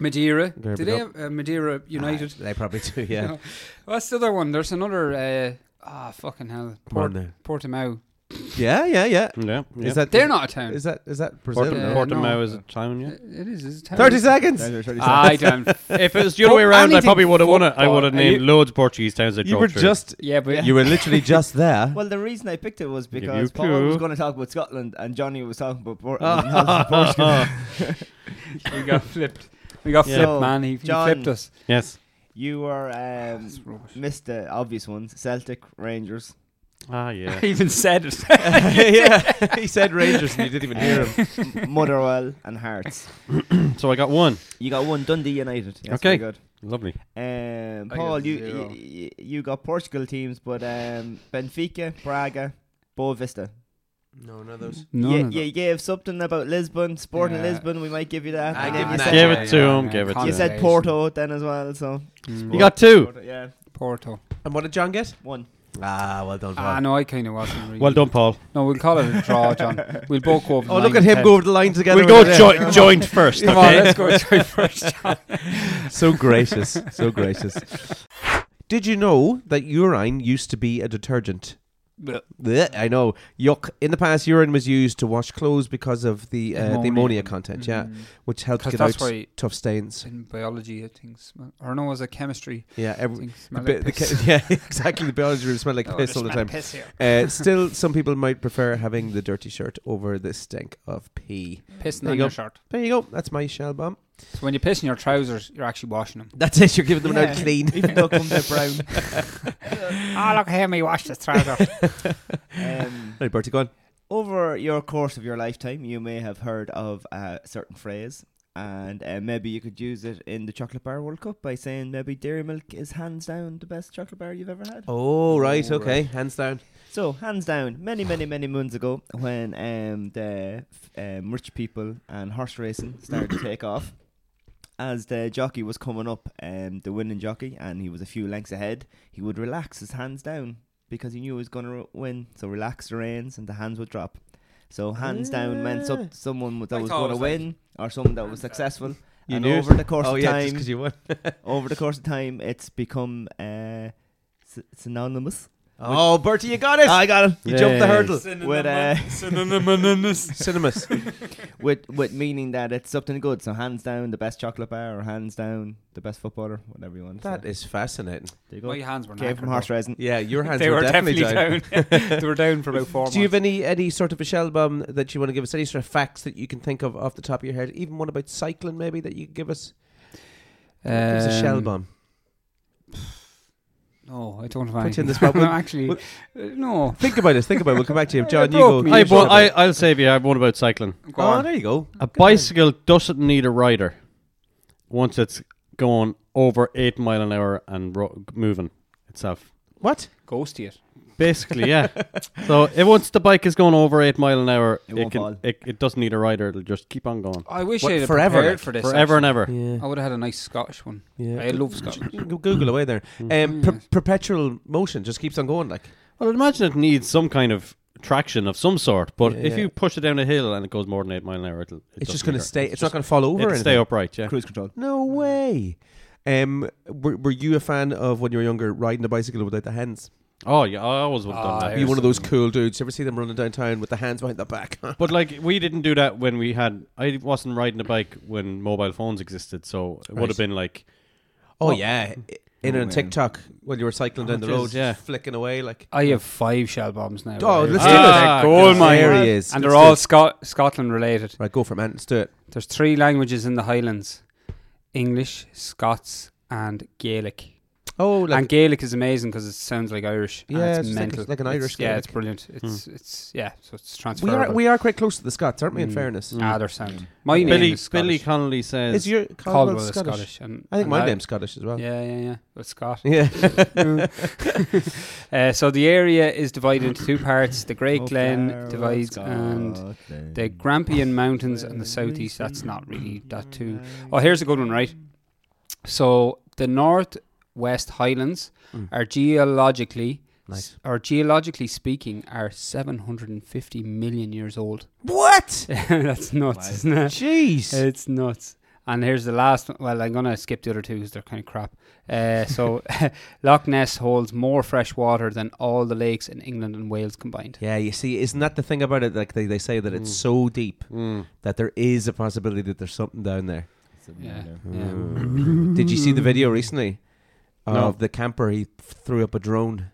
Speaker 4: Madeira.
Speaker 1: There
Speaker 4: Did
Speaker 1: we
Speaker 4: they
Speaker 1: go.
Speaker 4: have uh, Madeira United?
Speaker 1: Ah, they probably do. Yeah.
Speaker 4: No. What's the other one? There's another. Uh, ah, fucking hell.
Speaker 1: Come on
Speaker 4: Port,
Speaker 1: now.
Speaker 4: Portimao.
Speaker 1: yeah, yeah, yeah.
Speaker 3: Yeah, yeah.
Speaker 1: Is that
Speaker 4: They're not a town.
Speaker 1: Is that is that Brazil?
Speaker 3: Porto,
Speaker 4: Uh,
Speaker 1: No.
Speaker 3: Portimao
Speaker 4: no.
Speaker 3: is a town? Yeah.
Speaker 4: it is. It's a town.
Speaker 1: Thirty seconds. Ah,
Speaker 2: There's your 30 seconds.
Speaker 4: I don't.
Speaker 3: If it was the other way around, I
Speaker 4: anything
Speaker 3: probably would have won it. I
Speaker 4: football.
Speaker 3: would have
Speaker 4: Are
Speaker 3: named
Speaker 4: you-
Speaker 3: loads of Portuguese towns. I'd
Speaker 1: You
Speaker 3: go
Speaker 1: were
Speaker 3: through.
Speaker 1: just.
Speaker 4: Yeah, but
Speaker 1: You were literally just there.
Speaker 2: Well, the reason I picked it was
Speaker 3: Give you
Speaker 2: because
Speaker 3: a
Speaker 2: Paul was
Speaker 3: clue.
Speaker 2: going to talk about Scotland and Johnny was talking about Port- not Portugal.
Speaker 4: we got flipped. We got
Speaker 3: Yeah.
Speaker 4: flipped, man. He, he
Speaker 2: John.
Speaker 4: flipped us.
Speaker 3: yes.
Speaker 2: You were um, missed the obvious ones: Celtic, Rangers.
Speaker 3: Ah, yeah.
Speaker 4: I even said it.
Speaker 1: yeah, he said Rangers, and you didn't even hear him.
Speaker 2: um, Motherwell and Hearts.
Speaker 3: so I got one.
Speaker 2: You got one Dundee United. That's
Speaker 3: Okay.
Speaker 2: very good.
Speaker 3: Lovely.
Speaker 2: Um,
Speaker 4: I
Speaker 2: Paul,
Speaker 4: got
Speaker 2: you,
Speaker 4: zero.
Speaker 2: you you got Portugal teams, but um, Benfica, Braga, Boa Vista.
Speaker 1: No, none of those.
Speaker 4: None
Speaker 2: you,
Speaker 4: of
Speaker 2: you
Speaker 4: them.
Speaker 2: gave something about Lisbon, Sporting
Speaker 4: Yeah.
Speaker 2: Lisbon. We might give you that.
Speaker 1: I give
Speaker 2: And then
Speaker 1: him
Speaker 2: you
Speaker 1: that.
Speaker 2: said,
Speaker 3: Give it
Speaker 4: Yeah,
Speaker 3: to
Speaker 4: yeah,
Speaker 3: him,
Speaker 4: yeah.
Speaker 3: give it to
Speaker 2: you
Speaker 3: him.
Speaker 2: said Porto then as well. So
Speaker 3: You got two.
Speaker 2: Porto, yeah,
Speaker 4: Porto.
Speaker 1: And what did John get?
Speaker 2: one.
Speaker 1: Ah, well done,
Speaker 4: Ah, no, I kind of wasn't. Really.
Speaker 3: Well done, Paul.
Speaker 4: No, we'll call it a draw, John. We'll both go over. the
Speaker 1: Oh, look
Speaker 4: line
Speaker 1: at him
Speaker 4: and
Speaker 1: go over the line together.
Speaker 3: We'll go
Speaker 1: with it.
Speaker 3: joi- joint first.
Speaker 4: Come on,
Speaker 3: Okay.
Speaker 4: let's go try first. John.
Speaker 1: So gracious, so gracious. Did you know that urine used to be a detergent? Blech, I know. Yuck. In the past, urine was used to wash clothes because of the uh, the
Speaker 4: Ammonia.
Speaker 1: ammonia content, yeah, which helps
Speaker 4: Mm-hmm. 'Cause
Speaker 1: get
Speaker 4: that's
Speaker 1: out
Speaker 4: why-
Speaker 1: tough stains.
Speaker 4: In biology, I think. Smell, or no, was it chemistry?
Speaker 1: Yeah,
Speaker 4: I
Speaker 1: every,
Speaker 4: think smell
Speaker 1: the
Speaker 4: like
Speaker 1: bit- the
Speaker 4: piss.
Speaker 1: ca- yeah, exactly. The biology room smelled like
Speaker 4: Oh,
Speaker 1: piss
Speaker 4: they
Speaker 1: all the
Speaker 4: smell
Speaker 1: time.
Speaker 4: piss here.
Speaker 1: Uh, still, some people might prefer having the dirty shirt over the stink of pee.
Speaker 4: Pissing
Speaker 1: There
Speaker 4: on
Speaker 1: you
Speaker 4: your
Speaker 1: go.
Speaker 4: shirt.
Speaker 1: There you go. That's my shell bomb.
Speaker 4: So when you piss in your trousers, you're actually washing them.
Speaker 1: That's it. You're giving them an out clean.
Speaker 2: Even though it comes out brown.
Speaker 4: oh, look at him, he washed his trousers.
Speaker 2: Um,
Speaker 1: Right, Bertie, go on.
Speaker 2: Over your course of your lifetime, you may have heard of a certain phrase, and uh, maybe you could use it in the Chocolate Bar World Cup by saying maybe Dairy Milk is hands down the best chocolate bar you've ever had.
Speaker 1: Oh, right. Okay. Hands down.
Speaker 2: So, hands down, many, many, many moons ago, when um, the f- um, rich people and horse racing started to take off, as the jockey was coming up, um, the winning jockey, and he was a few lengths ahead, he would relax his hands down because he knew he was going to win. So, relax the reins and the hands would drop. So, hands down meant
Speaker 1: Ah.
Speaker 2: so someone that
Speaker 4: I
Speaker 2: was
Speaker 4: thought
Speaker 2: going
Speaker 4: it
Speaker 2: to
Speaker 4: was like-
Speaker 2: win or someone that was successful.
Speaker 1: You
Speaker 2: and
Speaker 1: knew it?
Speaker 2: over the course
Speaker 1: oh
Speaker 2: of
Speaker 1: yeah,
Speaker 2: time,
Speaker 1: because you won.
Speaker 2: over the course of time, it's become uh, s- synonymous.
Speaker 1: oh, Bertie, you got it.
Speaker 2: I got it.
Speaker 1: you jumped the hurdle.
Speaker 2: With uh,
Speaker 1: Cinemas.
Speaker 2: with with meaning that it's something good. So hands down, the best chocolate bar, or hands down, the best footballer, whatever you want. to
Speaker 1: that
Speaker 2: say.
Speaker 1: is fascinating.
Speaker 2: there you go.
Speaker 4: My hands were
Speaker 2: Came
Speaker 4: knackered.
Speaker 2: from horse racing.
Speaker 1: Yeah, your hands
Speaker 4: They were definitely
Speaker 1: down.
Speaker 4: down. they were down for about four
Speaker 1: Do you have
Speaker 4: months.
Speaker 1: any any sort of a shell bomb that you want to give us? Any sort of facts that you can think of off the top of your head? Even one about cycling, maybe that you could give us. give us a shell
Speaker 4: Um,
Speaker 1: bomb.
Speaker 4: No, I don't have
Speaker 1: Put you
Speaker 4: anything.
Speaker 1: in the spot.
Speaker 4: No,
Speaker 1: Well,
Speaker 4: actually,
Speaker 1: well-
Speaker 4: uh, no.
Speaker 1: Think about it. Think about it. We'll come back to you, John. You go.
Speaker 4: broke me.
Speaker 3: I,
Speaker 4: You
Speaker 3: bo-
Speaker 4: should.
Speaker 3: I, I'll save you. I have one about cycling.
Speaker 4: Go
Speaker 1: Oh,
Speaker 4: on.
Speaker 1: there you go.
Speaker 3: A bicycle doesn't need a rider once it's going over eight mile an hour and ro- moving itself.
Speaker 1: What?
Speaker 4: Ghost it.
Speaker 3: Basically, yeah. so it, once the bike is going over eight mile an hour,
Speaker 2: It
Speaker 3: it,
Speaker 2: won't fall.
Speaker 3: can, it, it doesn't need a rider. It'll just keep on going
Speaker 4: I wish
Speaker 1: What,
Speaker 4: I had
Speaker 1: forever,
Speaker 4: prepared
Speaker 1: like?
Speaker 4: for this.
Speaker 3: forever and ever.
Speaker 1: Oh, Yeah.
Speaker 4: I would have had a nice Scottish one.
Speaker 1: Yeah.
Speaker 4: I love Scottish.
Speaker 1: Go- Google away there. Um, per- perpetual motion just keeps on going. Like
Speaker 3: Well, I'd imagine Mm-hmm. Mm, it needs some kind of traction of some sort. But
Speaker 1: Yeah,
Speaker 3: if
Speaker 1: yeah.
Speaker 3: you push it down a hill and it goes more than eight mile an hour, it'll, it
Speaker 1: it's just
Speaker 3: doesn't
Speaker 1: going to
Speaker 3: hurt.
Speaker 1: stay. It's, not
Speaker 3: just-
Speaker 1: going to fall over. or
Speaker 3: It'll stay
Speaker 1: anything.
Speaker 3: upright. Yeah.
Speaker 2: Cruise control.
Speaker 1: No way. Um, were, were you a fan of when you were younger riding a bicycle without the hands?
Speaker 3: Oh yeah, I always would have
Speaker 4: Ah,
Speaker 3: done that.
Speaker 4: yeah.
Speaker 1: Are you one of those cool dudes? You ever see them running downtown with the hands behind their back?
Speaker 3: But like we didn't do that when we had. I wasn't riding a bike when mobile phones existed, so it
Speaker 1: Right.
Speaker 3: would have been like
Speaker 1: Oh yeah, in
Speaker 2: Oh,
Speaker 1: on
Speaker 2: man.
Speaker 1: TikTok while you were cycling down the road,
Speaker 3: Just, yeah.
Speaker 1: flicking away like.
Speaker 4: I have five shell bombs now.
Speaker 1: Oh,
Speaker 4: Right?
Speaker 1: let's
Speaker 3: do
Speaker 4: It's
Speaker 3: it.
Speaker 4: a gold mine.
Speaker 1: There he is.
Speaker 4: And
Speaker 1: Let's
Speaker 4: they're
Speaker 1: do
Speaker 4: all
Speaker 1: it.
Speaker 4: Scot- Scotland related.
Speaker 1: Right, go for it, man. Let's do it.
Speaker 4: There's three languages in the Highlands: English, Scots, and Gaelic.
Speaker 1: Oh, like
Speaker 4: and Gaelic is amazing because it sounds like Irish. and
Speaker 1: Yeah,
Speaker 4: it's
Speaker 1: it's like-
Speaker 4: mental.
Speaker 1: it's like an
Speaker 4: It's-
Speaker 1: Irish
Speaker 4: Yeah, it's
Speaker 1: Gaelic. Hmm.
Speaker 4: brilliant. It's it's yeah, so it's
Speaker 1: we
Speaker 4: transferable.
Speaker 1: are we are quite close to the Scots, aren't we? In
Speaker 4: Mm.
Speaker 1: fairness,
Speaker 4: ah, they're sound. My name
Speaker 3: Billy.
Speaker 4: is Scottish.
Speaker 3: Billy Connolly says
Speaker 1: is your
Speaker 4: Caldwell,
Speaker 1: Caldwell
Speaker 4: is
Speaker 1: Scottish?
Speaker 4: Scottish. and
Speaker 1: I think
Speaker 4: and
Speaker 1: my name's Scottish as well.
Speaker 4: Yeah, yeah, yeah. It's Scott.
Speaker 1: Yeah.
Speaker 4: Uh, so the area is divided into two parts: the Great
Speaker 2: Oh,
Speaker 4: Glen
Speaker 2: Farrell
Speaker 4: divides and
Speaker 2: Scotland.
Speaker 4: the Grampian Mountains and the southeast. That's not really that too. Oh, here's a good one, right? So the North West Highlands
Speaker 1: Mm.
Speaker 4: are geologically,
Speaker 1: Nice.
Speaker 4: or geologically speaking, are 750 million years old.
Speaker 1: What?
Speaker 4: That's nuts, isn't it?
Speaker 1: Jeez.
Speaker 4: It's nuts. And here's the last one. Well, I'm going to skip the other two because they're kind of crap. Uh, so, Loch Ness holds more fresh water than all the lakes in England and Wales combined.
Speaker 1: Yeah, you see, isn't that the thing about it? Like they, they say that
Speaker 4: Mm.
Speaker 1: it's so deep that there is a possibility that there's something down there. Mm.
Speaker 4: Yeah.
Speaker 1: Did you see the video recently of
Speaker 3: No.
Speaker 1: the camper? He threw up a drone,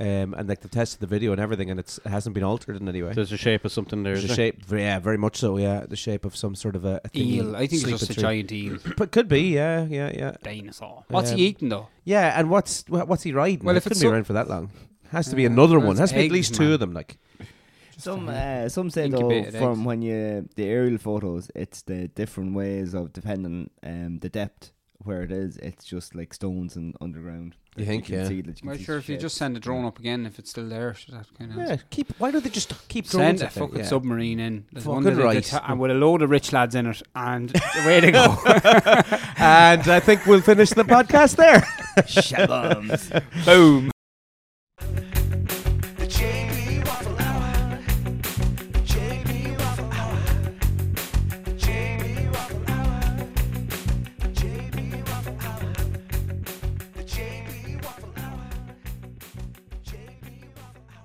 Speaker 1: um, and like they tested the video and everything, and it's, it hasn't been altered in any way.
Speaker 3: there's a shape of something there.
Speaker 1: There's
Speaker 3: isn't
Speaker 1: the
Speaker 3: there?
Speaker 1: shape, v- yeah, very much so. Yeah, the shape of some sort of a, a thing you
Speaker 4: Eel. I think it's
Speaker 1: sleep
Speaker 4: just a
Speaker 1: through.
Speaker 4: giant eel.
Speaker 1: But could be, yeah, yeah, yeah,
Speaker 4: Dinosaur. What's
Speaker 1: Um,
Speaker 4: he eating, though?
Speaker 1: yeah. And what's wha- what's he riding?
Speaker 4: Well,
Speaker 1: it
Speaker 4: if
Speaker 1: couldn't
Speaker 4: it's
Speaker 1: be
Speaker 4: so-
Speaker 1: around for that long, has to be
Speaker 4: Uh,
Speaker 1: another
Speaker 4: well,
Speaker 1: one.
Speaker 4: it's
Speaker 1: Has to be at
Speaker 4: eggs,
Speaker 1: least
Speaker 4: man.
Speaker 1: two of them. Like,
Speaker 2: Some uh, some say though
Speaker 4: Incubated eggs.
Speaker 2: from when you the aerial photos, it's the different ways of depending um the depth where it is. It's just like stones and underground.
Speaker 1: You
Speaker 2: that
Speaker 1: think,
Speaker 2: can
Speaker 1: yeah.
Speaker 2: see that you
Speaker 4: Well,
Speaker 2: can see
Speaker 4: sure, if you
Speaker 2: shapes.
Speaker 4: just send a drone up again, if it's still there, should that kind of
Speaker 1: yeah, keep. Why don't they just keep
Speaker 4: Send
Speaker 1: drones
Speaker 4: a
Speaker 1: up there?
Speaker 4: fucking
Speaker 1: Yeah.
Speaker 4: submarine in. There's one
Speaker 1: Fucking
Speaker 4: that they
Speaker 1: right.
Speaker 4: ta- and with a load of rich lads in it, and away they go.
Speaker 1: and I think we'll finish the podcast there.
Speaker 2: Shabombs.
Speaker 4: Boom.
Speaker 5: The JB Waffle Hour. JB Waffle Hour. JB Waffle Hour. JB Waffle Hour. The JB Waffle Hour. JB Waffle Hour. JB Waffle Hour.